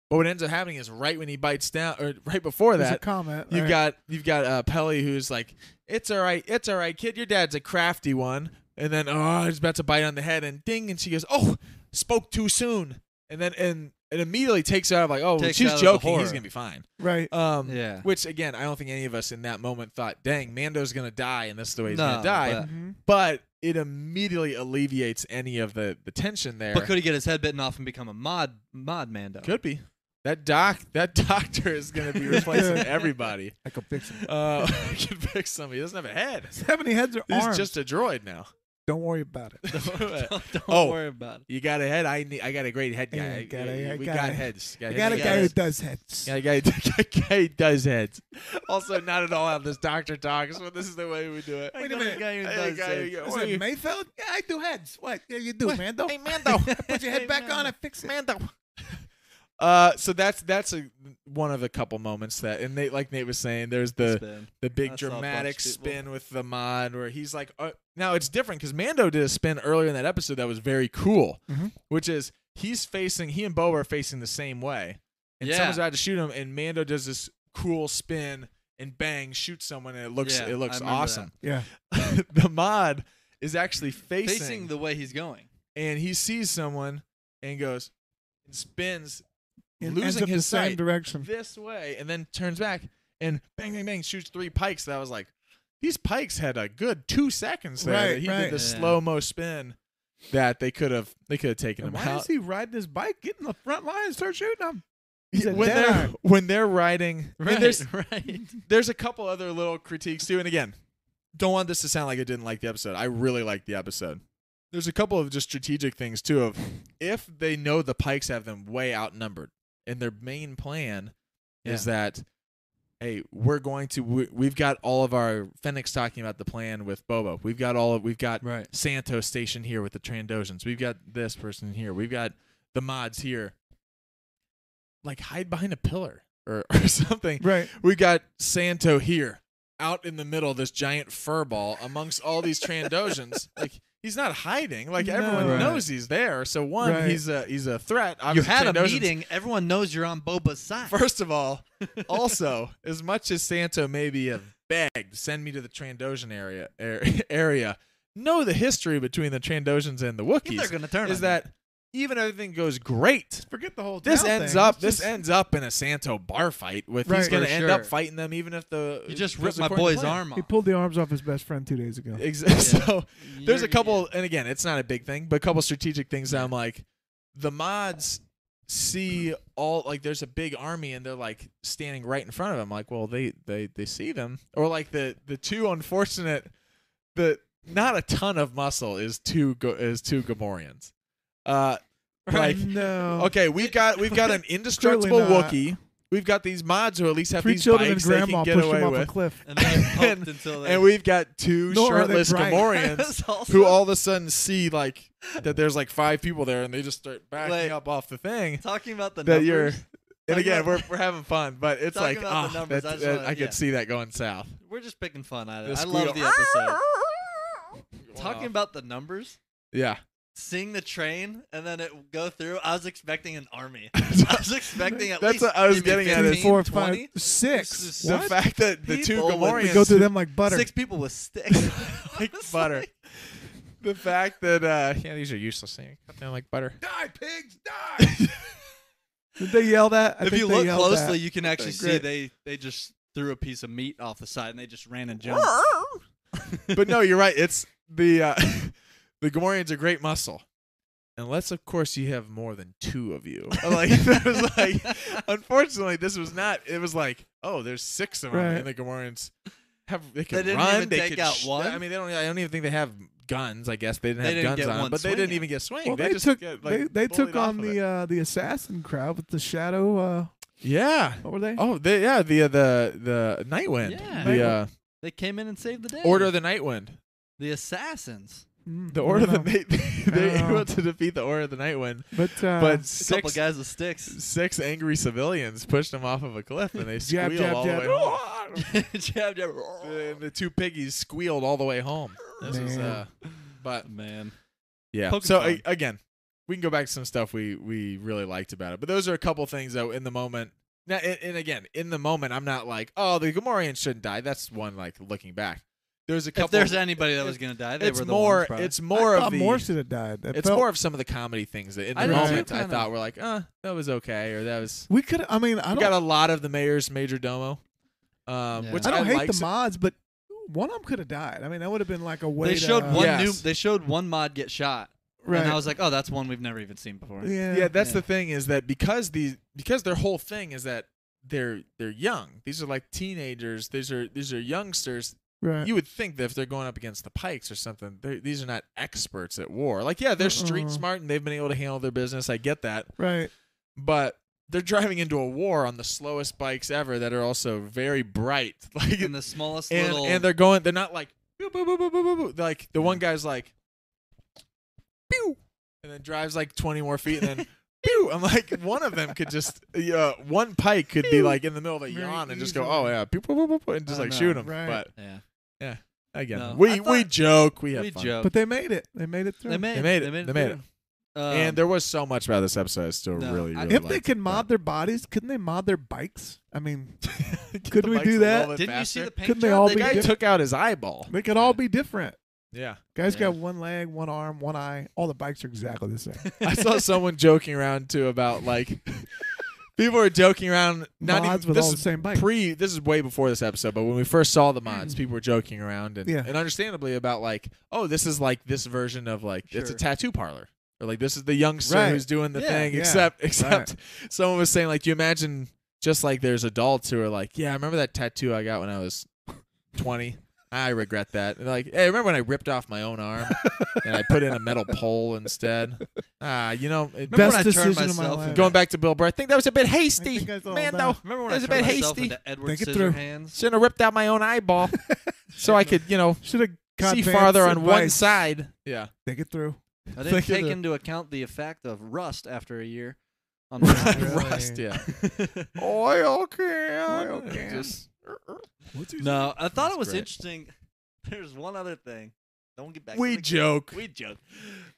but what ends up happening is right when he bites down or right before
There's
that
a comment.
You've
right.
got you've got uh, Pelly who's like, "It's all right, it's all right, kid. Your dad's a crafty one." And then oh, he's about to bite on the head, and ding, and she goes, "Oh, spoke too soon." And then and it immediately takes her out of like, "Oh,
Takes out
she's
of the
joking. He's
horror.
gonna be fine."
right.
Um,
Yeah.
Which again, I don't think any of us in that moment thought, "Dang, Mando's gonna die, and this is the way he's
No,
gonna die."
but-
But,
Mhm.
it immediately alleviates any of the the tension there.
But could he get his head bitten off and become a mod mod Mando?
Could be that doc that doctor is gonna be replacing everybody.
I could fix it.
Uh, could pick somebody. He doesn't have a head.
Seventy heads are
He's
arms.
just a droid now.
Don't worry about it.
don't don't
Oh.
worry about it.
you got a head. I need, I got a great head
Yeah,
guy.
I got a- I
we
got
got,
a-
heads.
I
heads.
got a
Yeah.
guy who
heads.
does heads.
Got a guy, guy who does heads. Also, not at all how this doctor talks, but this is the way we do it.
Wait a minute. Guy who
Hey,
does
guy
heads.
who-
Is
what are
it
you-
Mayfeld? Yeah, I do heads. What? Yeah, you do, man. Don't
Hey, Mando.
put your head
Hey,
back
Mando.
on and fix it.
Mando. Uh, so that's that's a, one of a couple moments that, and Nate, like Nate was saying, there's the
spin.
the big
I saw a bunch
dramatic
of people.
spin with the mod where he's like uh, now it's different because mando did a spin earlier in that episode that was very cool
Mm-hmm.
Mhm.
which is he's facing he and boba are facing the same way and
Yeah.
someone's about to shoot him and mando does this cool spin and bang shoots someone and it looks
Yeah,
it
I
looks
remember that.
awesome
Yeah.
the mod is actually facing,
Facing the way he's going.
and he sees someone and goes and spins
And
Losing
ends up
his
the same
sight.
direction.
this way and then turns back and bang bang bang shoots three pikes that I was like these pikes had a good two seconds there
Right,
that he
right.
did the
Yeah.
slow mo spin that they could have they could have taken
And
him
why
out
is he riding his bike? Get in the front line and start shooting them. he's a
when
dead
they're
eye.
when they're riding I mean, there's
right.
there's a couple other little critiques too and again don't want this to sound like I didn't like the episode I really liked the episode there's a couple of just strategic things too of if they know the pikes have them way outnumbered and their main plan is that hey we're going to we, we've got all of our Fennec's talking about the plan with Boba we've got all of we've got
Right.
Santo stationed here with the Trandoshans we've got this person here we've got the mods here like hide behind a pillar or, or something
Right.
we got Santo here out in the middle of this giant fur ball amongst all these Trandoshans like he's not hiding. Like
No.
everyone
Right.
knows he's there. So one,
Right.
he's a he's a threat.
You
Obviously,
had a
Trandoshan's-
meeting. Everyone knows you're on Boba's side.
First of all, also, as much as Santo maybe have begged, send me to the Trandoshan area er, area. Know the history between the Trandoshans and the
If they're
Wookiees
gonna turn
is
on you.
that even if everything goes great,
Forget the whole.
this
Dow
ends
thing.
up
It's
this
just-
ends up in a Santo bar fight with he's
Right.
going to
For
end up
sure.
fighting them even if the
you just
goes
ripped my
according to
boy's
plan.
arm off.
He pulled the arms off his best friend two days ago.
Ex-
Yeah.
So there's
You're-
a couple, and again, it's not a big thing, but a couple strategic things that I'm like, the mods see all like there's a big army and they're like standing right in front of them. Like, well, they they they see them, or like the the two unfortunate, the not a ton of muscle is two go, is two Gamorreans. Uh, like
no.
okay, we've got we've got an indestructible
Oh. Clearly not.
Wookiee. We've got these mods who at least have
Three
these
children
bikes
and grandma
they can
pushed
get away
him off
with,
a cliff.
And they
And-
poked until they.
and we've got two
Nor are they
shirtless
bright.
Gamorreans
That's also-
who all of a sudden see like that there's like five people there and they just start backing
Like,
up off the thing
talking about the
that
numbers.
you're and
Talking
again
about-
we're, we're having fun but it's
Talking
like
about
ah,
the numbers,
that-
I just
that-
wanna-
I could
yeah.
see that going south
We're just picking fun at it.
The
I love the
squeal.
episode. Talking
Wow.
about the numbers,
yeah
seeing the train, and then it go through. I was expecting an army. I was expecting at
That's
least.
what I was
maybe
getting at, is-
15,
Four, five,
20.
six.
This is
the
What?
fact that the two
People with-
We
Gamorreans
go through them like butter.
Six people with sticks.
like butter the fact that uh yeah these are useless things cut down like butter
Die, pigs, die!
Did they yell that? I
if
think
you
they
look
yelled
closely,
that.
you can actually see
Great.
they they just threw a piece of meat off the side and they just ran and jumped.
but no you're right it's the uh the Gamorreans are great muscle unless of course you have more than two of you like that was like Unfortunately, this was not. It was like, oh, there's six of them,
Right.
and the Gamorreans have they can
didn't
run.
even
they
take
could
out
sh-
one?
I mean, they don't. I don't even think they have guns. I guess they didn't
They
have
didn't
guns
get
on,
one
them, but they
swing
didn't
at
even get swing.
Well,
they,
they,
just
took
get, like,
they, they
bullied
took
off
on
of
the
it.
uh, the assassin crowd with the shadow. Uh,
yeah.
what were they?
Oh, they, yeah. The uh, the the Nightwind.
Yeah.
The uh,
They came in and saved the day.
Order of the Nightwind.
the assassins.
Mm,
The
I
Order of the
don't know.
Night. They
don't
were
know.
able to defeat the Order of the Nightwind,
but uh,
but
A couple
six
guys with sticks.
six angry civilians pushed them off of a cliff, and they
Jab,
squealed
jab,
all
jab.
the way. home.
jab, jab.
the, the two piggies squealed all the way home. This is, uh,
Man.
but
Man.
yeah.
Poking
so
fun.
a- again, we can go back to some stuff we we really liked about it. But those are a couple things though in the moment. Now, and, and again, in the moment, I'm not like, oh, the Gamorreans shouldn't die. That's one like looking back. There's a couple.
If there's anybody that was gonna die, they
it's
were the
more.
ones. probably.
it's more
I
of
thought
the.
Moore should have died. That
it's
felt-
more of some of the comedy things that in the
I did too,
moment I
kind
thought
of.
were like, uh, that was okay, or that was.
We could. I mean, I
We
don't.
got a lot of the mayor's major domo, um,
Yeah.
which
I don't hate
liked.
the mods, but one of them could have died. I mean, that would have been like a
they
way. to, uh,
showed one
Yes.
new. They showed one mod get shot,
Right.
and I was like, "Oh, that's one we've never even seen before."
yeah.
yeah that's
Yeah.
the thing is that because these because their whole thing is that they're they're young these are like teenagers these are these are youngsters
Right.
you would think that if they're going up against the pikes or something they're- these are not experts at war like yeah they're street
Uh-uh.
smart and they've been able to handle their business i get that
right.
but they're driving into a war on the slowest bikes ever that are also very bright like
In the smallest
and,
little.
and they're going they're not like "Pew, pew, pew, pew, pew, pew, pew." They're like the one guy's like pew and then drives like 20 more feet and then pew i'm like one of them could just uh, one pike could be like in the middle of a
Very
yawn and just go
easily.
oh yeah pew, pew, pew, pew, pew, and just
I
like
know,
shoot him
right.
but
yeah,
again
No. I
we we
thought-
joke we have
we
fun
joke.
But they made it. They made it through.
they made,
they made
They
it
made
they made it
through. Um,
and there was so much about this episode i still
no,
really
I-
really
if they
liked,
could
but-
mod their bodies, couldn't they mod their bikes? I mean,
Get
could
the
we
bikes
do
a
that?
little bit
Didn't you see
faster.
the paint
Couldn't they
job?
all
the
be
guy
different?
took out his eyeball
they could all be different.
yeah
Guys
Yeah.
got one leg, one arm, one eye. All the bikes are exactly the same.
I saw someone joking around too about like people were joking around. Not
Mods
even
with all
this
the
is
same bike.
pre. This is way before this episode, but when we first saw the mods, people were joking around and
Yeah.
and understandably about like, oh, this is like this version of like it's a
Sure.
tattoo parlor. Or like this is the youngster
Right.
who's doing the
Yeah.
thing,
Yeah.
except except someone was saying like, do you imagine just like there's adults who are like, yeah, I remember that tattoo I got when I was 20. I regret that. And they're like, hey, remember when I ripped off my own arm and I put in a metal pole instead? Ah, you know, it-
Remember
Best
when I turned
decision of my
myself
life.
into-
Going back to Bill Burr, I think that was a bit
I
hasty.
think that's all
Man,
about-
though,
Remember when
It was
I
a bit
turned myself
hasty.
into Edward
Think it through.
Scissorhands?
shouldn't have ripped out my own eyeball so I could, you know,
Should have got
see
Vance's
farther on one
advice.
side. Yeah.
Think it through.
I didn't
Think it
take
through.
into account the effect of rust after a year. On
Really?
Rust, yeah. Oil can.
Oil can.
Just,
No, I thought
That's
it was
great.
interesting. There's one other thing
Don't get back.
We
to the-
joke.
We joke.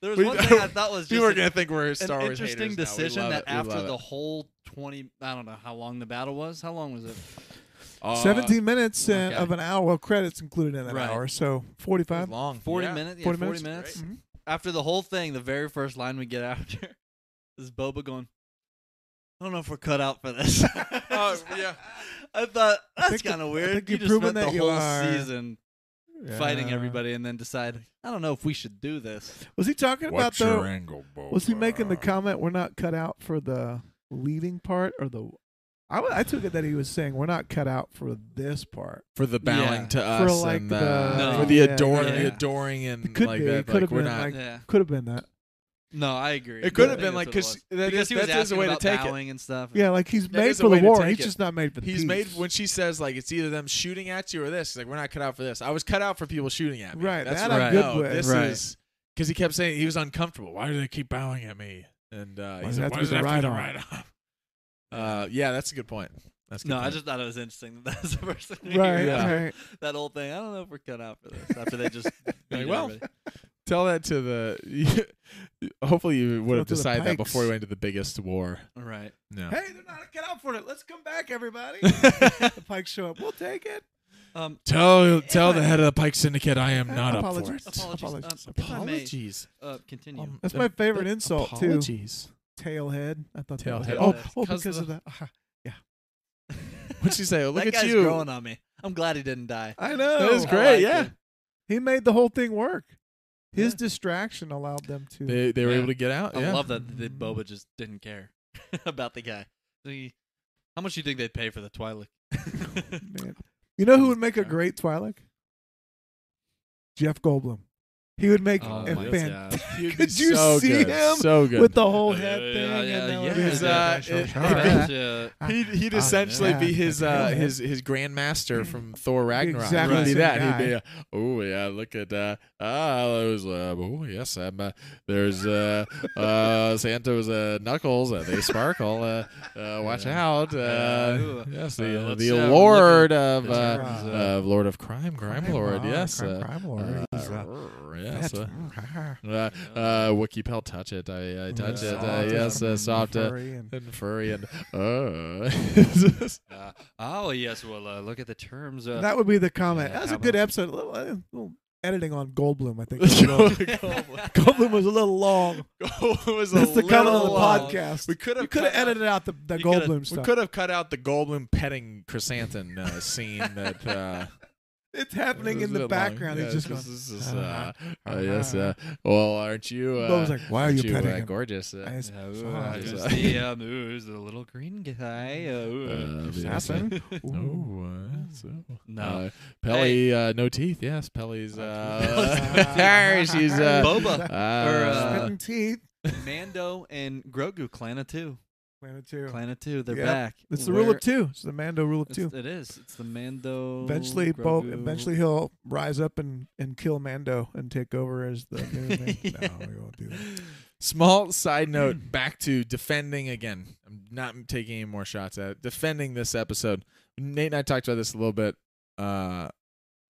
There was
We
one thing I
don't-
thought was just
People are
an-
gonna think we're
an
Star Wars
interesting
haters now. We
decision
love
that
it. We
after
love
the
it.
whole 20 I don't know how long the battle was. How long was it?
Uh,
17 minutes and
okay.
of an hour. Well, credits included in an
Right.
hour,
it
so
was
45.
long.
40
yeah. Mm-hmm.
minutes? Yeah, 40,
40
minutes.
minutes?
Mhm.
After the whole thing, the very first line we get after is Boba going, I don't know if we're cut out for this.
Oh, yeah.
I thought that's
think you-
kind of
I
weird.
think
you
you've
just
proven
spent the
that you
whole
are."
season fighting
Yeah.
everybody and then decide, I don't know if we should do this.
Was he talking
What's
about
your
the?
angle, Boba?
Was he making the comment? We're not cut out for the leading part, or the? I, w- I took it that he was saying we're not cut out for this part.
for the bowing
Yeah.
to us
like,
and
the-
uh,
No.
for the
yeah,
adoring,
yeah.
the adoring, and
could
like
be.
that.
It could
like,
have
we're
been
not.
like-
yeah.
Could have been that.
No, I agree.
it could
I
have
think
been
that's
like
what it was.
because that
because
is
he was
that is a
asking
way to
about
take it.
bowing and stuff.
Yeah, like he's
That
made
is a
for the
way to
war.
take
He's
it.
just not made for the
He's
peace.
made when she says like it's either them shooting at you or this. He's like we're not cut out for this. I was cut out for people shooting at me.
Right,
That's
that
what
I'm
I
good
know.
with.
This
Right.
is because he kept saying he was uncomfortable. Why do they keep bowing at me? And uh,
Why
he's
does it
like,
have
why
to
does
be
it
the
have to be the
right
right arm? Uh, yeah, that's a good point. That's a good
No,
point.
I just thought it was interesting that that's the first thing. we
Right,
hear after
right.
That whole thing. I don't know if we're cut out for this. After they just beat
well,
everybody.
tell that to the. hopefully, you would
Tell
have
it to the
decided that
pikes.
before we went to the biggest war.
right.
No.
Hey, they're not get out for it. Let's come back, everybody. the Pikes show up. We'll take it.
Um,
Tell tell the head of the Pike Syndicate I am not
Apologies.
up for it.
apologies.
Apologies.
Um, if I may,
Apologies.
uh, continue.
Um,
That's
the-
my favorite
the
insult too.
apologies.
Tailhead. I thought that was
Tailhead.
Oh,
Tailhead.
oh,
Because
because
of
of that.
What'd she say? Look
that
at
guy's
you.
growing on me. I'm glad he didn't die.
I know.
That is
I
great.
like
yeah.
it.
He made the whole thing work. His
Yeah.
distraction allowed them to.
They they were
Yeah.
able to get out.
I
yeah.
love that the Boba just didn't care about the guy. The- how much do you think they'd pay for the Twi'lek?
man. You know who would make a
Yeah.
great Twi'lek? Jeff Goldblum. He would make
Oh
a
my
fan
God.
You'd
Could
be
you
so
see
good.
him
So good.
with the whole head
Yeah,
thing.
yeah,
and
yeah,
all
yeah.
that.
He's, uh,
Sure,
it-
sure.
it-
Yeah.
He'd, he'd
Ah,
essentially
yeah.
be his uh,
Yeah.
his his grandmaster from Thor Ragnarok.
Exactly
He'd be
the
that.
same
He'd be, uh, oh yeah, look at uh, ah, there was uh, oh yes, I'm uh, there's uh, uh, Santa's uh, knuckles. Uh, they sparkle. Uh, uh, watch out.
Uh,
Uh,
ooh.
yes, the,
Uh,
uh,
let's
the
see, I'm
lord
at
of
the
uh,
terms,
uh, Lord of Crime, Crime,
Crime
Lord.
Lord,
yes,
Crime-
uh,
Crime Lord. He's, uh,
uh,
That's-
yes. uh,
mm,
uh, uh, Wookiee pal, touch it. I, I touch it.
soft
Uh,
and
yes, uh, soft uh,
furry and-
and furry and uh.
Uh, oh yes. Well, uh, look at the terms. Uh,
That would be the comment.
Yeah,
That was a
how
good
about-
episode. A little, uh, little editing on Goldblum, I think.
Goldblum
Goldblum was a little long.
was a
That's the comment on the
little uh, long.
podcast.
We could
You
have
could have
cut out-
edited out the, the
we coulda-
Goldblum
We
stuff.
could have cut out the Goldblum petting Chrysanthemum uh, scene that uh,
It's happening
was
in
a
the
bit long.
background.
Yeah,
He's just
this
going.
is- this is,
"Uh-huh,
uh, uh, yes.
uh-huh."
Uh, well, aren't you? Uh,
Goldblum's like, "Why are
aren't
you petting
uh,
him?"
gorgeous? Uh,
I just-
Uh,
Fuck.
who's
Uh,
the, um, who's the little green guy? Uh,
Uh, yes, uh,
Assassin. Ooh.
Oh, uh, so.
no.
Uh, Pelly, uh, no teeth. Yes, Pelly's. Uh,
Uh,
there she's. Uh,
Boba.
Uh,
Or, uh,
Spitting teeth.
Mando and Grogu, Clana 2.
Planet two.
Clana 2, they're
Yeah.
back.
It's the rule
Where-
of two. It's the Mando rule of two.
It's, it is. It's the Mando.
Eventually, Bo-
Grogu.
eventually he'll rise up and, and kill Mando and take over as the new man. No, we won't do that.
Small side
Hmm.
note back to defending again. I'm not taking any more shots at it. Defending this episode. Nate and I talked about this a little bit uh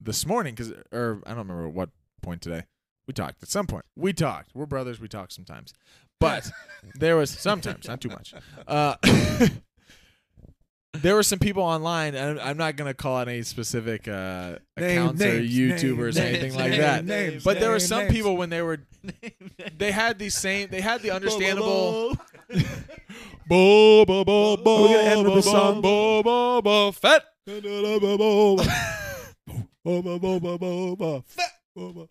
this morning cuz or I don't remember at what point today. We talked at some point. We talked. We're brothers, we talk sometimes. But there was sometimes, not too much. Uh There were some people online, and I'm not going to call out any specific uh,
Name,
accounts or
names,
YouTubers
names,
or anything
names,
like
names,
that.
names,
but there were some
names.
people when they were they had the same. They had the understandable.
Understandable.
Bo bo bo bo.
we gonna end with
bo, bo,
the song?
Bo bo bo fat.
We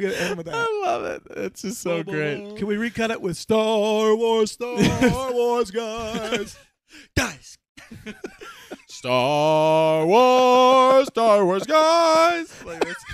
gotta end with that.
I love it. It's just so great.
Can we recut it with Star Wars? Star Wars,
guys.
Guys.
Star Wars, Star Wars, guys. Like that's,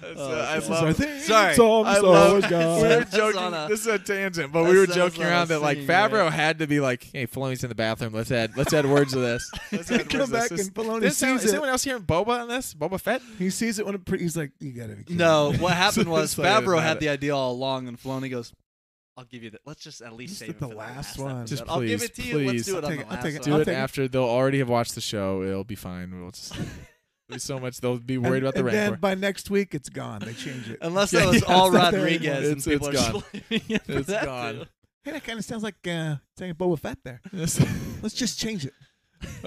that's,
Oh,
uh, I
this is
love.
our
it.
theme
Sorry,
song,
I
Star
love-
Wars,
We were
guys.
joking.
That's on a-
this is a tangent, but
that
we were
sounds
joking
on a
around that like
singing
Fabro
rant.
had to be like, "Hey, Filoni's in the bathroom. Let's add, let's add words to this. Let's add words
Come
to
back
this.
and Filoni
This sound-
sees
is
it.
anyone else hearing Boba on this? Boba Fett?
He sees it when it, pre- he's like, "You gotta be kidding."
No,
me."
what happened
So
was
excited
Fabro
about
had
it.
the idea all along, and Filoni goes, "I'll give you that. Let's just at least
Just
save
get
it
the
for last
last one.
episode.
Just
I'll give
please,
it to you. Let's
please.
do it on
I'll take
the
it, I'll
last
take it.
one.
Do
I'll
it
take it.
after they'll already have watched the show. It'll be fine. We'll just There'll be so much they'll be worried about the
and
rank.
then
war.
by next week, it's gone. They change it.
Unless
Yeah,
that was
yeah,
all
it's not there
Rodriguez
anymore.
and
It's- it's
people are just blaming him for
It's
that,
gone.
too.
Hey, that kind of sounds like uh, saying Boba Fett there. Let's just change it.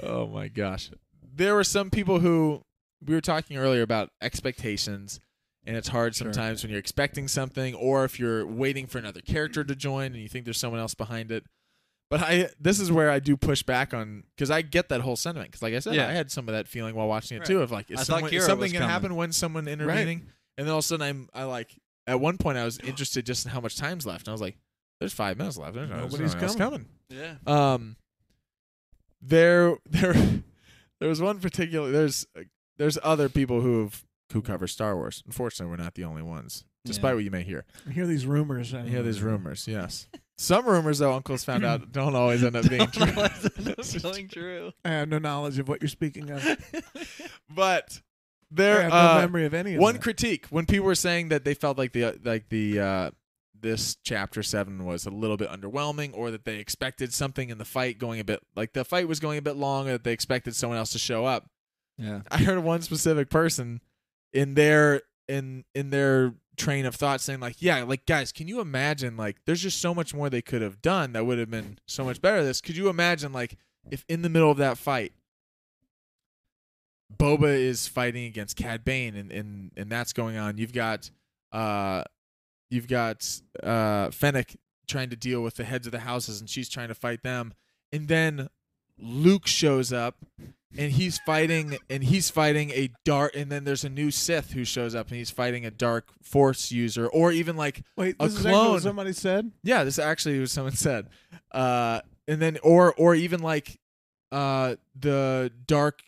oh my gosh. There were some people who we were talking earlier about expectations and it's hard
Sure.
sometimes when you're expecting something or if you're waiting for another character to join and you think there's someone else behind it. But I this is where I do push back on cuz I get that whole sentiment cuz like I said
Yeah.
I had some of that feeling while watching it
Right.
too of like is,
I thought
someone, is
Kira
something
was
gonna
coming.
happen when someone intervening and then all of a sudden I'm I like at one point I was interested just in how much time's left and I was like there's 5 minutes left. There's no, there's
Nobody's
no one else
coming.
coming.
Yeah.
Um, there, there, there was one particular. There's, there's other people who've who cover Star Wars. Unfortunately, we're not the only ones. Despite
Yeah.
what you may hear,
I hear these rumors. I
I hear these rumors. Yes, some rumors though, uncles found out don't always end up being
Don't
true.
know why it's not going true.
I have no knowledge of what you're speaking of. I
but there,
have no
uh,
memory of any of
one
that.
critique when people were saying that they felt like the like the uh, this chapter seven was a little bit underwhelming, or that they expected something in the fight going a bit like the fight was going a bit long, or that they expected someone else to show up.
Yeah.
I heard one specific person in their in in their train of thought saying like, "Yeah, like guys, can you imagine like there's just so much more they could have done that would have been so much better this. Could you imagine like if in the middle of that fight Boba is fighting against Cad Bane and and and that's going on. You've got uh you've got uh Fennec trying to deal with the heads of the houses and she's trying to fight them. And then Luke shows up and he's fighting and he's fighting a dark and then there's a new Sith who shows up and he's fighting a dark force user or even like
Wait,
a
this is actually
clone.
what somebody said.
yeah, this actually was someone said. Uh and then or or even like uh the dark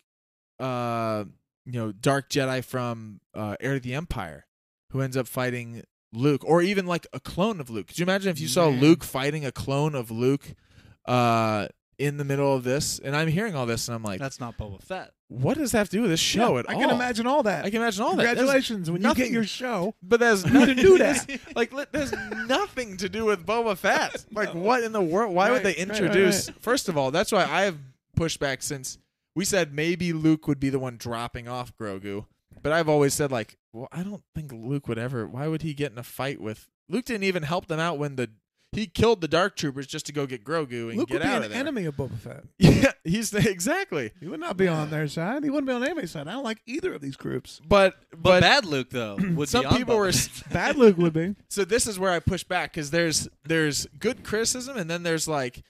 uh you know, dark Jedi from uh Heir to the Empire who ends up fighting Luke or even like a clone of Luke. Could you imagine if you saw
Man.
Luke fighting a clone of Luke uh in the middle of this? And I'm hearing all this and I'm like,
That's not Boba Fett.
what does that have to do with this show
Yeah,
at
I
all?
can imagine all that.
I can imagine all that. That has-
Congratulations when you
nothing-
get your show.
but there's
You
nothing to
didn't
do
do
that.
that.
Like, li- there's nothing to do with Boba Fett. Like, what in the world? Why would
Right,
they
right, right,
introduce? First of all, that's why I have pushed back since we said maybe Luke would be the one dropping off Grogu. But I've always said like, well, I don't think Luke would ever. Why would he get in a fight with Luke? Didn't even help them out when the he killed the Dark Troopers just to go get Grogu and
Luke
get
would be
out
an
of there.
enemy of Boba Fett.
Yeah, he's exactly.
He would not be on their side. He wouldn't be on anybody's side. I don't like either of these groups.
But
But,
but,
bad Luke though. Would
some
be on
people
Boba
were
Fett.
Bad Luke would be.
so this is where I push back because there's there's good criticism and then there's like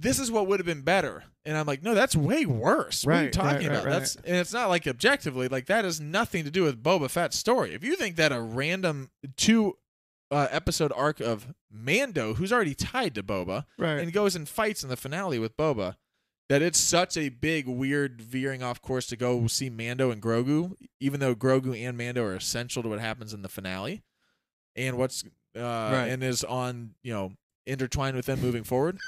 this is what would have been better and I'm like no that's way worse what are you
Right, right,
talking
right,
about
right.
that's and it's not like objectively like that has nothing to do with Boba Fett's story if you think that a random two uh, episode arc of Mando who's already tied to Boba
Right.
and goes and fights in the finale with Boba that it's such a big weird veering off course to go see Mando and Grogu, even though Grogu and Mando are essential to what happens in the finale, and what's uh, and is on you know intertwined with them moving forward.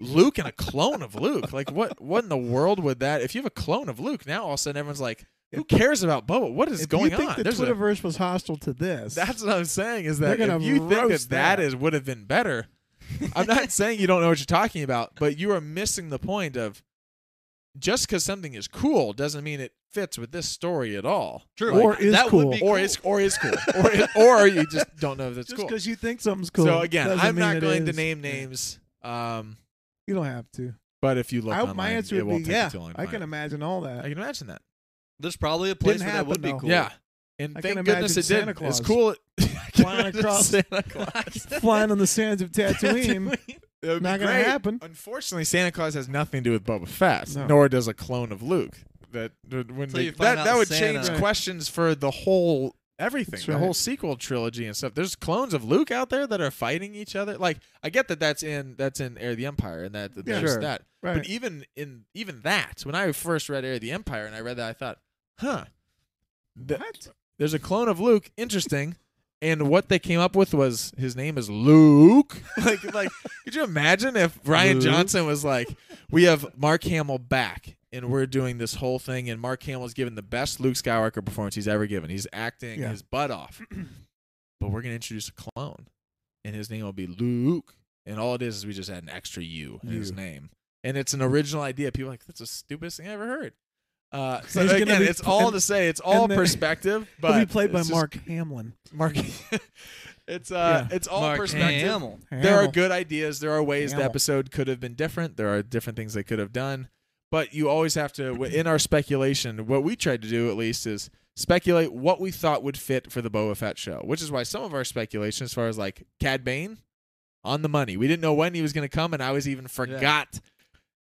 Luke and a clone of Luke, like what? What in the world would that? If you have a clone of Luke, now all of a sudden everyone's like, who cares about Boba? What is
if
going
you think
on?
the
There's a-
Twitterverse was hostile to this,
that's what I'm saying is
They're
that if
gonna
you think that
roast
that
that.
is would have been better, I'm not saying you don't know what you're talking about, but you are missing the point of just because something is cool doesn't mean it fits with this story at all,
True.
Or
Like,
is
that
cool.
Would be
or is or is cool, or is, or you just don't know if it's
just
cool.
because you think something's cool.
So again,
doesn't
I'm
mean
not
it
going to
is.
name names, um,
You don't have to.
but if you look,
I,
online,
my answer
it
would
won't
be
take you
yeah.
too long to
I
find
can
it.
imagine all that.
I can imagine that.
There's probably a place
Didn't
where that would be
happen,
cool.
Yeah, and
I can
thank goodness it
imagine
did.
Santa
It's
Claus
cool. it- I can
flying
imagine
across
Santa Claus.
Flying on the sands of Tatooine,
It would be
not gonna
great.
happen.
Unfortunately, Santa Claus has nothing to do with Boba Fett,
No.
nor does a clone of Luke. That that- when
Till
they-
you find
that,
out
that would
Santa-
change
Right.
questions for the whole everything,
That's
the
right.
whole sequel trilogy and stuff. There's clones of Luke out there that are fighting each other. Like I get that that's in that's in Air of the Empire and that, that
Yeah.
there's
Sure.
that. But
right?
even in even that, when I first read Air of the Empire and I read that, I thought, huh, th-
What?
there's a clone of Luke. Interesting. And what they came up with was his name is Luke. Like, like, could you imagine if Ryan
Luke.
Johnson was like, "We have Mark Hamill back, and we're doing this whole thing, and Mark Hamill's given the best Luke Skywalker performance he's ever given. He's acting
Yeah.
his butt off, but we're gonna introduce a clone, and his name will be Luke. And all it is is we just add an extra U in his
You.
name, and it's an original idea. People are like, that's the stupidest thing I ever heard. Uh, so
He's gonna
again,
be-
it's all to say it's all
and then-
perspective, but
He'll be played by
it's just-
Mark Hamlin.
Mark, it's uh, it's all
Mark
perspective.
Hamill.
There are
Hamill.
good ideas. There are ways the
Hamill.
episode could have been different. There are different things they could have done, but you always have to. In our speculation, what we tried to do at least is speculate what we thought would fit for the Boba Fett show, which is why some of our speculation, as far as like Cad Bane, on the money. We didn't know when he was going to come, and I was even forgot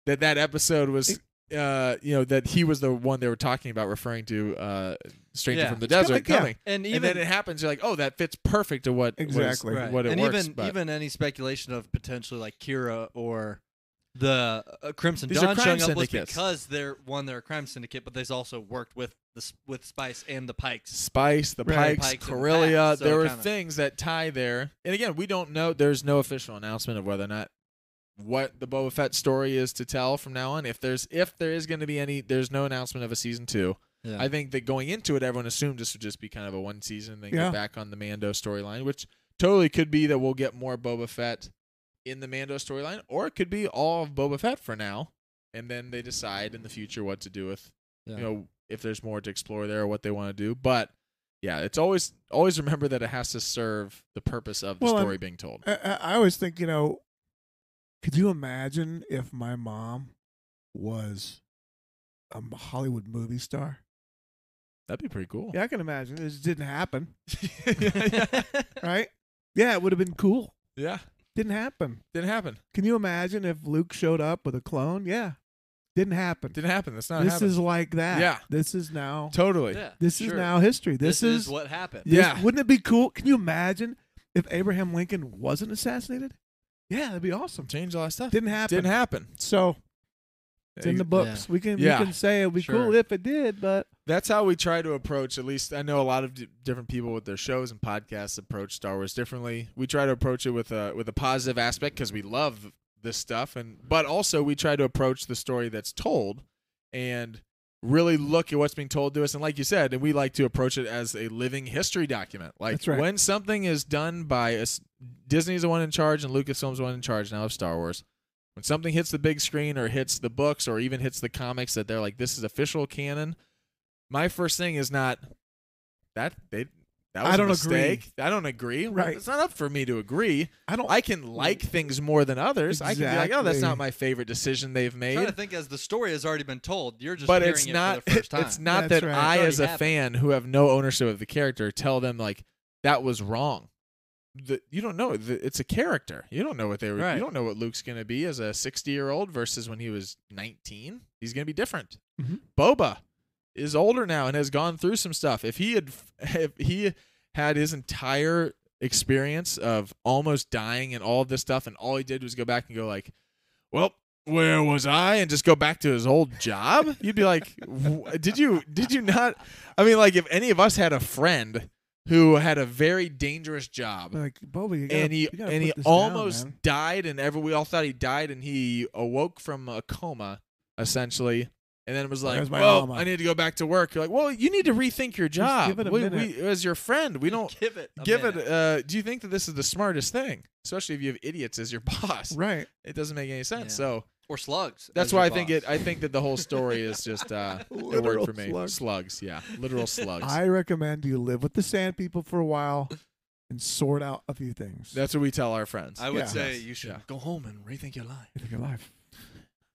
that that episode was. Uh, you know that he was the one they were talking about, referring to uh, "Stranger
Yeah.
from the
kinda
Desert"
like- yeah.
coming
And
and then
even
it happens. You're like, oh, that fits perfect to what what is-
Exactly.
Right.
what it
and
works.
even
but
even any speculation of potentially like Kira or the uh, Crimson
These are
Dawn
crime
showing up was
syndicates.
because they're one they're a crime syndicate, but they've also worked with the s- with Spice and the Pikes.
Spice, the
Right.
Pikes,
Pikes and
Corellia,
Pats, so
there were
kinda-
things that tie there. And again, we don't know. There's no official announcement of whether or not what the Boba Fett story is to tell from now on. If there's if there is going to be any, there's no announcement of a season two.
Yeah.
I think that going into it, everyone assumed this would just be kind of a one season, then
Yeah.
go back on the Mando storyline, which totally could be that we'll get more Boba Fett in the Mando storyline, or it could be all of Boba Fett for now, and then they decide in the future what to do with,
Yeah.
you know, if there's more to explore there or what they want to do. But yeah, it's always always remember that it has to serve the purpose of the
Well, and-
story being told.
I, I- I always think, you know, could you imagine if my mom was a m- Hollywood movie star?
That'd be pretty cool.
Yeah, I can imagine. It just didn't happen, right? Yeah, it would have been cool.
yeah.
Didn't happen.
Didn't happen.
Can you imagine if Luke showed up with a clone? Yeah, didn't happen.
Didn't happen. That's not
this
happening.
is like that.
Yeah.
this is now.
totally.
yeah.
This is
sure.
now history. This, is,
what happened.
this-
Yeah.
Wouldn't it be cool? Can you imagine if Abraham Lincoln wasn't assassinated? Yeah, that'd be awesome.
Change all that stuff.
Didn't happen.
Didn't happen.
So it's in the books. We can
Yeah.
we can say it'd be cool
Sure.
if it did, but
that's how we try to approach at least i know a lot of d- different people with their shows and podcasts approach star wars differently we try to approach it with a with a positive aspect because we love this stuff and but also we try to approach the story that's told and really look at what's being told to us and like you said and we like to approach it as a living history document like
That's right.
when something is done by a s- disney's the one in charge and lucasfilm's the one in charge now of star wars when something hits the big screen or hits the books or even hits the comics that they're like this is official canon my first thing is not that they that
I
was
don't
a
agree.
mistake. I don't agree. Well,
Right.
It's not up for me to agree.
I don't.
I can like things more than others. I can be like, oh, that's
Exactly.
not my favorite decision they've
I'm trying to
made.
think as the story has already been told. You're just
But
hearing
it's
it
not
for the first time.
it's not
That's
that
right.
I
It's
as a
already
fan who have no ownership of the character tell them like that was wrong. The, you don't know. The, it's a character. You don't know what they were.
Right.
You don't know what Luke's gonna be as a sixty-year-old versus when he was nineteen. He's gonna be different.
Mm-hmm.
Mhm.
Boba is older now and has gone through some stuff. If he had, if he had his entire experience of almost dying and all of this stuff, and all he did was go back and go like, "Well, where was I?" and just go back to his old job, you'd be like, "W- "Did you? Did you not?" I mean, like if any of us had a friend who had a very dangerous job
like Boba, Uh, you gotta,
and he
you gotta
and
put
he
this down,
almost
man.
died and every we all thought he died and he awoke from a coma essentially and then was like
Where's my
well
mama?"
i need to go back to work you're like well you need to rethink your job
give it a
we,
minute."
we- as your friend we don't
give it. a
give it
minute.
uh do you think that this is the smartest thing especially if you have idiots as your boss
right.
it doesn't make any sense
Yeah.
so
or slugs.
that's
as your
why i think it
boss.
i think that the whole story is just uh it
Literal
worked for me
slugs.
yeah literal slugs
I recommend you live with the sand people for a while and sort out a few things.
that's what we tell our friends
I would
yeah.
say
Yes.
you should
Yeah.
go home and rethink your life.
Think of your life.
I
You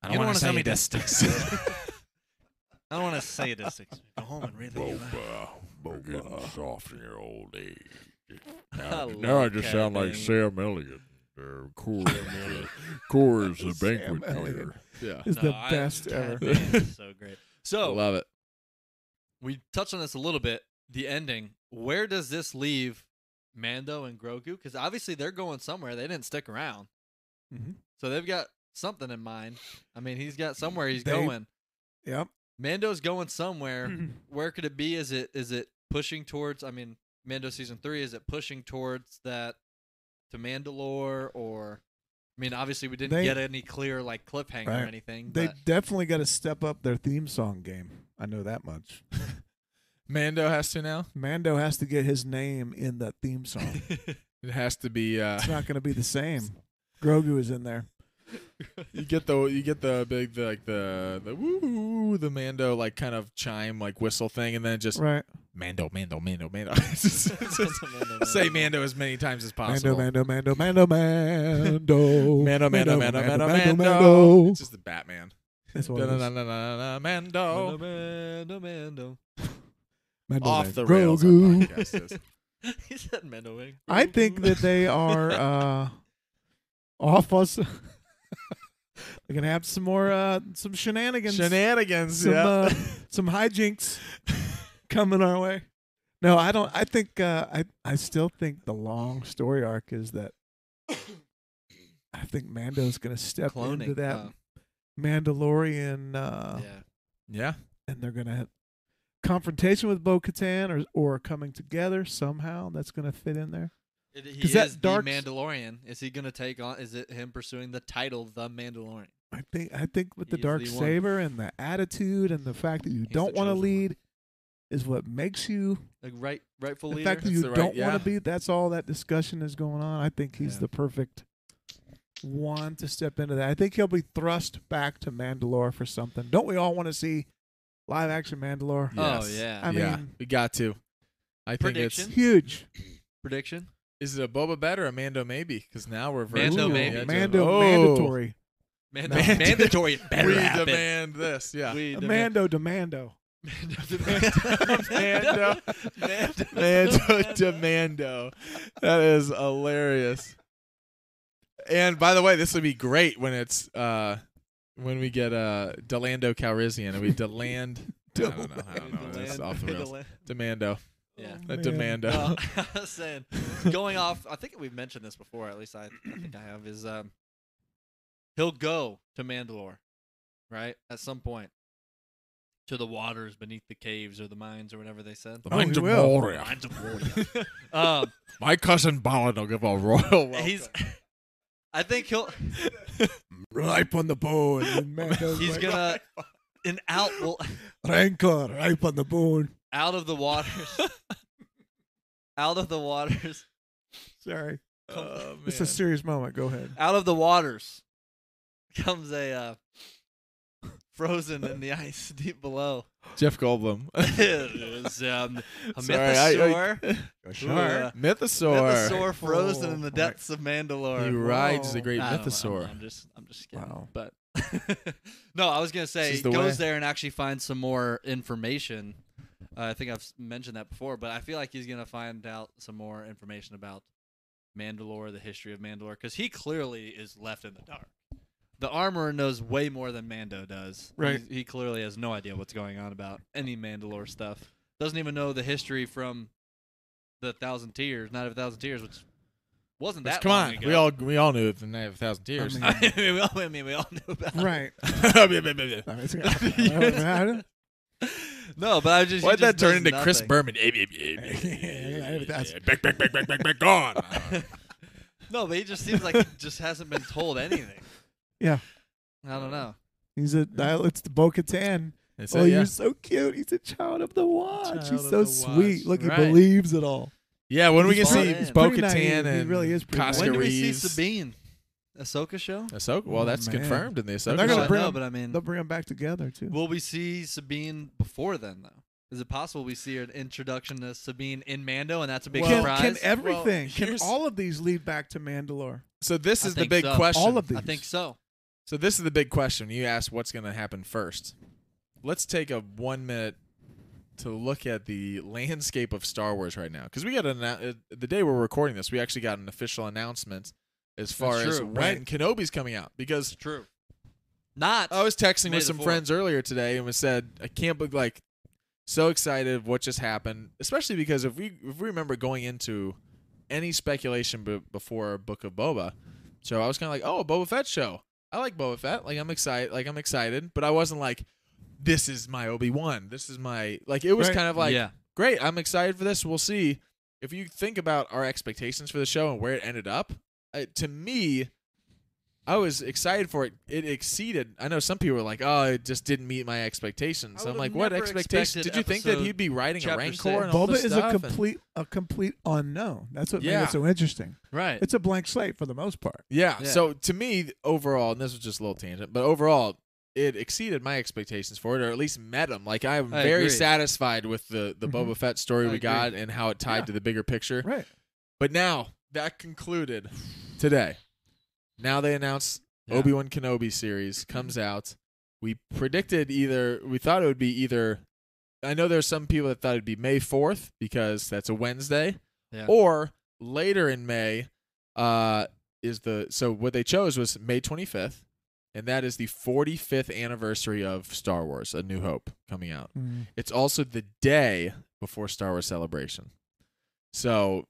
don't
wanna
wanna
say
tell me
this sticks.
I don't want to say this. Go home and rethink your life.
Boba, we're getting soft in your old age.
I
Now, now I
love
just
Cad
sound like
Bane.
Sam Elliott. Or Corey, Corey's uh, the
Sam
banquet
Elliott.
waiter.
yeah
It's
No,
the
I-
best
Cad
ever.
Bane is so great. So
love it
we touched on this a little bit. The ending. Where does this leave Mando and Grogu? Because obviously they're going somewhere. They didn't stick around,
Mhm.
so they've got something in mind. I mean, he's got somewhere he's
They-
going.
Yep.
Mando's going somewhere. Where could it be? Is it is it pushing towards? I mean, Mando season three. Is it pushing towards that to Mandalore or? I mean, obviously we didn't
They-
get any clear like cliffhanger or
Right.
anything.
They
but
definitely got to step up their theme song game. I know that much.
Mando has to now.
Mando has to get his name in the theme song.
It has to be. Uh,
It's not going to be the same. Grogu is in there.
You get the you get the big the, like the the woo the Mando like kind of chime like whistle thing, and then it just
Right.
Mando Mando Mando Mando. It's just- it's just- Say Mando as many times as
Mando,
possible.
Mando, Mando, Mando, Mando.
Mando Mando Mando Mando Mando.
Mando.
It's just the Batman.
That's what it is.
Da-na-na-na-na-na, Mando.
Mendo, Mendo,
Mando,
Off
Mando.
the rails. that
Grogu.
podcast is.
Mendo. he said Mendo Wing.
I think that they are uh, off us. They're gonna have some more uh, some shenanigans,
Shenanigans.
some
Yeah.
uh, some hijinks coming our way. No, I don't. I think uh, I I still think the long story arc is that I think Mando's gonna step into
cloning.
that
huh?
Mandalorian, uh,
yeah.
Yeah.
and they're gonna have confrontation with Bo Katan or or coming together somehow. That's gonna fit in there.
It, he
'Cause
is
that
the
dark s-
Mandalorian. Is he gonna take on? Is it him pursuing the title, the Mandalorian?
I think I think with the
He's
dark
the one.
saber and the attitude and the fact that you
the
don't want to
chosen one.
lead is what makes you
Like right, rightful
the
leader.
fact that
That's
you
the right-
don't want
yeah.
to be that's all that discussion is going on. I think he's
Yeah.
the perfect one to step into that. I think he'll be thrust back to Mandalore for something. Don't we all want to see live action Mandalore?
oh
Yes.
yeah.
I
yeah.
mean-
we got to. I think
Prediction?
it's
Huge.
Prediction.
is it a Boba Bet or a Mando maybe? Because now we're very
Mando
Ooh,
maybe.
Mando
Oh.
mandatory.
Mando,
No.
Mandatory. It better
we
happen.
demand this. Yeah.
We demand.
Mando demando.
Mando. demand-
Mando.
Mando.
Mando Demando. That is hilarious. And by the way, this would be great when it's uh when we get uh Delando Calrissian and we Deland I don't know. I don't know. It's
Demand-
off the rails.
demand-
Demando.
Yeah.
A
Oh, Man.
Demando.
Well, I was saying, going off, I think we've mentioned this before. At least I, I think I have. Is um, he'll go to Mandalore, right? At some point, to the waters beneath the caves or the mines or whatever they said.
The
Oh,
Mind
he
of
will.
Moria.
Mines of Moria. um,
My cousin Balin will give a royal welcome.
he's. I think he'll.
Ripe on the bone. And Mando's
He's
like,
gonna. An out will
Rancor, ripe on the bone.
out of the waters. out of the waters.
Sorry. Um,
Oh, man.
It's a serious moment. Go ahead.
out of the waters comes a uh, frozen in the ice deep below.
Jeff Goldblum.
it was um, a
Sorry, I- I-
mythosaur,
Sure.
Uh,
Mythosaur.
mythosaur frozen in the
Oh.
depths of
He
Mandalore.
rides the
Whoa.
great
I don't know,
mythosaur.
I'm, I'm just, I'm just kidding.
Wow.
But no, I was gonna
This
say he
is the
goes
way.
there and actually finds some more information. Uh, I think I've s- mentioned that before, but I feel like he's gonna find out some more information about Mandalore, the history of Mandalore, because he clearly is left in the dark. The armorer knows way more than Mando does.
Right.
He's- he clearly has no idea what's going on about any Mandalore stuff. Doesn't even know the history from the Thousand Tears, Night of a Thousand Tears, which wasn't
Which,
that
come
long
on.
ago.
We all we all knew it from Night of a Thousand Tears.
I
I mean, we all, I mean, we all knew about it.
Right.
Why'd
I mean, it's- I
No, but I was just. he
that
just
turn
does
into Chris
nothing.
Berman?
That's-
Back, back, back, back, back, back, gone.
No, but he just seems like he just hasn't been told anything.
Yeah.
I don't know.
He's a. I- It's the Bo Katan.
It's
Oh,
a- yeah.
you're so cute. He's a child of the
Child
watch.
of
He's
the
so
watch.
sweet. Look,
Right.
he believes it all.
Yeah, when we can
He's
see
pretty- he's
Bo
pretty naive.
Katan
He
and
really is pretty
Costco
naive.
when do we see
Reeves.
Sabine? Ahsoka show?
Ahsoka. Well,
Oh,
that's
man.
confirmed in the Ahsoka.
They're gonna
I
show.
bring
know,
him-
but I mean,
They'll bring them back together too.
will we see Sabine before then though? Is it possible we see an introduction to Sabine in Mando, and that's a big
Well-
can,
surprise?
can everything? can
here's-
all of these lead back to Mandalore?
so this
I
is the
think
big
so.
question.
All of these.
I think so.
So this is the big question. You asked what's going to happen first. Let's take a one minute to look at the landscape of Star Wars right now, because we got an uh, the day we're recording this, we actually got an official announcement as far
That's
as
true,
when
right.
Kenobi's coming out. Because
True. Not.
Oh,
I was texting
May
with
the
some
fourth.
friends earlier today and was said, I can't believe like so excited of what just happened, especially because if we if we remember going into any speculation b- before Book of Boba, so I was kind of like, oh, a Boba Fett show. I like Boba Fett. Like I'm excited. Like I'm excited, but I wasn't like, this is my Obi Wan. This is my like. It was
Right.
kind of like,
yeah.
great. I'm excited for this. We'll see. If you think about our expectations for the show and where it ended up, uh, to me, I was excited for it. It exceeded. I know some people were like, "Oh, it just didn't meet my expectations." So
I
I'm
would've
like, "What
never
expectations?
expected
Did you think that
episode
he'd be riding a
chapter
rancor
six.
and all
Bulba
this
is a
stuff?" And-
complete a complete unknown. That's what made
Yeah.
it so interesting.
Right.
It's a blank slate for the most part.
Yeah.
Yeah.
So to me, th- overall, and this was just a little tangent, but overall, it exceeded my expectations for it, or at least met them. Like I'm
I
very
agree. Mm-hmm.
satisfied with the the
Mhm.
Boba Fett story
I
we
agree.
got and how it tied
Yeah.
to the bigger picture.
Right.
But now that concluded today. Now they announced
Yeah.
Obi Wan Kenobi series comes out. We predicted either we thought it would be either. I know there's some people that thought it'd be May 4th because that's a Wednesday,
Yeah.
or later in May. Uh, is the so what they chose was May 25th, and that is the 45th anniversary of Star Wars: A New Hope coming out.
Mm.
It's also the day before Star Wars Celebration. So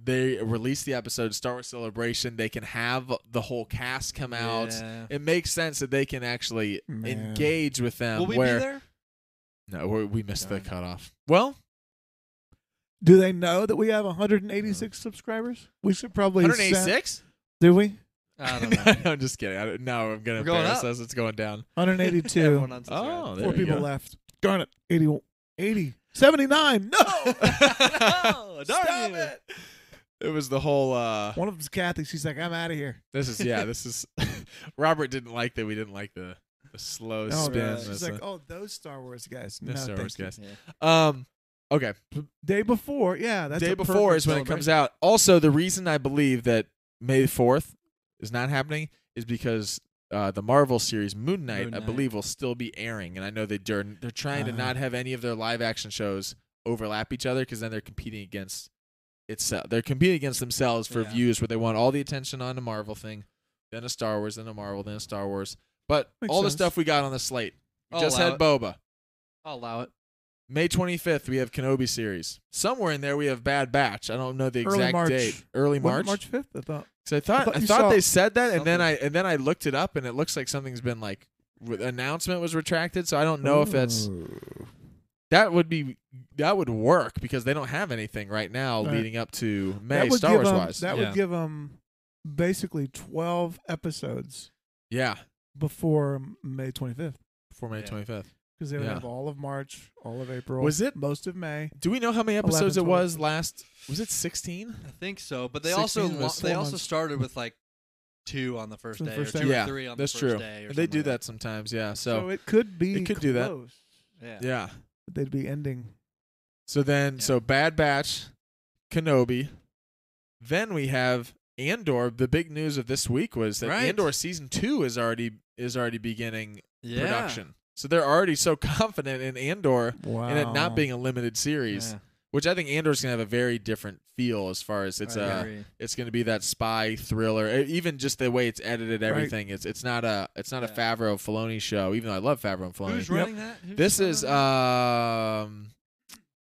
they release the episode Star Wars Celebration. They can have the whole cast come out.
Yeah.
It makes sense that they can actually
Man.
engage with them.
Will we
where
be there?
no, we we missed the cutoff. Well,
Do they know that we have
Mm.
186 subscribers? We should probably send-
186.
Do we?
I don't know.
no, I'm just kidding. I don't, no, I'm gonna
We're going
embarrass
up.
us. It's going down.
Everyone
182.
unsubscribed.
Oh, there
Four
you
people
go.
left. Darn it. 80. 80. 79. No.
No, darn
Stop
you.
it! It was the whole. uh
One of them's Kathy. She's like, I'm out of here.
This is yeah. This is Robert didn't like that we didn't like the the slow
No,
spin.
right.
Oh, She's
That's
like,
a-
oh, those Star Wars guys.
the
No,
Star
thank
Wars
you."
guys.
Yeah.
Um. Okay.
Day before. Yeah. That's
Day before is when it comes out. Also, the reason I believe that May fourth is not happening is because uh, the Marvel series Moon Knight,
Moon
I
Knight.
believe, will still be airing, and I know they dur- they're trying to
Uh-huh.
not have any of their live action shows overlap each other because then they're competing against itself. They're competing against themselves for
Yeah.
views where they want all the attention on the Marvel thing, then a Star Wars, then a Marvel, then a Star Wars. But
Makes
all
sense. Oh,
the stuff we got on the slate, we
I'll
just
allow
had
it.
Boba.
I'll allow it.
May 25th, we have Kenobi series. Somewhere in there, we have Bad Batch. I don't know the
Early
exact
March.
date. Early
Wasn't
March.
it March 5th, I thought.
'Cause I thought I
thought
thought,
you saw
they said that, and then I
something.
and then I looked it up, and it looks like something's been like re- announcement was retracted. So I don't know if that's that would be that would work because they don't have anything right now
Right.
leading up to
That
May
would
Star
give
Wars
'em-
wise.
That
Yeah.
would give them basically 12 episodes
yeah,
before May 25th.
before May
Yeah.
25th.
because they would
Yeah.
have all of March, all of April.
Was it-
most of May?
Do we know how many
11,
episodes it
12.
was last? Was it 16?
I think so, but they also
16
lo-
was
they
four
also
months.
started with like two on the first
The
day,
first
or
day.
two
Yeah,
or three on
that's
the first
true.
day. Or
They
something
do
like
that sometimes. Yeah.
So,
So,
it could be.
it could do that.
close.
Yeah.
yeah.
They'd be ending.
So then,
Yeah.
so Bad Batch, Kenobi. Then we have Andor. The big news of this week was that
Right.
Andor season two is already is already beginning
Yeah.
production. So they're already so confident in Andor
Wow.
and it not being a limited series,
Yeah.
which I think Andor's gonna have a very different feel as far as it's
I
uh
agree.
it's gonna be that spy thriller. E- Even just the way it's edited,
Right.
everything it's it's not a it's not a
Yeah.
Favreau Filoni show. Even though I love Favreau and Filoni,
Who's
Yep.
running that? Who's
this is uh,
running
um,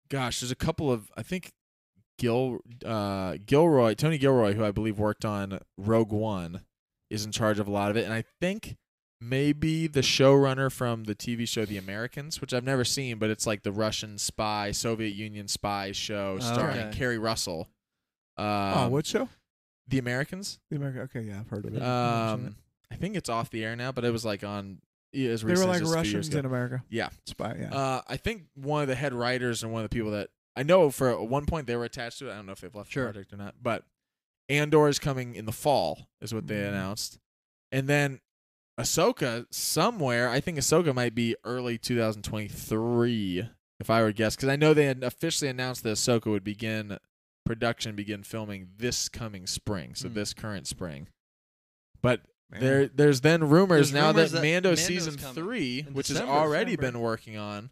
gosh, there's a couple of I think Gil uh Gilroy Tony Gilroy, who I believe worked on Rogue One, is in charge of a lot of it, and I think maybe the showrunner from the TV show The Americans, which I've never seen, but it's like the Russian spy Soviet Union spy show starring
Okay.
Carrie Russell. Um,
oh, what show?
The Americans.
The American. Okay, yeah, I've heard of it. I've seen it.
Um, I think it's off the air now, but it was like on. Yeah, as
they were
recent
like
as just a few years
Russians
ago.
in America.
Yeah.
spy. Yeah,
Uh, I think one of the head writers and one of the people that I know for at one point they were attached to it. I don't know if they've left
Sure.
the project or not, but Andor is coming in the fall, is what they
Mm.
announced, and then Ahsoka somewhere. I think Ahsoka might be early 2023, if I were to guess, because I know they had officially announced that Ahsoka would begin production, begin filming this coming spring, so
Mm.
Hmm.
this current spring. But
Man.
there, there's then rumors
There's
now
rumors
that,
that
Mando
Mando's
season
coming
three,
in
which
December.
has already
December.
been working on,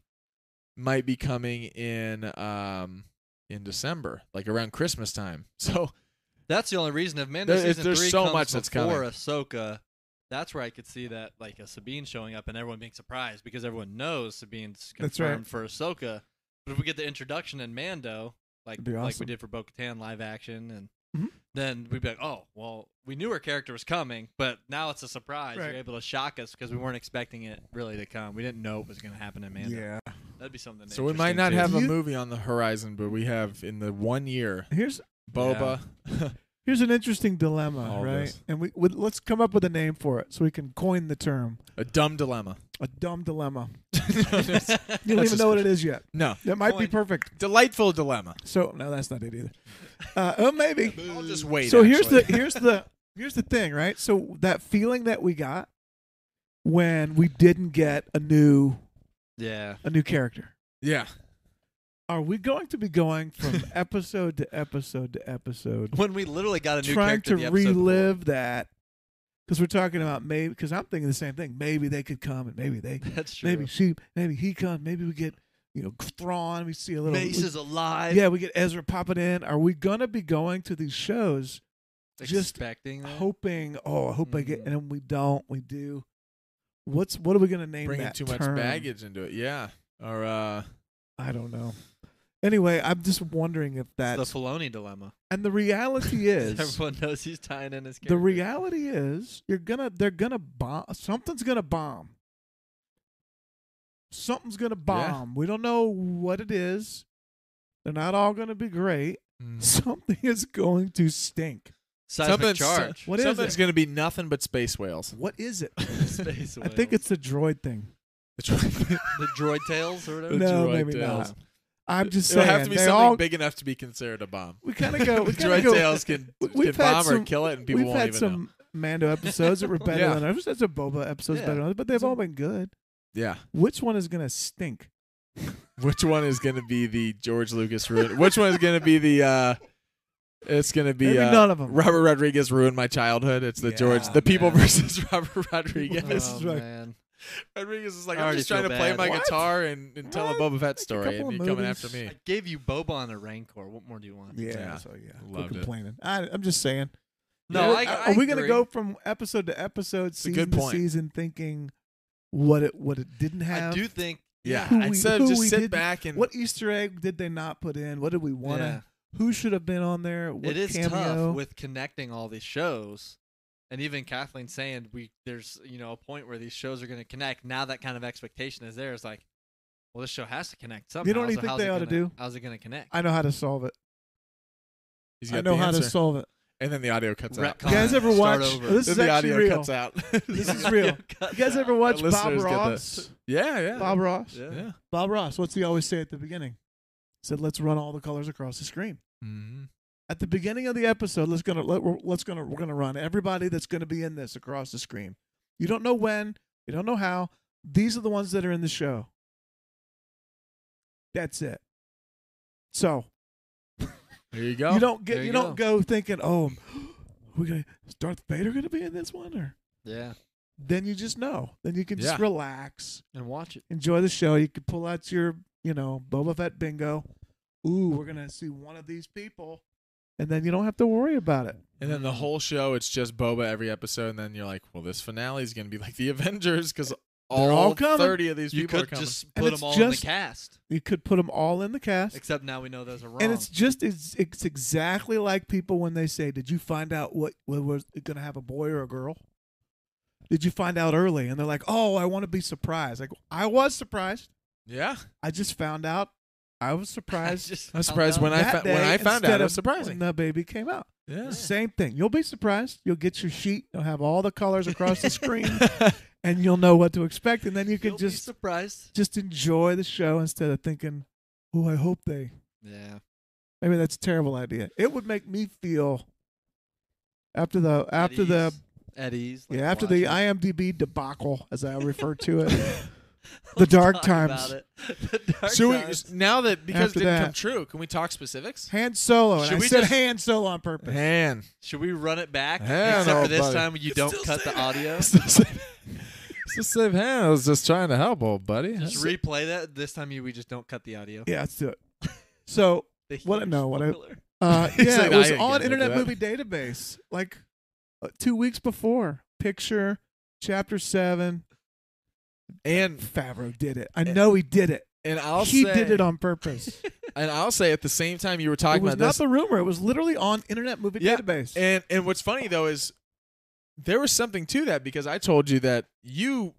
might be coming in um in December, like around Christmas time. So
that? That's the only reason. If Mando
There- if
season
there's
three
so
comes
much that's
before
coming.
Ahsoka, that's where I could see that like a Sabine showing up and everyone being surprised because everyone knows Sabine's
That's right.
confirmed for Ahsoka. But if we get the introduction in Mando, like
It'd be
like we
awesome.
did for Bo-Katan live action, and
Mhm.
then we'd be like, oh well, we knew her character was coming, but now it's a surprise.
Right.
You're able to shock us because we weren't expecting it really to come. We didn't know it was going to happen in Mando.
yeah.
That'd be something.
so we might not
interesting,
have
too.
a
You-
movie on the horizon, but we have in the one year
Here's
Boba,
Here's an interesting dilemma,
All
right?
this.
And we, we let's come up with a name for it so we can coin the term
A dumb dilemma.
a dumb dilemma. You
you
don't even know what it is yet.
No.
That might
Coin.
be perfect.
Delightful dilemma.
So no, that's not it either. Uh, oh, maybe.
I'll just wait.
so here's the
actually.
here's the here's the thing, right? So that feeling that we got when we didn't get a new
Yeah.
a new character.
Yeah.
Are we going to be going from episode to episode to episode,
When we literally got a new
trying
character
to
in the episode before.
relive that? Because we're talking about maybe. Because I'm thinking the same thing. Maybe they could come, and maybe they,
That's true.
maybe she, maybe he comes. Maybe we get, you know, Thrawn. We see a little.
Mace is alive.
yeah, we get Ezra popping in. Are we gonna be going to these shows just
expecting
Mm-hmm.
that.
hoping, oh, I hope I get,
Mm.
and then we don't, we do. What's what are we gonna name
Bringing
that
too much
term?
baggage into it. Yeah. Or uh,
I don't know. Anyway, I'm just wondering if
It's the
that's
Filoni dilemma.
and the reality is
Everyone knows he's tying in his character.
the reality is you're gonna they're gonna bomb something's gonna bomb. Something's gonna bomb. We don't know what it is. They're not all gonna be great.
hmm.
Something is going to stink.
Something's-
Seismic charge.
What is
something's
it?
going to be nothing but space whales.
What is it?
Space
I think
whales.
it's the droid thing.
the droid tails or whatever.
no,
droid
maybe
tails.
not. I'm just
It'll
saying
have to be
they
something
all
big enough to be considered a bomb.
we kind of go we kind
Droid
of go
tails can,
we-
can
we've had
bomb or
some-
kill it, and people
We've
won't
had
even know.
some Mando episodes that were better
Yeah.
than others. That's a Boba episodes
Yeah.
better than others, but they've
So-
all been good.
Yeah.
Which one is gonna stink?
Which one is going to be the George Lucas ruin? Which one is going to be the? uh It's going to be
Maybe
uh,
none of 'em.
Robert Rodriguez ruined my childhood. It's the
Yeah,
George, the people
man.
versus Robert Rodriguez.
This
oh,
is like-
man.
Rodriguez is like,
I
I'm
already
just trying to
feel
play
bad.
my
What?
guitar and, and tell a
What?
Boba Fett
a
story,
couple
and
of
you're coming after
movies.
me.
I gave you Boba and a Rancor. What more do you want?
Yeah,
Yeah.
so yeah, quit
Loved it.
complaining. I, I'm just saying.
No,
You're-
I,
are
I
we gonna
agree.
go from episode to episode,
a
season
good point.
to season, thinking what it what it didn't
I
have?
do think.
Yeah,
Who we-
instead
who
of just
we
sit
didn't-
back and
what Easter egg did they not put in? What did we want? to Who should have been on there? What
it is
cameo?
tough with connecting all these shows, and even Kathleen saying we there's you know a point where these shows are going to connect. Now that kind of expectation is there. It's like, well, this show has to connect somehow.
You know what I
so
think
how's
they
it
oughta
gonna-
do?
How's it going to connect?
I know how to solve it.
he's
I
got
know
the
how
answer.
to solve it.
and then the audio cuts out.
Retcon,
You guys ever
start
watch-
over.
this
Then
is
the
actually
audio
real.
cuts out.
This is real. You guys ever watch Bob
listeners get the-
Ross?
yeah, yeah,
Bob Ross.
yeah.
Bob Ross. What's he always say at the beginning? He said, "Let's run all the colors across the screen."
Mhm.
At the beginning of the episode, let's gonna let, we're- let's gonna we're gonna run everybody that's gonna be in this across the screen. You don't know when. You don't know how. These are the ones that are in the show. That's it. So
There you go.
you don't get
there
you,
you
don't go thinking, "Oh, we gonna is Darth Vader gonna be in this one?" Or
Yeah,
then you just know. Then you can just
Yeah.
relax.
and watch it.
enjoy the show. You could pull out your, you know, Boba Fett bingo. Ooh, we're gonna see one of these people, and then you don't have to worry about it.
and then the whole show, it's just Boba every episode, and then you're like, well, this finale is going to be like the Avengers because all,
all coming.
thirty of these
You
people are
could
coming.
just
And
put
it's
them all in the
just-
cast,
You could put them all in the cast,
except now we know those are wrong.
and it's just it's, it's exactly like people when they say, "Did you find out what whether we're gonna have a boy or a girl?" Did you find out early? And they're like, "Oh, I want to be surprised." Like I was surprised.
yeah,
I just found out. I was
I
surprised.
just
I was
found
surprised
out
when I
that
fa- when
day
I found
instead
out. It
of
was surprising.
when the baby came out.
Yeah.
Same thing. You'll be surprised. You'll get your sheet. You'll have all the colors across the screen, and you'll know what to expect. And then you can
You'll be
just
surprised.
just enjoy the show instead of thinking, "Oh, I hope they."
Yeah,
Maybe that's a terrible idea. It would make me feel after the after the
at ease. like,
yeah after the
watch it.
IMDb debacle, as I refer to it.
Let's
dark
talk about
times.
it. The dark
So we,
times.
now that because
After
it didn't
that.
come true, can we talk specifics?
Han Solo. And
Should
I
we
said
just-
Han Solo on purpose.
Man,
Should we run it back?
Hell
Except
no,
for this
buddy.
time, you don't cut the audio.
it's the same hand. I was just trying to help, old buddy.
Just replay that. This time, you we just don't cut the audio.
Yeah, let's do it. So
The
What-
huge
no, what I-
spoiler.
Uh,
He's
yeah,
like,
it
"I
was
ain't
on
getting into
Internet
that."
Movie Database like uh, two weeks before. Picture, chapter seven.
and
Favreau did it. I know he did it.
and I'll
he
say,
did it on purpose.
and I'll say at the same time you were
it
talking
was
about
not
this,
the rumor. It was literally on Internet Movie
Yeah,
Database.
and and what's funny though is there was something to that because I told you that you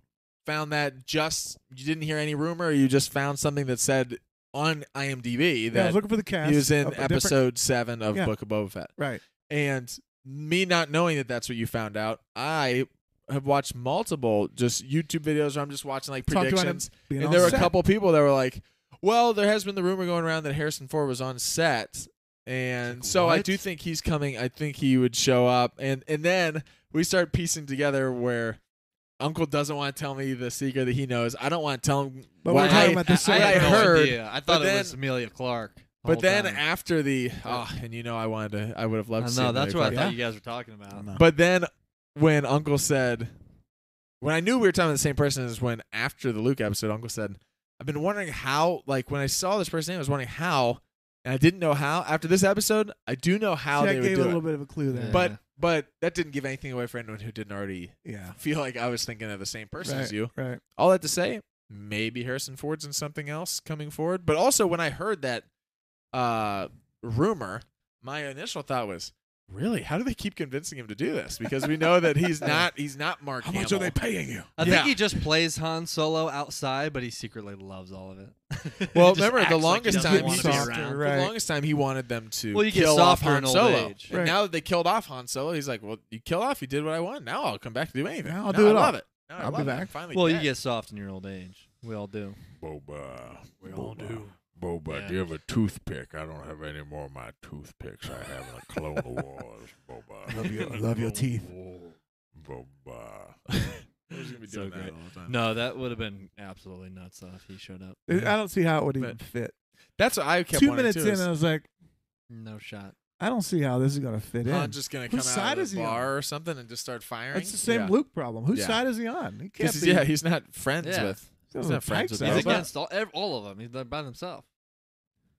found that just you didn't hear any rumor, you just found something that said on IMDb
yeah, I was
that
looking for the cast.
he was in
of a different-
episode seven of
Yeah.
Book of Boba Fett.
Right.
And me not knowing that that's what you found out, I have watched multiple just YouTube videos where I'm just watching like
Talk about it
predictions.
Being
And
on
there were a
set.
couple people that were like, "Well, there has been the rumor going around that Harrison Ford was on set." And
Like,
so I
what?
do think he's coming. I think he would show up. And and then we start piecing together where Uncle doesn't want to tell me the secret that he knows. I don't want to tell him
But
what
we're
I
talking about the
I-
same.
I heard,
idea. I thought
then-
it was Amelia Clark. the whole
But then
time.
after the oh, and you know I wanted to I would have
I
loved to see
know
another
that's what
part.
I thought you guys were talking about.
But then when Uncle said when I knew we were talking to the same person is when after the Luke episode, Uncle said, I've been wondering how like when I saw this person's name, I was wondering how and I didn't know how. After this episode, I do know how
See, I
they would
gave a
do
little
it.
bit of a clue there.
But but that didn't give anything away for anyone who didn't already
yeah,
feel like I was thinking of the same person as you.
right.
All that to say, maybe Harrison Ford's in something else coming forward. But also, when I heard that uh, rumor, my initial thought was, really, how do they keep convincing him to do this? Because we know that he's not he's not Mark.
How much are
Hamill.
they paying you?
I
Yeah.
think he just plays Han Solo outside, but he secretly loves all of it.
Well,
He just
remember
acts
the
like he
longest
doesn't
time
wanna
he's
be
softer,
around.
For
Right.
the longest time, he wanted them to
Well, you get
kill off
softer
Han
in old
Solo.
age.
And
Right.
now that they killed off Han Solo, he's like, "Well, you killed off. You did what I want. Now I'll come back to do anything.
Now I'll do
I
it all.
love it. Now I
I'll be
love it.
back.
I'm finally
Well, you
dead.
get soft in your old age. We all do.
Boba.
We all
Boba.
do.
Boba,
Yeah.
do you have a toothpick? I don't have any more of my toothpicks. I have in the Clone Wars. Boba.
Love your- love your teeth.
Boba.
We're just gonna be
So
doing that
great.
all the time.
No, that would have been absolutely nuts uh, if he showed up.
I don't see how it would
But
even fit.
That's what I kept
Two
wanting
minutes
too,
in,
is-
I was like,
No shot.
I don't see how this is gonna fit in.
Han's just gonna come
Whose
out
side
of
is
the
he on?
bar or something and just start firing.
That's the same
yeah.
Luke problem. Whose
Yeah.
side is he on? He
'Cause
can't
he's-
be. Oh,
yeah, he's not friends
Yeah.
with.
he's
he's not friends with
Pikes
He's
Elba.
out.
against all, ev- all of them. He's by himself.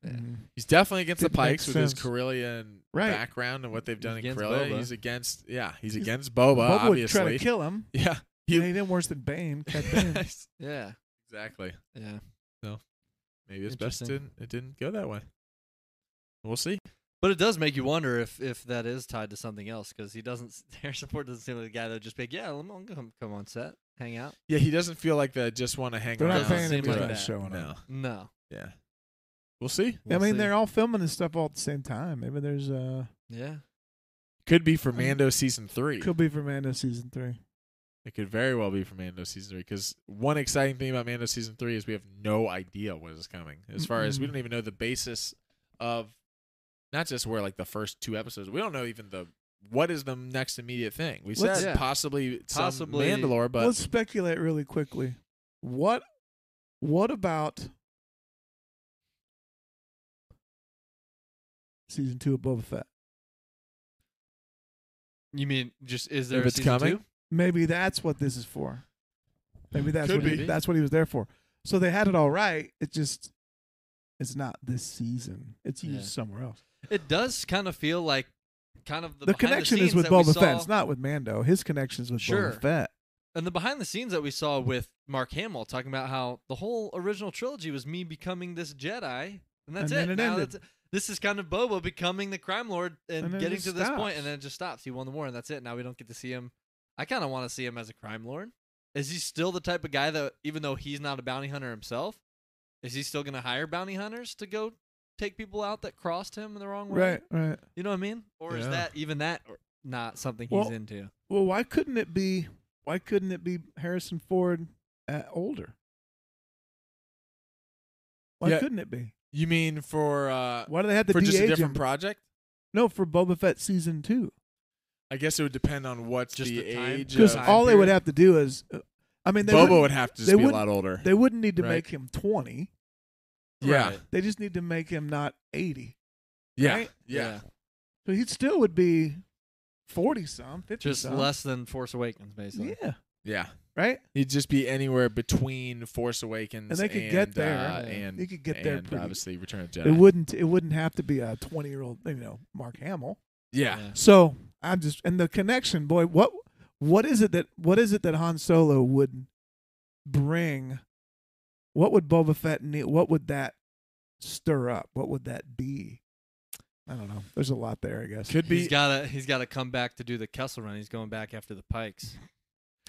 Yeah.
Mhm.
He's definitely against the
Didn't make
Pikes with his
sense.
Karelian
Right.
background and what they've done in
Against
Karelia.
Boba.
He's against. Yeah, he's,
He's-
against Boba.
Boba would
obviously.
try to kill him.
yeah.
He,
You-
he did worse than Bane. Cut Bane.
exactly.
Yeah. Yeah.
Maybe it's best it didn't, it didn't go that way. We'll see.
But it does make you wonder if if that is tied to something else because he doesn't. Harrison Ford doesn't seem like the guy that would just be like, yeah, I'm gonna come, come on set, hang out.
Yeah, he doesn't feel like that. Just want to hang
They're
around.
not
No,
paying him.
seemed
He's
like
not
that.
showing up.
No.
No.
Yeah. We'll see.
I
We'll
mean,
see.
they're all filming this stuff all at the same time. Maybe there's uh
Yeah.
Could be for Mando season three.
could be for Mando season three.
It could very well be for Mando season three because one exciting thing about Mando season three is we have no idea what is coming. As far as we
Mm-mm.
don't even know the basis of not just where like the first two episodes, we don't know even the what is the next immediate thing. We
Let's-
said
Yeah.
possibly some
Possibly-
Mandalore, but
Let's speculate really quickly. What what about season two of Boba Fett?
You mean just is there
if
a
it's
season
coming,
two?
Maybe that's what this is for. Maybe that's
Could
what he,
be.
that's what he was there for. So they had it all right. It just it's not this season. It's used
Yeah.
somewhere else.
It does kind of feel like kind of the,
The
behind
connection
scenes
is with
that we
Boba Fett,
saw-
it's not with Mando. His connection is with
Sure.
Boba Fett.
and the behind the scenes that we saw with Mark Hamill talking about how the whole original trilogy was me becoming this Jedi, and that's
And then
it.
it
Now
ended.
that's- this is kind of Boba becoming the crime lord and,
And then it
getting to
just
this point,
stops.
and then it just stops. He won the war, and that's it. Now we don't get to see him. I kind of want to see him as a crime lord. Is he still the type of guy that, even though he's not a bounty hunter himself, is he still going to hire bounty hunters to go take people out that crossed him in the wrong way?
Right, right.
You know what I mean? Or is
Yeah.
that even that or not something
Well,
he's into?
Well, why couldn't it be? Why couldn't it be Harrison Ford uh, older? Why
Yeah.
couldn't it be?
you mean for uh,
Why do they have to
for just a
de-age
different
him?
project?
no, for Boba Fett season two,
I guess it would depend on what's
Just
the,
the time-
age.
because
of-
all they would have to do is, uh, I mean, they
Boba
wouldn't-
would have to
they
just be a
wouldn't-
lot older.
they wouldn't need to
Right.
make him twenty.
yeah.
Right.
They just need to make him not eighty.
Yeah.
Right?
yeah,
So he still would be forty some, fifty
Just
some.
less than Force Awakens, basically.
Yeah.
yeah.
Right.
He'd just be anywhere between Force Awakens
And they could get there.
uh,
Yeah.
and
They could get there
and
pretty-
obviously Return of the Jedi.
It wouldn't. It wouldn't have to be a twenty-year-old. You know, Mark Hamill.
yeah.
Yeah.
So I'm just and the connection, boy. What what is it that what is it that Han Solo would bring? What would Boba Fett need? What would that stir up? What would that be? I don't know. There's a lot there, I guess.
Could be.
He's gotta he's gotta come back to do the Kessel run. He's going back after the Pikes.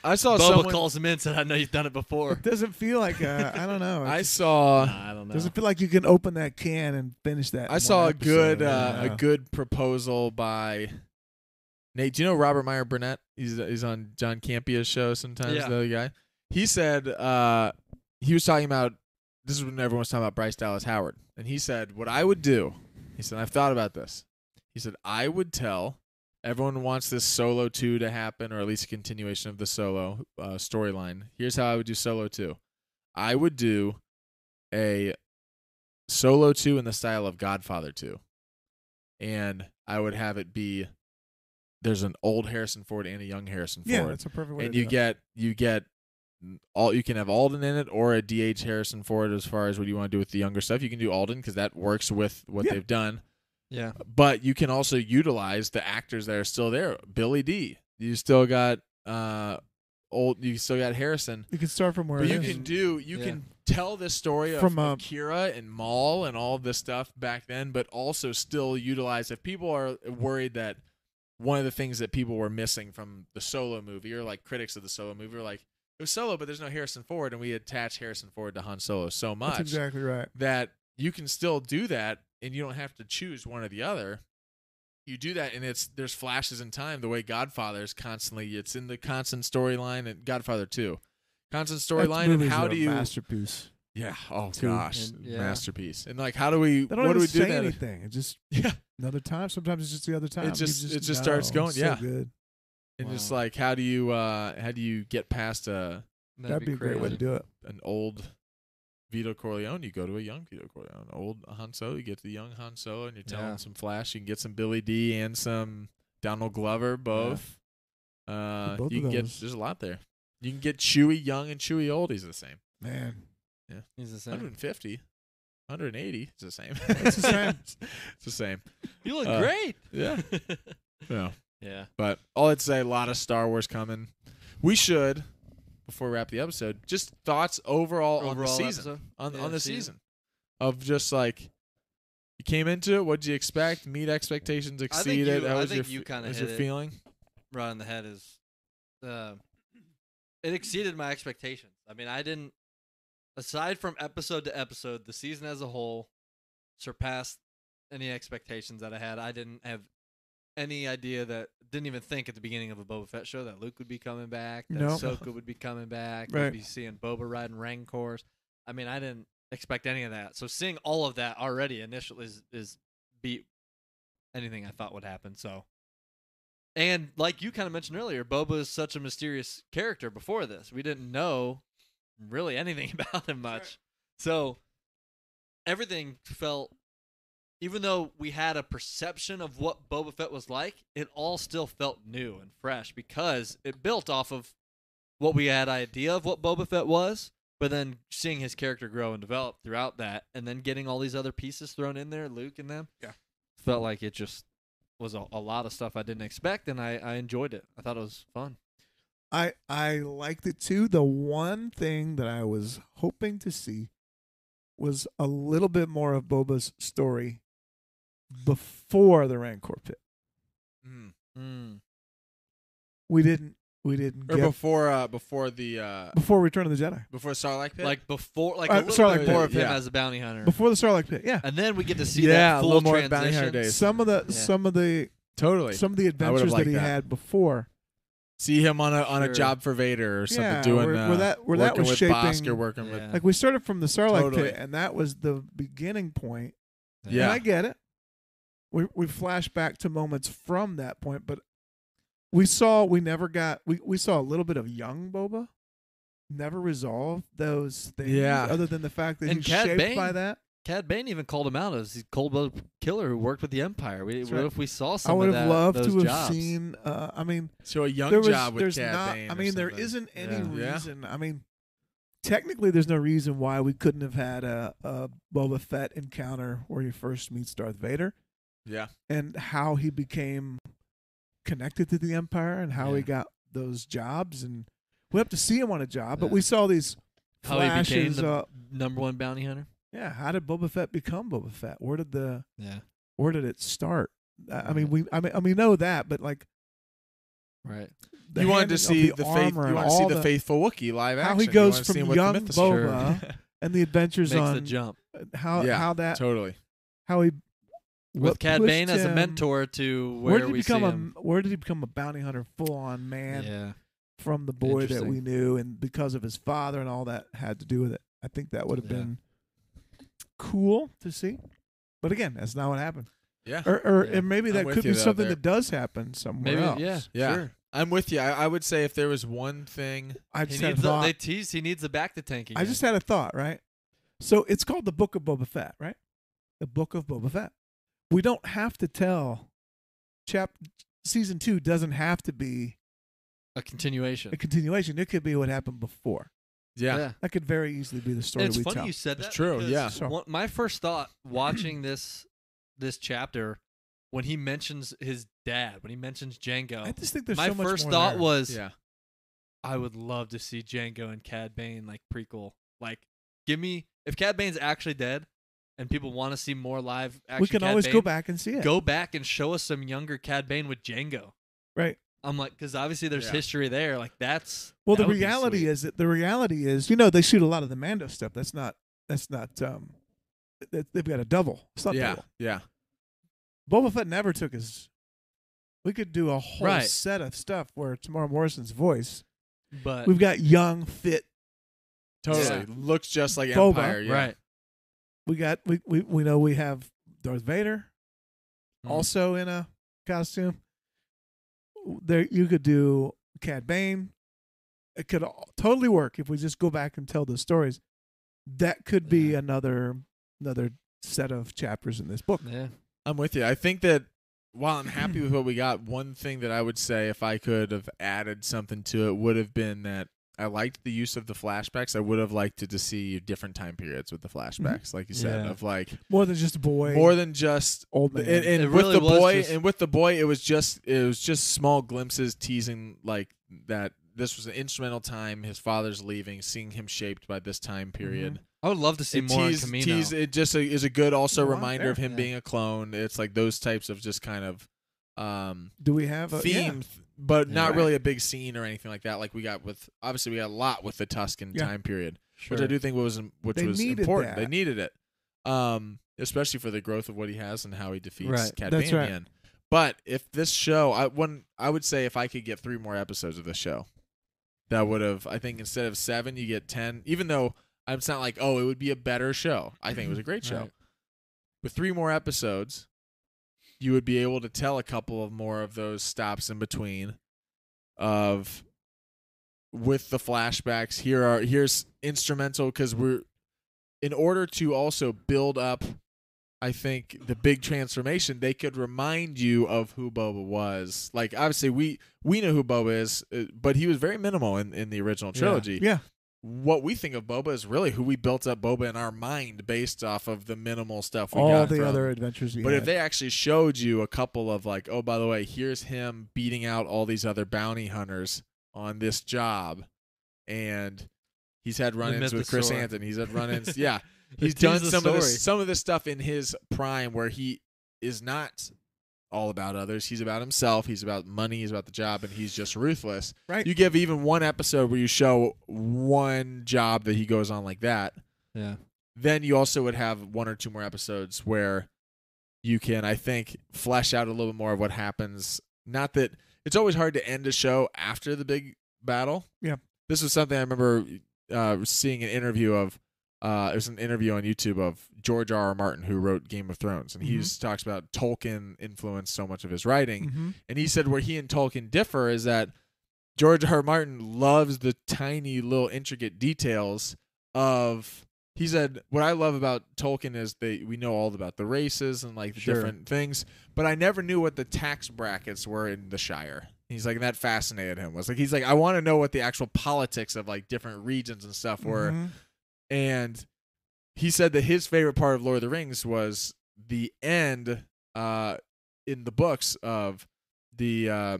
I saw
Boba
someone.
calls him in and said, "I know you've done it before."
It doesn't feel like uh, I don't know.
I
It
saw.
Nah, I don't know.
doesn't feel like you can open that can and finish that. in
I
one
saw a
episode.
good
I don't
uh, a
know.
good proposal by Nate, do you know Robert Meyer Burnett? He's uh, he's on John Campia's show sometimes.
Yeah.
The other guy. He said uh, he was talking about this is when everyone was talking about Bryce Dallas Howard, and he said what I would do. He said I've thought about this. He said I would tell everyone wants this solo two to happen, or at least a continuation of the solo uh, storyline. Here's how I would do solo two. I would do a solo two in the style of Godfather two, and I would have it be there's an old Harrison Ford and a young Harrison
Yeah,
Ford,
that's a perfect way.
and
to
you
do it.
get you get all you can have Alden in it or a DH Harrison Ford as far as what you want to do with the younger stuff. You can do Alden because that works with what
Yeah.
they've done,
Yeah.
but you can also utilize the actors that are still there. Billy D, you still got uh old, you still got Harrison.
you can start from where
But
it
you
is.
can do you
Yeah.
can tell this story of,
From,
of
uh,
Kira and Maul and all this stuff back then, but also still utilize if people are worried that one of the things that people were missing from the solo movie or like critics of the solo movie were like it was solo, but there's no Harrison Ford, and we attach Harrison Ford to Han Solo so
That's
much
exactly right.
that you can still do that and you don't have to choose one or the other you do that and it's there's flashes in time the way godfather is constantly it's in the constant storyline and godfather 2 constant
That
storyline and
movie's
how
a
do you
masterpiece?
yeah oh
Two.
gosh
And- yeah.
masterpiece and like how do we
They don't
what do
even
we do
say
then
anything. It just
yeah
another time. Sometimes it's just the other time. You
just- it just
no,
starts going,
it's so
yeah.
good.
and just
Wow.
like how do you uh how do you get past a
That'd, be, a great way
crazy.
to do it.
an old Vito Corleone, you go to a young Vito Corleone. Old Han Solo, you get the young Han Solo, and you're telling
Yeah.
some flash. You can get some Billy D and some Donald Glover, both. Uh,
Get both
you
of
can get
those.
there's a lot there. You can get Chewy young and Chewy old. He's the same.
Man,
He's the same.
150, 180. It's the same.
It's the same.
it's the same.
You look
Uh,
great.
Yeah. Yeah.
yeah.
But all I'd say, a lot of Star Wars coming. We should, before we wrap the episode, just thoughts overall, on the
Overall
season.
episode.
on
Yeah,
on the
season.
season. of just like you came into it. What did you expect? Meet expectations, exceed it.
you-
How
I
was your
think you
fe-
kinda
how's
hit
your
it.
feeling?
right on the head is uh, it exceeded my expectations. I mean, I didn't aside from episode to episode, the season as a whole surpassed any expectations that I had. I didn't have any idea that didn't even think at the beginning of a Boba Fett show that Luke would be coming back, that
No.
Ahsoka would be coming back,
Right.
we'd be seeing Boba riding Rancors. I mean, I didn't expect any of that. So seeing all of that already initially is is beat anything I thought would happen. So and like you kind of mentioned earlier, Boba is such a mysterious character before this. We didn't know really anything about him much. So everything felt even though we had a perception of what Boba Fett was like, it all still felt new and fresh because it built off of what we had idea of what Boba Fett was, but then seeing his character grow and develop throughout that, and then getting all these other pieces thrown in there, Luke and them.
Yeah.
Felt like it just was a, a lot of stuff I didn't expect, and I, I enjoyed it. I thought it was fun.
I I liked it too. The one thing that I was hoping to see was a little bit more of Boba's story before the Rancor pit.
Mm.
We didn't we didn't
Or
get
before uh, before the uh,
before Return of the Jedi.
before Sarlacc pit?
Like before, like
Uh,
a little
sorry,
bit
like
more
the-
of him
yeah.
as a bounty hunter,
Before the Sarlacc pit, yeah.
and then we get to see
Yeah,
that
a
full
little more bounty hunter
transition.
days.
Some of the
Yeah.
some of the
totally
some of the adventures that
liked
he
that.
had before.
see him on a on a
Sure.
job for Vader or something
Yeah,
doing
where-
uh,
where that- where that
working
was
with
shaping-
Bosk, you're working with
Yeah.
Like we started from the Sarlacc
Totally.
pit and that was the beginning point. And
yeah
I get it. We we flash back to moments from that point, but we saw we never got we, we saw a little bit of young Boba. Never resolved those things.
Yeah.
Other than the fact that
And
he's
Cad
shaped by
Bane.
that.
Cad Bane even called him out as the cold blooded killer who worked with the Empire. We,
That's
what
right.
if we saw
I
some
would
of
have
that-
loved
those
to have
jobs?
seen uh, I mean
so a young
there was
job with
there's
Cad
not
Bane
I
or
mean there
something.
isn't any
Yeah.
Yeah.
reason. I mean technically there's no reason why we couldn't have had a, a Boba Fett encounter where he first meets Darth Vader.
yeah
and how he became connected to the empire and how he
Yeah.
got those jobs and we have to see him on a job but we
Yeah.
saw these
how he
flashes
became the
up.
number one bounty hunter.
yeah how did boba fett become boba fett where did the
Yeah,
where did it start i, I mean
Right.
we i mean I mean, we know that but like
right.
the
you wanted
handing
to
of
see
the,
the,
armor
faith you
and
want to
all
see the,
the-
faithful Wookiee live
how
action
he
You
goes
wanna see
from
him with
young
the myth-
Boba and the adventures
Makes
on
the jump.
how
Yeah,
how that
totally
how he
with
What
Cad
pushed
Bane as a
him-
mentor to where,
Where, did he
we
become
see
a
him.
Where did he become a bounty hunter, full on man
Yeah,
from the boy that
Interesting.
we knew, and because of his father and all that had to do with it. I think that would have
Yeah.
been cool to see, but again, that's not what happened.
Yeah.
or, or
Yeah.
and maybe
I'm
that
with
could
you
be
though
something
there.
that does happen somewhere
maybe.
else.
Yeah,
Yeah.
Sure.
I'm with you. I, I would say if there was one thing,
I
He
just had a
needs a,
thought.
they teased he needs a back to tank again.
I just had a thought, right? So it's called the Book of Boba Fett, right? The Book of Boba Fett. We don't have to tell. Chap season two doesn't have to be
a continuation.
a continuation. It could be what happened before.
yeah,
That could very easily be the story
And it's
we
funny
tell.
you said
It's
that.
true,
because
yeah.
Sure.
one- my first thought watching this this chapter when he mentions his dad, when he mentions
I
Django,
just think there's
my
so much
first
more
thought
there.
was,
yeah,
I would love to see Django and Cad Bane like prequel. Like, give me if Cad Bane's actually dead and people want to see more live. Action
we can
Cad
always
Bane,
go back and see it.
Go back and show us some younger Cad Bane with Django.
Right.
I'm like, because obviously there's
Yeah.
history there. Like that's
Well,
that
the
would be
reality
sweet.
is that the reality is, you know, they shoot a lot of the Mando stuff. That's not. That's not. Um, that- they've got a double. It's not
yeah,
double.
yeah.
Boba Fett never took his. We could do a whole
Right.
set of stuff where Tamara Morrison's voice.
Uh,
but
We've got young, fit.
Totally looks just like
Boba.
Empire. Yeah.
right.
We got we we, we know we have Darth Vader,
Hmm.
Mhm.
also in a costume. There you could do Cad Bane. It could all, totally work if we just go back and tell the stories. That could be
Yeah.
another another set of chapters in this book.
Yeah.
I'm with you. I think that while I'm happy with what we got, one thing that I would say if I could have added something to it would have been that I liked the use of the flashbacks. I would have liked to, to see different time periods with the flashbacks,
Mm-hmm.
like you said,
Yeah.
of like
More than just a boy,
more than just
old man.
and, and
It
with
really
the
was
boy
just-
and with the boy it was just it was just small glimpses teasing like that this was an instrumental time his father's leaving seeing him shaped by this time period
I would love to Mm-hmm. see
it
more
tease-
on Camino.
tease- it just a, is a good also
Go on
reminder
there.
of him
Yeah.
being a clone. It's like those types of just kind of um
do we have a yeah.
theme, but
Yeah.
not
Right.
really a big scene or anything like that. Like we got with obviously we got a lot with the Tuscan
Yeah.
time period,
Sure.
which I do think was which
They
was
needed
important. They
that.
needed it, um, especially for the growth of what he has and how he defeats
Right.
Cad
That's
Bane in
right.
the end. But if this show, I one I would say if I could get three more episodes of this show, that would have I think instead of seven you get ten. Even though I'm it's not like oh it would be a better show. I think it
Mm-hmm.
was a great show.
Right.
With three more episodes, you would be able to tell a couple of more of those stops in between, of with the flashbacks. Here are here's instrumental because we're in order to also build up I think the big transformation they could remind you of who Boba was. Like obviously we we know who Boba is, uh, but he was very minimal in, in the original
Yeah.
trilogy.
Yeah.
What we think of Boba is really who we built up Boba in our mind based off of the minimal stuff we
all
got
the
from-
other adventures? He
But
had.
if they actually showed you a couple of like, oh by the way, here's him beating out all these other bounty hunters on this job and he's had run-ins with Chris
Mythosaur.
Anthony. He's had run-ins. Yeah
It
he's
teases
done
the
some of
story.
this some of this stuff in his prime where he is not all about others. He's about himself. He's about money. He's about the job, and he's just ruthless.
Right.
You give even one episode where you show one job that he goes on like that.
Yeah.
Then you also would have one or two more episodes where you can, I think, flesh out a little bit more of what happens. Not that it's always hard to end a show after the big battle.
Yeah.
This was something I remember uh, seeing an interview of. Uh, there's an interview on YouTube of George R. R. Martin, who wrote Game of Thrones, and he
Mhm.
just talks about Tolkien influenced so much of his writing.
Mhm.
And he said where he and Tolkien differ is that George R. R. Martin loves the tiny little intricate details of he said what I love about Tolkien is they we know all about the races and like the
Sure.
different things, but I never knew what the tax brackets were in the Shire. He's like and that fascinated him. Was like he's like I want to know what the actual politics of like different regions and stuff were
Mhm.
and he said that his favorite part of Lord of the Rings was the end uh, in the books of the uh,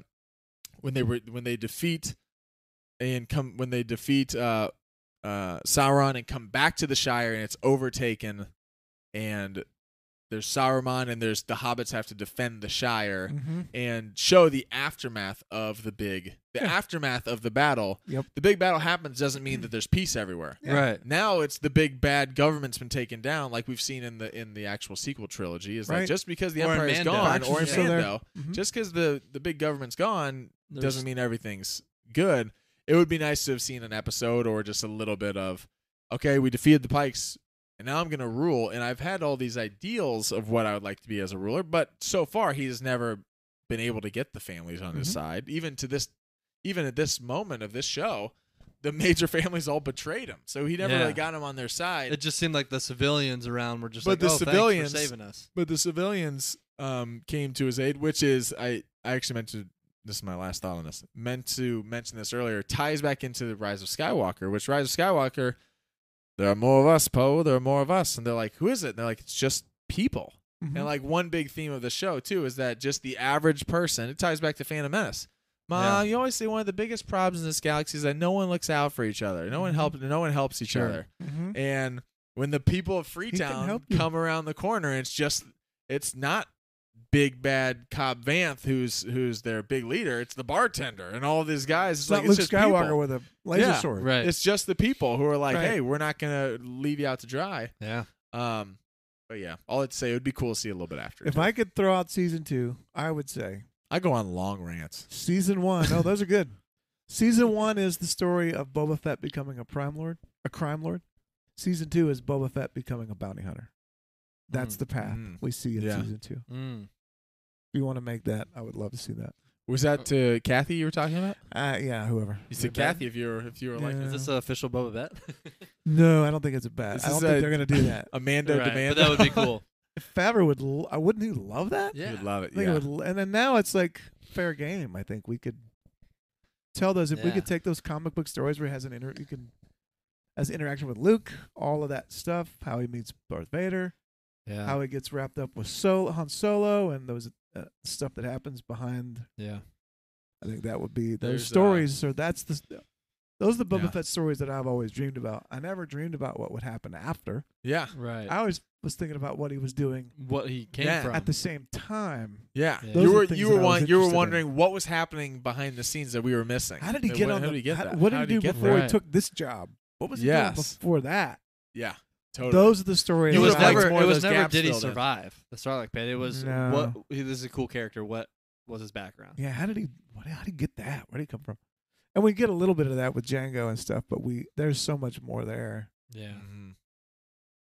when they were when they defeat and come when they defeat uh, uh, Sauron and come back to the Shire and it's overtaken and there's Saruman and there's the hobbits have to defend the Shire
Mm-hmm.
and show the aftermath of the big the
Yeah.
aftermath of the battle.
Yep.
The big battle happens doesn't mean that there's peace everywhere.
Yeah.
Right.
Now it's the big bad government's been taken down, like we've seen in the in the actual sequel trilogy. Is
Right.
like just because the
Or in
empire is
Mando.
gone,
Factions
or in
are still there.
Mando,
Mhm.
just because the the big government's gone
There's-
doesn't mean everything's good. It would be nice to have seen an episode or just a little bit of, okay, we defeated the Pikes, and now I'm gonna rule. And I've had all these ideals of what I would like to be as a ruler, but so far he has never been able to get the families on his
Mm-hmm.
Mhm.
side. Even to this, even at this moment of this show, the major families all betrayed him, so he never
Yeah.
really got him on their side.
It just seemed like the civilians around were just
But
like,
the
"Oh, thanks for
civilians-
saving us.
But the civilians um, came to his aid, which is I, I actually meant to. This is my last thought on this. Meant to mention this earlier. Ties back into the Rise of Skywalker, which Rise of Skywalker, there are more of us, Poe. There are more of us, and they're like, who is it? And they're like, it's just people.
Mhm.
And like one big theme of the show too is that just the average person. It ties back to Phantom Menace. Ma, you always say one of the biggest problems in this galaxy is that no one looks out for each other. No one helps. No one helps each
Sure.
other.
Mhm.
And when the people of Freetown
help you.
come around the corner, it's just it's not big bad Cobb Vanth who's who's their big leader. It's the bartender and all these guys. It's,
It's
like
not Luke
it's just
Skywalker
people.
with a laser
Yeah.
sword.
Right.
It's just the people who are like,
Right.
hey, we're not gonna leave you out to dry.
yeah.
Um, but yeah, all I'd say it would be cool to see a little bit after.
If
too.
I could throw out season two, I would say
I go on long rants.
season one. Oh, those are good. Season one is the story of Boba Fett becoming a prime lord, a crime lord. Season two is Boba Fett becoming a bounty hunter. That's
Mm.
the path
Mm.
we see in
Yeah.
season two.
Mm.
If you want to make that, I would love to see that.
Was that to Kathy you were talking about?
Uh, yeah, whoever.
You said Kathy if you were if you were like
Yeah.
Is this an official Boba Bet?
No, I don't think it's a bet.
This
I don't
is
think
a-
they're gonna do that.
Amanda
Right, But
Demand.
that would be cool.
Favreau would. L- I wouldn't. He love that.
yeah.
You'd love it.
I think
yeah.
it would, l- and then now it's like fair game. I think we could tell those if we
Yeah.
could take those comic book stories where he has an inter, you can as interaction with Luke, all of that stuff, how he meets Darth Vader,
yeah.
how he gets wrapped up with Solo, Han Solo, and those uh, stuff that happens behind.
yeah.
I think that would be those
There's, uh,
stories. or that's the s- those are the Boba
Yeah.
Fett stories that I've always dreamed about. I never dreamed about what would happen after.
yeah.
Right.
I always was thinking about what he was doing
what he came
Yeah.
from.
at the same time.
Yeah,
Yeah.
Those
you
are
were
things
you
that
were
I was
one, you were
interested in.
wondering what was happening behind the scenes that we were missing.
How did he
And
get
what-
on?
How
the,
did he get
how-
that?
What did
How
he do
get
before
that?
he
Right.
took this job? What was he doing
Yes.
before that?
Yeah, totally.
Those are the stories.
it
You
was
would've liked
never.
more
It
of
was
those
never.
gaps
Did he
filled in.
survive? The Starlock Pit. It was
No.
what. He, this is a cool character. What was his background?
Yeah, how did he? What, how did he get that? Where did he come from? And we get a little bit of that with Django and stuff, but we there's so much more there.
Yeah.
Mhm.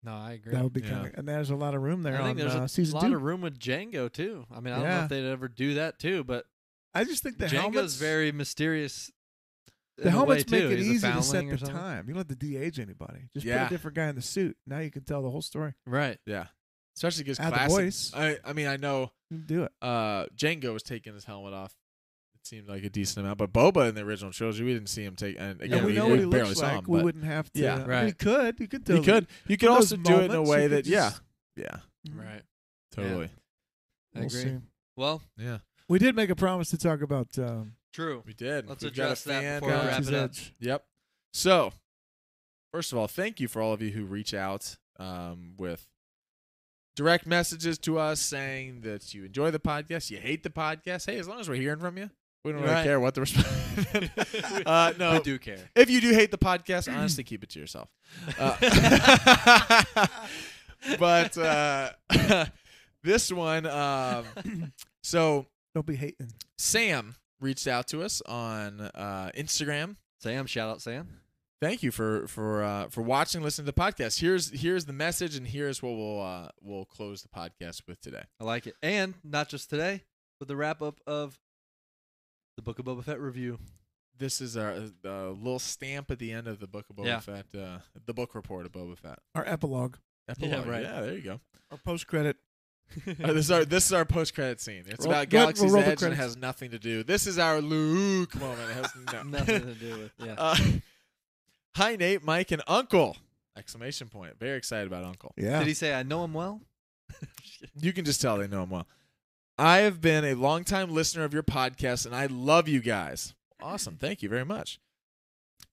No, I agree.
That would be
Yeah.
kind of, and there's a lot of room there
I
on
think there's
uh,
a
season
lot
two.
of room with Django too. I mean, I don't know
Yeah.
if they'd ever do that too, but
I just think the
Django's
helmets,
very mysterious. in
the
a way,
helmets make
too.
it
He's a
easy to
foundling
set
or
the
something.
time. You don't have to de-age anybody. Just put
Yeah.
a different guy in the suit. Now you can tell the whole story.
Right.
Yeah, especially because
Add the
classic.
voice.
I I mean I know
You can Do it.
uh, Django was taking his helmet off. It seemed like a decent amount, but Boba in the original trilogy we didn't see him take. And again,
and we
we,
know
we
what he
barely
looks
saw
like.
him.
we
but
wouldn't have to.
Yeah.
I mean,
Right.
he could. You could.
you
tell-
could you could
those
also do it in a
moments,
way
you
that
could
yeah
just-
yeah
Right.
totally
I
We'll
agree.
see.
Well,
yeah
We did make a promise to talk about um,
true.
we did.
Let's
We've got a
address that
fan
before we
guy.
wrap
Galaxy's
it up.
Edge.
Yep. So, first of all, thank you for all of you who reach out um, with direct messages to us saying that you enjoy the podcast, you hate the podcast. Hey, as long as we're hearing from you, we don't really
Right.
care what the response. uh, no,
We do care.
if you do hate the podcast, honestly, keep it to yourself. Uh, but uh, this one, um, so
Don't be hating.
Sam reached out to us on uh, Instagram.
Sam, shout out Sam.
thank you for for uh, for watching, listening to the podcast. Here's here's the message, and here's what we'll uh, we'll close the podcast with today.
I like it. And not just today, but the wrap up of the Book of Boba Fett review.
This is our uh, little stamp at the end of the book of Boba
Yeah.
Fett, uh, the book report of Boba Fett.
Our epilogue,
Epilogue.
right.
Yeah, there you go.
our post credit.
Uh, this is our this is our post credit scene. It's
Roll-
about
go ahead,
Galaxy's
roll the
Edge and
credits.
has nothing to do. This is our Luke moment. It has no-
Nothing to do with yeah.
Uh, hi Nate, Mike, and Uncle! Exclamation point. Very excited about Uncle.
Yeah.
Did he say I know him well?
You can just tell they know him well. I have been a longtime listener of your podcast, and I love you guys. Awesome. Thank you very much.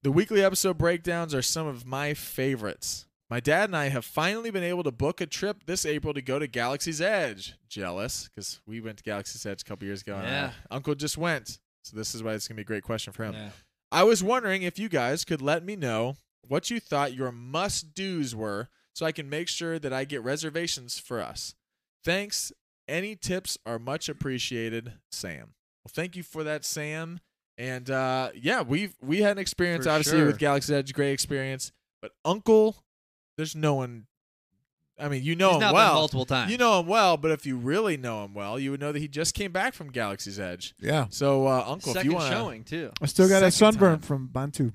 The weekly episode breakdowns are some of my favorites. My dad and I have finally been able to book a trip this April to go to Galaxy's Edge. Jealous, because we went to Galaxy's Edge a couple years ago. and, uh,
Yeah.
Uncle just went. So this is why it's going to be a great question for him.
Yeah.
I was wondering if you guys could let me know what you thought your must do's were so I can make sure that I get reservations for us. Thanks. Any tips are much appreciated, Sam. Well, thank you for that, Sam. And uh, yeah, we've we had an experience
For
obviously
sure.
with Galaxy Edge, great experience. But Uncle, there's no one. I mean, you know
He's
him
not been
Oh, well.
multiple times.
You know him well, but if you really know him well, you would know that he just came back from Galaxy's Edge.
Yeah.
So, uh, Uncle, if
second
you want to
showing too.
I still got a
Second
sunburn
time.
from Bantu.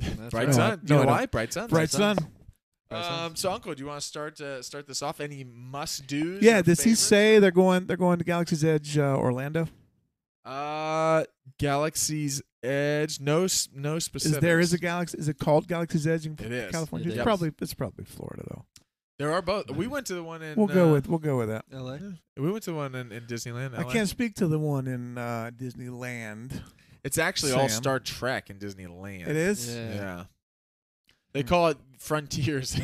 That's
Bright
right.
sun.
No,
You know
I don't.
why? Bright sun.
Bright sun.
Um, so, Uncle, do you want to start uh, start this off? Any must do's?
Yeah, does he say they're going? They're going to Galaxy's Edge, uh, Orlando.
Uh, Galaxy's Edge. No, s- no
Is
specific.
there is a galaxy? Is it called Galaxy's Edge in
It is.
California?
It
it's
is.
probably it's probably Florida though.
There are both. We went to the one in.
We'll go
uh,
with we'll go with that.
LA.
We went to the one in, in Disneyland.
I
LA.
can't speak to the one in uh, Disneyland.
It's actually all
Sam.
Star Trek in Disneyland.
It is
Yeah. They call it Frontiers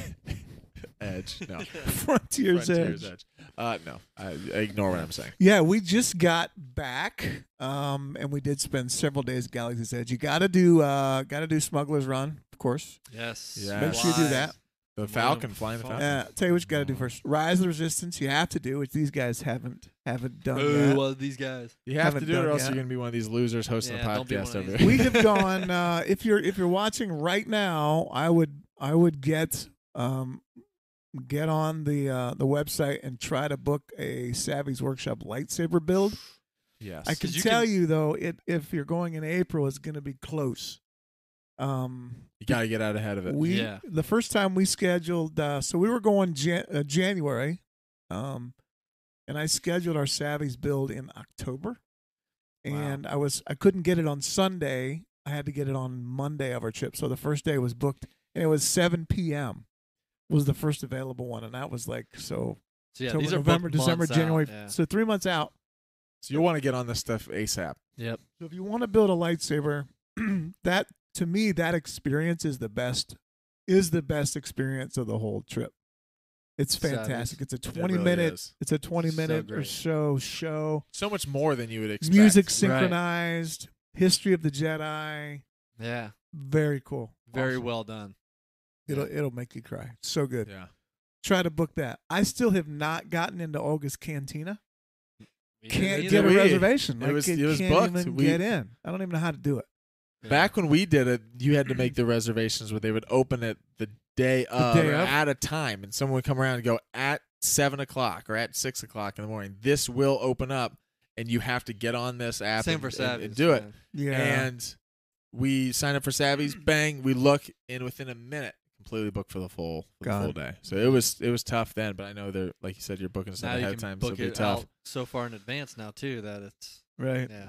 Edge. No.
Frontiers,
Frontiers
Edge.
Edge. Uh, no. I, I ignore what I'm saying.
Yeah, we just got back, um, and we did spend several days at Galaxy's Edge. You gotta do uh, gotta do Smuggler's Run, of course.
Yes.
Yeah.
Make sure you do that.
The
One
Falcon
of
flying the
five.
Falcon.
Uh, tell you what you gotta do first. Rise of the Resistance. You have to do, which these guys haven't haven't done
Ooh,
yet.
well, these guys.
You have to
Haven't
do it,
done
or else
yet.
you're gonna be one of these losers hosting
Yeah,
the
don't be one
podcast
of
over
these.
here.
we have gone uh, if you're if you're watching right now i would i would get um get on the uh the website and try to book a savvy's workshop lightsaber build
yes.
i can
you
tell
can-
you though it if you're going in april it's going to be close um
you gotta get out ahead of it.
we
Yeah.
the first time we scheduled uh so we were going Jan- uh, january um and i scheduled our savvy's build in october and i was i couldn't get it on sunday i had to get it on monday of our trip so the first day was booked and it was 7 p.m was the first available one and that was like so
So yeah,
October,
these are
november
booked
december
months out,
january
yeah.
so three months out
So you'll want to get on this stuff ASAP.
so if you want to build a lightsaber, that to me that experience is the best is the best experience of the whole trip. It's
Savage.
fantastic. It's a
uh, It
20
really
minute
is.
it's a 20
So
minute or
great.
so show.
So much more than you would expect.
Music
Right.
synchronized, history of the Jedi,
yeah,
very cool.
very
Awesome.
well done.
It'll it'll make you cry. So good.
Yeah.
Try to book that. I still have not gotten into Olga's Cantina. Can't
Neither
get a
we-
re-
reservation.
It
Like,
was- it was
can't
booked.
even
We-
get in. I don't even know how to do it.
Back when we did it, you had to make the reservations where they would open it the day of,
day
or
of.
at a time, and someone would come around and go at seven o'clock or at six o'clock in the morning. This will open up, and you have to get on this app
Same
and,
for
and- and
Savvy's.
do it.
man.
Yeah.
And we sign up for Savvy's. Bang, we look, and within a minute, completely booked for the full for the full
Gone.
day. So it was it was tough then, but I know they're like you said, you're booking stuff
Now
ahead
you
of
can
time, so
book
it'll be
it
tough.
out so far in advance now too that it's
right.
yeah.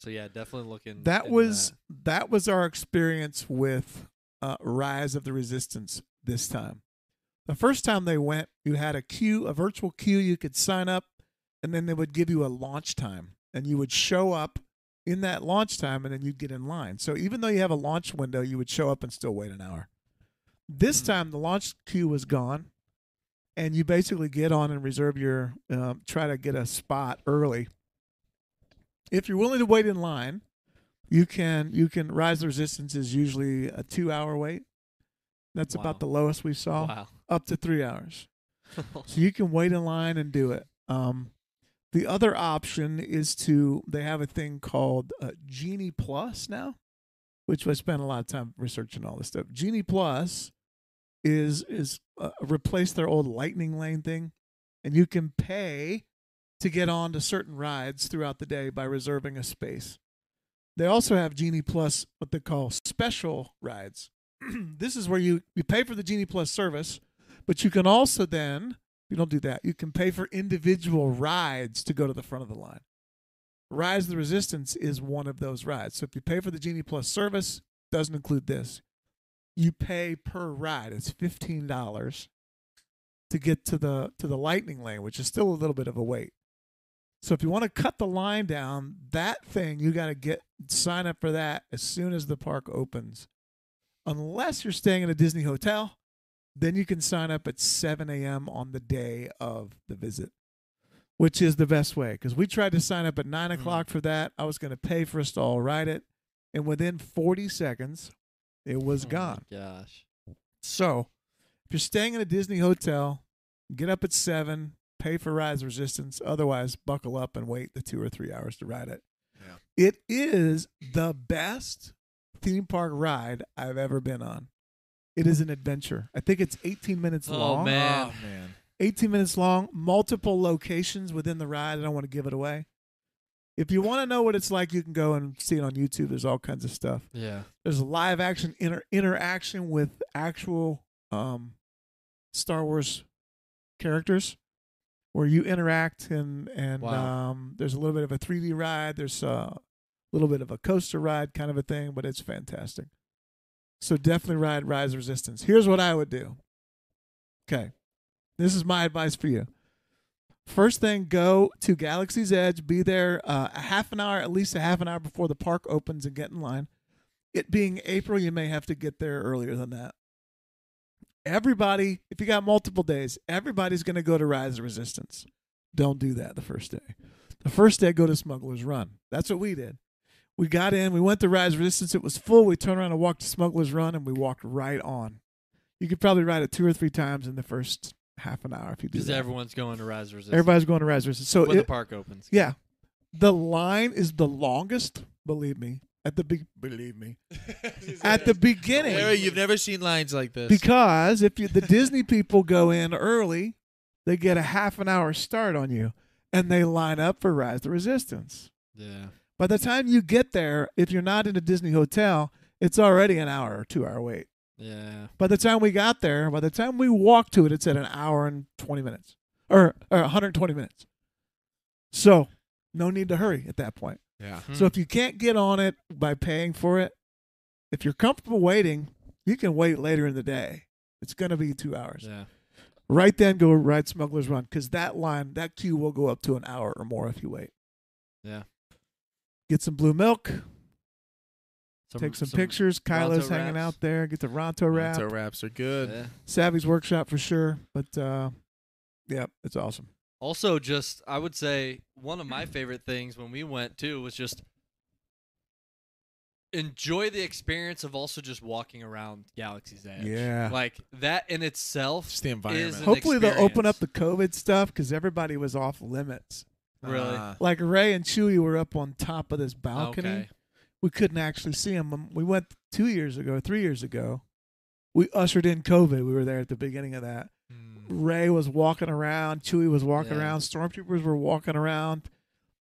So yeah, definitely looking.
that
in,
was
uh,
that was our experience with uh, Rise of the Resistance this time. The first time they went, you had a queue, a virtual queue you could sign up, and then they would give you a launch time, and you would show up in that launch time, and then you'd get in line. So even though you have a launch window, you would show up and still wait an hour. This
Mm-hmm.
time the launch queue was gone, and you basically get on and reserve your um, try to get a spot early. If you're willing to wait in line, you can you can rise the resistance is usually a two hour wait. That's
Wow.
about the lowest we saw.
wow.
Up to three hours. So you can wait in line and do it. Um, the other option is to they have a thing called uh, Genie Plus now, which I spent a lot of time researching all this stuff. Genie Plus is is uh, replace their old Lightning Lane thing, and you can pay to get on to certain rides throughout the day by reserving a space. They also have Genie Plus what they call special rides. this is where you you pay for the Genie Plus service but you can also then, you don't do that, you can pay for individual rides to go to the front of the line. Rise of the Resistance is one of those rides. So if you pay for the Genie Plus service, doesn't include this. You pay per ride. It's fifteen dollars to get to the to the lightning lane, which is still a little bit of a wait. So if you want to cut the line down, that thing you got to get sign up for that as soon as the park opens. Unless you're staying in a Disney hotel, Then you can sign up at 7 a.m. on the day of the visit, which is the best way because we tried to sign up at 9 o'clock for that. I was going to pay for us to all write it. And within 40 seconds, it was gone.
Gosh.
So if you're staying in a Disney hotel, get up at 7, pay for Rise Resistance. Otherwise, buckle up and wait the two or three hours to ride it. It is the best theme park ride I've ever been on. It is an adventure. I think it's 18 minutes long.
Oh man.
Oh man.
18 minutes long, multiple locations within the ride. I don't want to give it away. If you want to know what it's like, you can go and see it on YouTube. There's all kinds of stuff.
Yeah.
There's live action inter- interaction with actual um, Star Wars characters where you interact and and
Wow.
um, there's a little bit of a 3D ride. There's a little bit of a coaster ride kind of a thing, but it's fantastic. So definitely ride Rise of Resistance. Here's what I would do. Okay. This is my advice for you. First thing, go to Galaxy's Edge. Be there uh, a half an hour, at least a half an hour before the park opens and get in line. It being April, you may have to get there earlier than that. Everybody, if you got multiple days, everybody's going to go to Rise of Resistance. Don't do that the first day. The first day, go to Smuggler's Run. That's what we did. We got in, we went to Rise of Resistance. It was full. We turned around and walked to Smuggler's Run, and we walked right on. You could probably ride it two or three times in the first half an hour if you do
Because
that.
everyone's going to Rise Resistance.
Everybody's going to Rise Resistance. So
when
it,
the park opens.
yeah, the line is the longest. Believe me, at the be- believe me at the beginning
Larry, you've never seen lines like this.
because if you the Disney people go in early, they get a half an hour start on you, and they line up for Rise the Resistance.
Yeah.
By the time you get there, if you're not in a Disney hotel, it's already an hour or two hour wait.
Yeah.
By the time we got there, by the time we walked to it, it's at an hour and 20 minutes or, or 120 minutes. So, no need to hurry at that point.
yeah.
So, if you can't get on it by paying for it, if you're comfortable waiting, you can wait later in the day. It's going to be two hours.
Yeah.
Right then, go ride Smuggler's Run because that line, that queue will go up to an hour or more if you wait.
Yeah.
Get some blue milk,
Some-
take some,
some-
pictures. Kylo's
Ronto
hanging
wraps.
out there. Get the Ronto wrap.
Ronto wraps are good.
Yeah.
Savvy's workshop for sure. But uh, yeah, it's awesome.
Also, just I would say one of my favorite things when we went too was just enjoy the experience of also just walking around Galaxy's Edge.
Yeah.
Like that in itself
Just the environment.
is an
Hopefully they'll open
experience.
up the COVID stuff because everybody was off limits.
really.
Ah.
Like Ray and Chewie were up on top of this balcony.
Okay.
We couldn't actually see them. We went two years ago, three years ago. We ushered in COVID. We were there at the beginning of that.
Hmm.
Ray was walking around. Chewie was walking
Yeah.
around. Stormtroopers were walking around.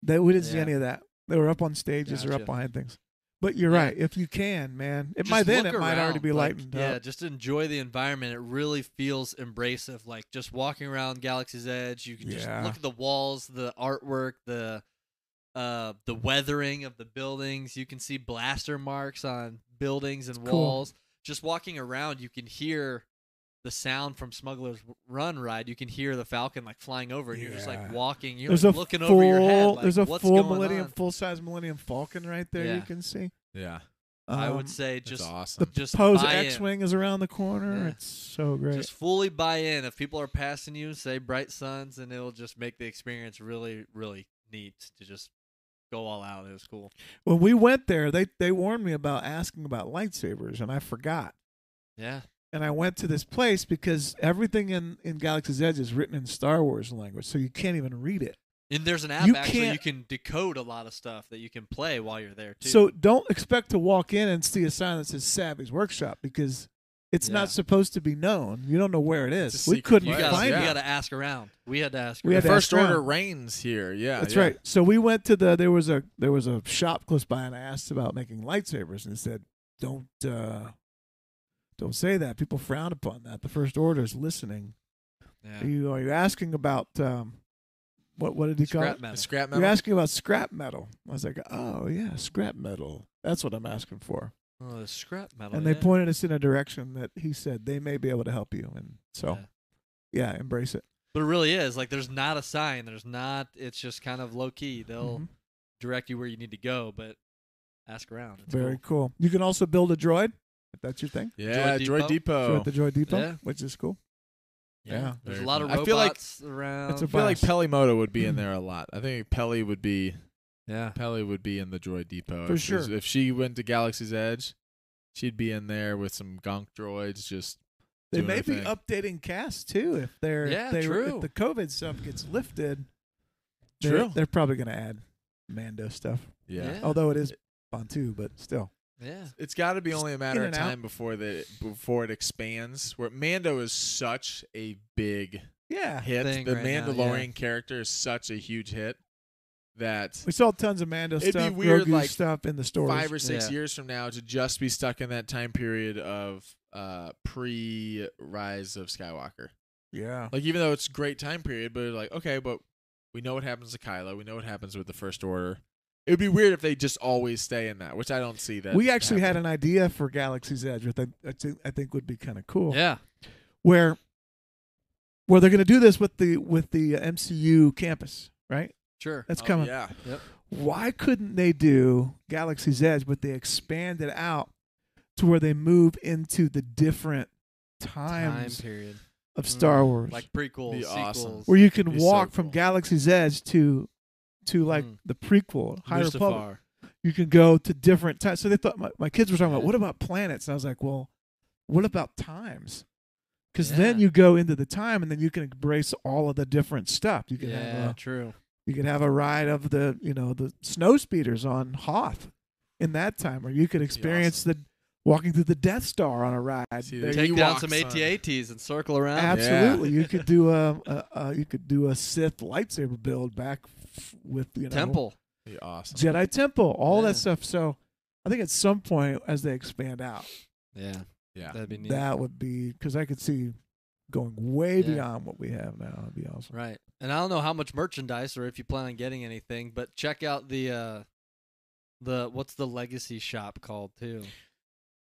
They, we didn't see
Yeah.
any of that. They were up on stages or up
Gotcha.
behind things. But you're
Yeah.
right. If you can, man, it
Just
might then
look
it might already
around,
be
like,
lightened
Yeah,
up.
just enjoy the environment. It really feels embracive. Like just walking around Galaxy's Edge, you can just
Yeah.
look at the walls, the artwork, the uh, the weathering of the buildings. You can see blaster marks on buildings and
It's cool.
walls. Just walking around, you can hear the sound from Smuggler's Run ride. You can hear the Falcon like flying over, and you're just
Yeah.
like walking. You're
There's
like,
a
looking
full,
over your head. Like,
there's a
what's
full
going
Millennium,
on?
full size Millennium Falcon right there. You
Yeah.
can see.
Yeah.
I would
Um,
say
That's
just
awesome.
just
Pose
buy in.
X Wing is around the corner.
Yeah.
It's so great.
Just fully buy in. If people are passing you, say bright suns, and it'll just make the experience really, really neat to just go all out. It was cool.
when we went there, they, they warned me about asking about lightsabers, and I forgot.
Yeah.
and I went to this place because everything in, in Galaxy's Edge is written in Star Wars language, so you can't even read it.
And there's an app
You
actually you
can't-
can decode a lot of stuff that you can play while you're there too.
So don't expect to walk in and see a sign that says Savvy's Workshop because it's
Yeah.
not supposed to be known. You don't know where it is.
It's a
We
secret
couldn't
you
place,
gotta
find
you
yeah.
it.
gotta ask around. We had to ask.
We
around.
had to
the first
ask
order
around.
reigns here. Yeah.
That's
yeah.
right. So we went to the there was a there was a shop close by, and I asked about making lightsabers, and it said, "Don't uh, don't say that. People frown upon that. The First Order is listening.
Yeah.
Are you are you asking about um, what what did he call it?
Scrap
The
metal.
scrap
You're
metal.
asking about scrap metal. I was like, oh yeah, scrap metal. That's what I'm asking for.
Oh, the scrap metal.
And they
yeah.
pointed us in a direction that he said they may be able to help you. And so, yeah, embrace it.
But it really is like there's not a sign. There's not. It's just kind of low key. They'll
Mhm.
direct you where you need to go, but ask around. It's
Very
cool.
cool. You can also build a droid. That's your thing.
Yeah,
Joy
Joy
Depot?
So
Depot.
at the Joy Depot,
Yeah.
which is cool. Yeah.
There's a
Very
lot of
cool. I feel like-
robots around.
It's a
I feel like
blast.
Pelimoto would be in there a lot. I think Pelly would be
yeah.
Pelly would be in the droid depot
For
If she's-
sure.
If she went to Galaxy's Edge, she'd be in there with some gonk droids. Just
They
doing
may
her
be
thing.
updating cast too if they're
Yeah,
if, they,
true.
if the COVID stuff gets lifted. they're-
True.
They're, probably going to add Mando stuff,
Oh. yeah.
Yeah.
although it is Bantu, but still.
Yeah.
It's got to be only a matter
in
of
and out.
time before the before it expands. Where Mando is such a big
Yeah,
hit,
Thing
the
right now, yeah.
Mandalorian character is such a huge hit that
we saw tons of Mando
It'd be
stuff,
weird,
Grogu
like,
stuff in the stores.
five or six
Yeah.
years from now to just be stuck in that time period of uh, pre Rise of Skywalker.
yeah,
Like even though it's a great time period, but like okay, but we know what happens to Kylo. We know what happens with the First Order. It would be weird if they just always stay in that, which I don't see that.
we actually had
happening.
an idea for Galaxy's Edge, which I, I think- I think would be kind of cool.
Yeah.
where where they're going to do this with the with the MCU campus, right?
Sure.
That's coming.
Oh, Yeah,
Why couldn't they do Galaxy's Edge, but they expand it out to where they move into the different
Time
times
period.
of Star Wars,
Like prequels,
Be
sequels.
awesome.
where you can
Be so
walk from
cool.
Galaxy's Edge to to like
Mm.
the prequel, High Republic.
Mustafar.
You can go to different times. So they thought my, my kids were talking about what about planets, and I was like, well, what about times? Because then
Yeah.
you go into the time, and then you can embrace all of the different stuff. You can have uh,
Yeah,
a,
true.
You could have a ride of the, you know, the snow speeders on Hoth in that time, or you could experience the walking through the Death Star on a ride.
See,
There
they-
you-
Take down
Ewoks
some
on-
AT-ATs and circle around.
absolutely, you could do a, a, a you could do a Sith lightsaber build back f- with you know
Temple.
Be awesome.
Jedi Temple, all
Yeah.
that stuff. So I think at some point as they expand out,
Yeah.
Yeah.
That'd be neat.
that would be because I could see going way
Yeah.
beyond what we have now. It'd be awesome.
Right. And I don't know how much merchandise or if you plan on getting anything, but check out the uh the what's the legacy shop called too?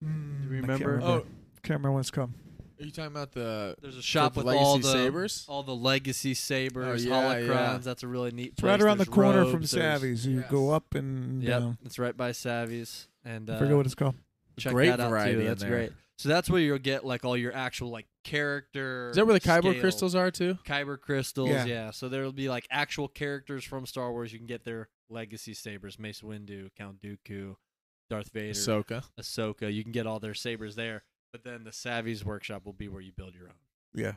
Mm, I can't
remember?
Oh,
can't remember when it's come.
are you talking about the
There's a shop
the
with all
legacy
the
sabers?
all the legacy sabers,
yeah,
holocrons.
yeah.
That's a really neat
It's
place.
right around the
There's
corner from
robes, there's-
Savvy's. You
Yes.
go up and
Yep,
down.
it's right by Savvy's. And
I
uh,
forget what it's called.
check
Great
that out
variety
too.
in
That's
there.
great. So that's where you'll get like all your actual like character.
Is that where the Kyber
scale-
crystals are too?
Kyber crystals,
Yeah.
yeah. So there'll be like actual characters from Star Wars. You can get their legacy sabers: Mace Windu, Count Dooku, Darth Vader,
Ahsoka.
Ahsoka. You can get all their sabers there. But then the Savvy's workshop will be where you build your own.
Yeah.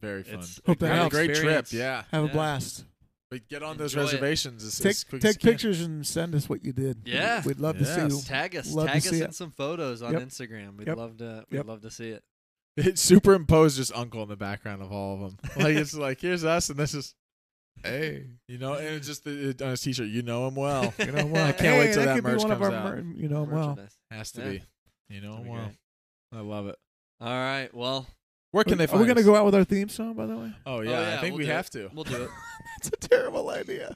Very fun.
It's a
Hope that
great
Had a
helps.
great trip.
experience.
Yeah.
Have a
Yeah.
blast.
But get on those
Enjoy it.
reservations as, as
Take
quick
take
as you can.
pictures and send us what you did.
Yeah.
We'd love to
Yes.
see
Tag us.
Love to
tag us
see
in
it.
some photos on
Yep.
Instagram. We'd
Yep.
love to. We'd
Yep.
love to see it.
It superimposed just uncle in the background of all of them. Like it's like here's us and this is hey, you know, and it's just the, it, on his t-shirt. You know him well.
you. You know,
I
well,
can't wait
hey,
till that
could be
merch
one of
comes
our
out.
mer- you know, well,
Merchandise.
Has to
Yeah.
be. You know
That'd
him
be
well. I love it.
All right. Well,
Where can
are,
they find?
are we gonna
us?
go out with our theme song? By the way,
Oh yeah,
yeah,
I think
we'll
we
do
have to.
we'll do it.
that's a terrible idea.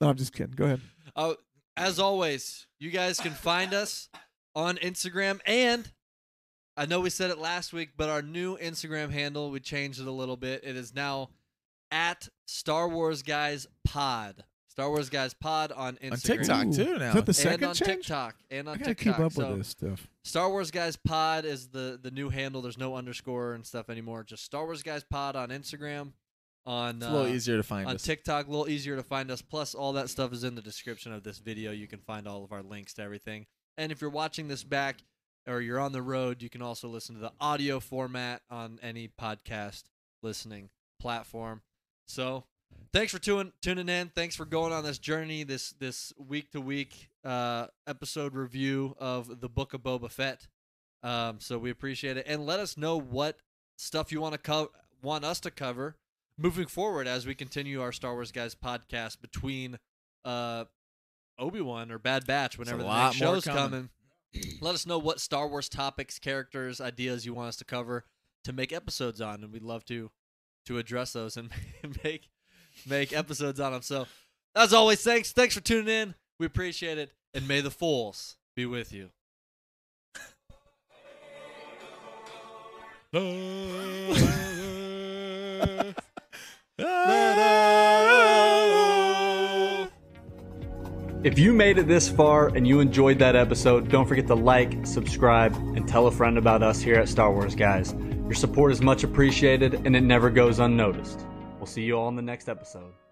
No, I'm just kidding. Go ahead.
Oh, as always, you guys can find us on Instagram and I know we said it last week, but our new Instagram handle, we changed it a little bit. It is now at Star Wars Guys Pod. Star Wars Guys Pod on Instagram.
On TikTok
Ooh.
too now.
Is that the
and
second
on
change?
TikTok. And on
I gotta
TikTok.
keep up
so
with this stuff.
Star Wars Guys Pod is the the new handle. There's no underscore and stuff anymore. Just Star Wars Guys Pod on Instagram. On
it's a little
uh,
easier to find
on
us.
TikTok, a little easier to find us. Plus, all that stuff is in the description of this video. You can find all of our links to everything. And if you're watching this back or you're on the road, you can also listen to the audio format on any podcast listening platform. So, thanks for tuning tuning in. Thanks for going on this journey, this this week to week uh episode review of the Book of Boba Fett. Um, so we appreciate it, and let us know what stuff you want to co- want us to cover moving forward as we continue our Star Wars guys podcast between uh Obi Wan or Bad Batch whenever the
lot
next
more
show's
coming.
coming. Let us know what Star Wars topics, characters, ideas you want us to cover to make episodes on, and we'd love to to address those and make make episodes on them. So as always, thanks thanks for tuning in. We appreciate it, and may the fools be with you. If you made it this far and you enjoyed that episode, don't forget to like, subscribe, and tell a friend about us here at Star Wars Guys. Your support is much appreciated and it never goes unnoticed. We'll see you all in the next episode.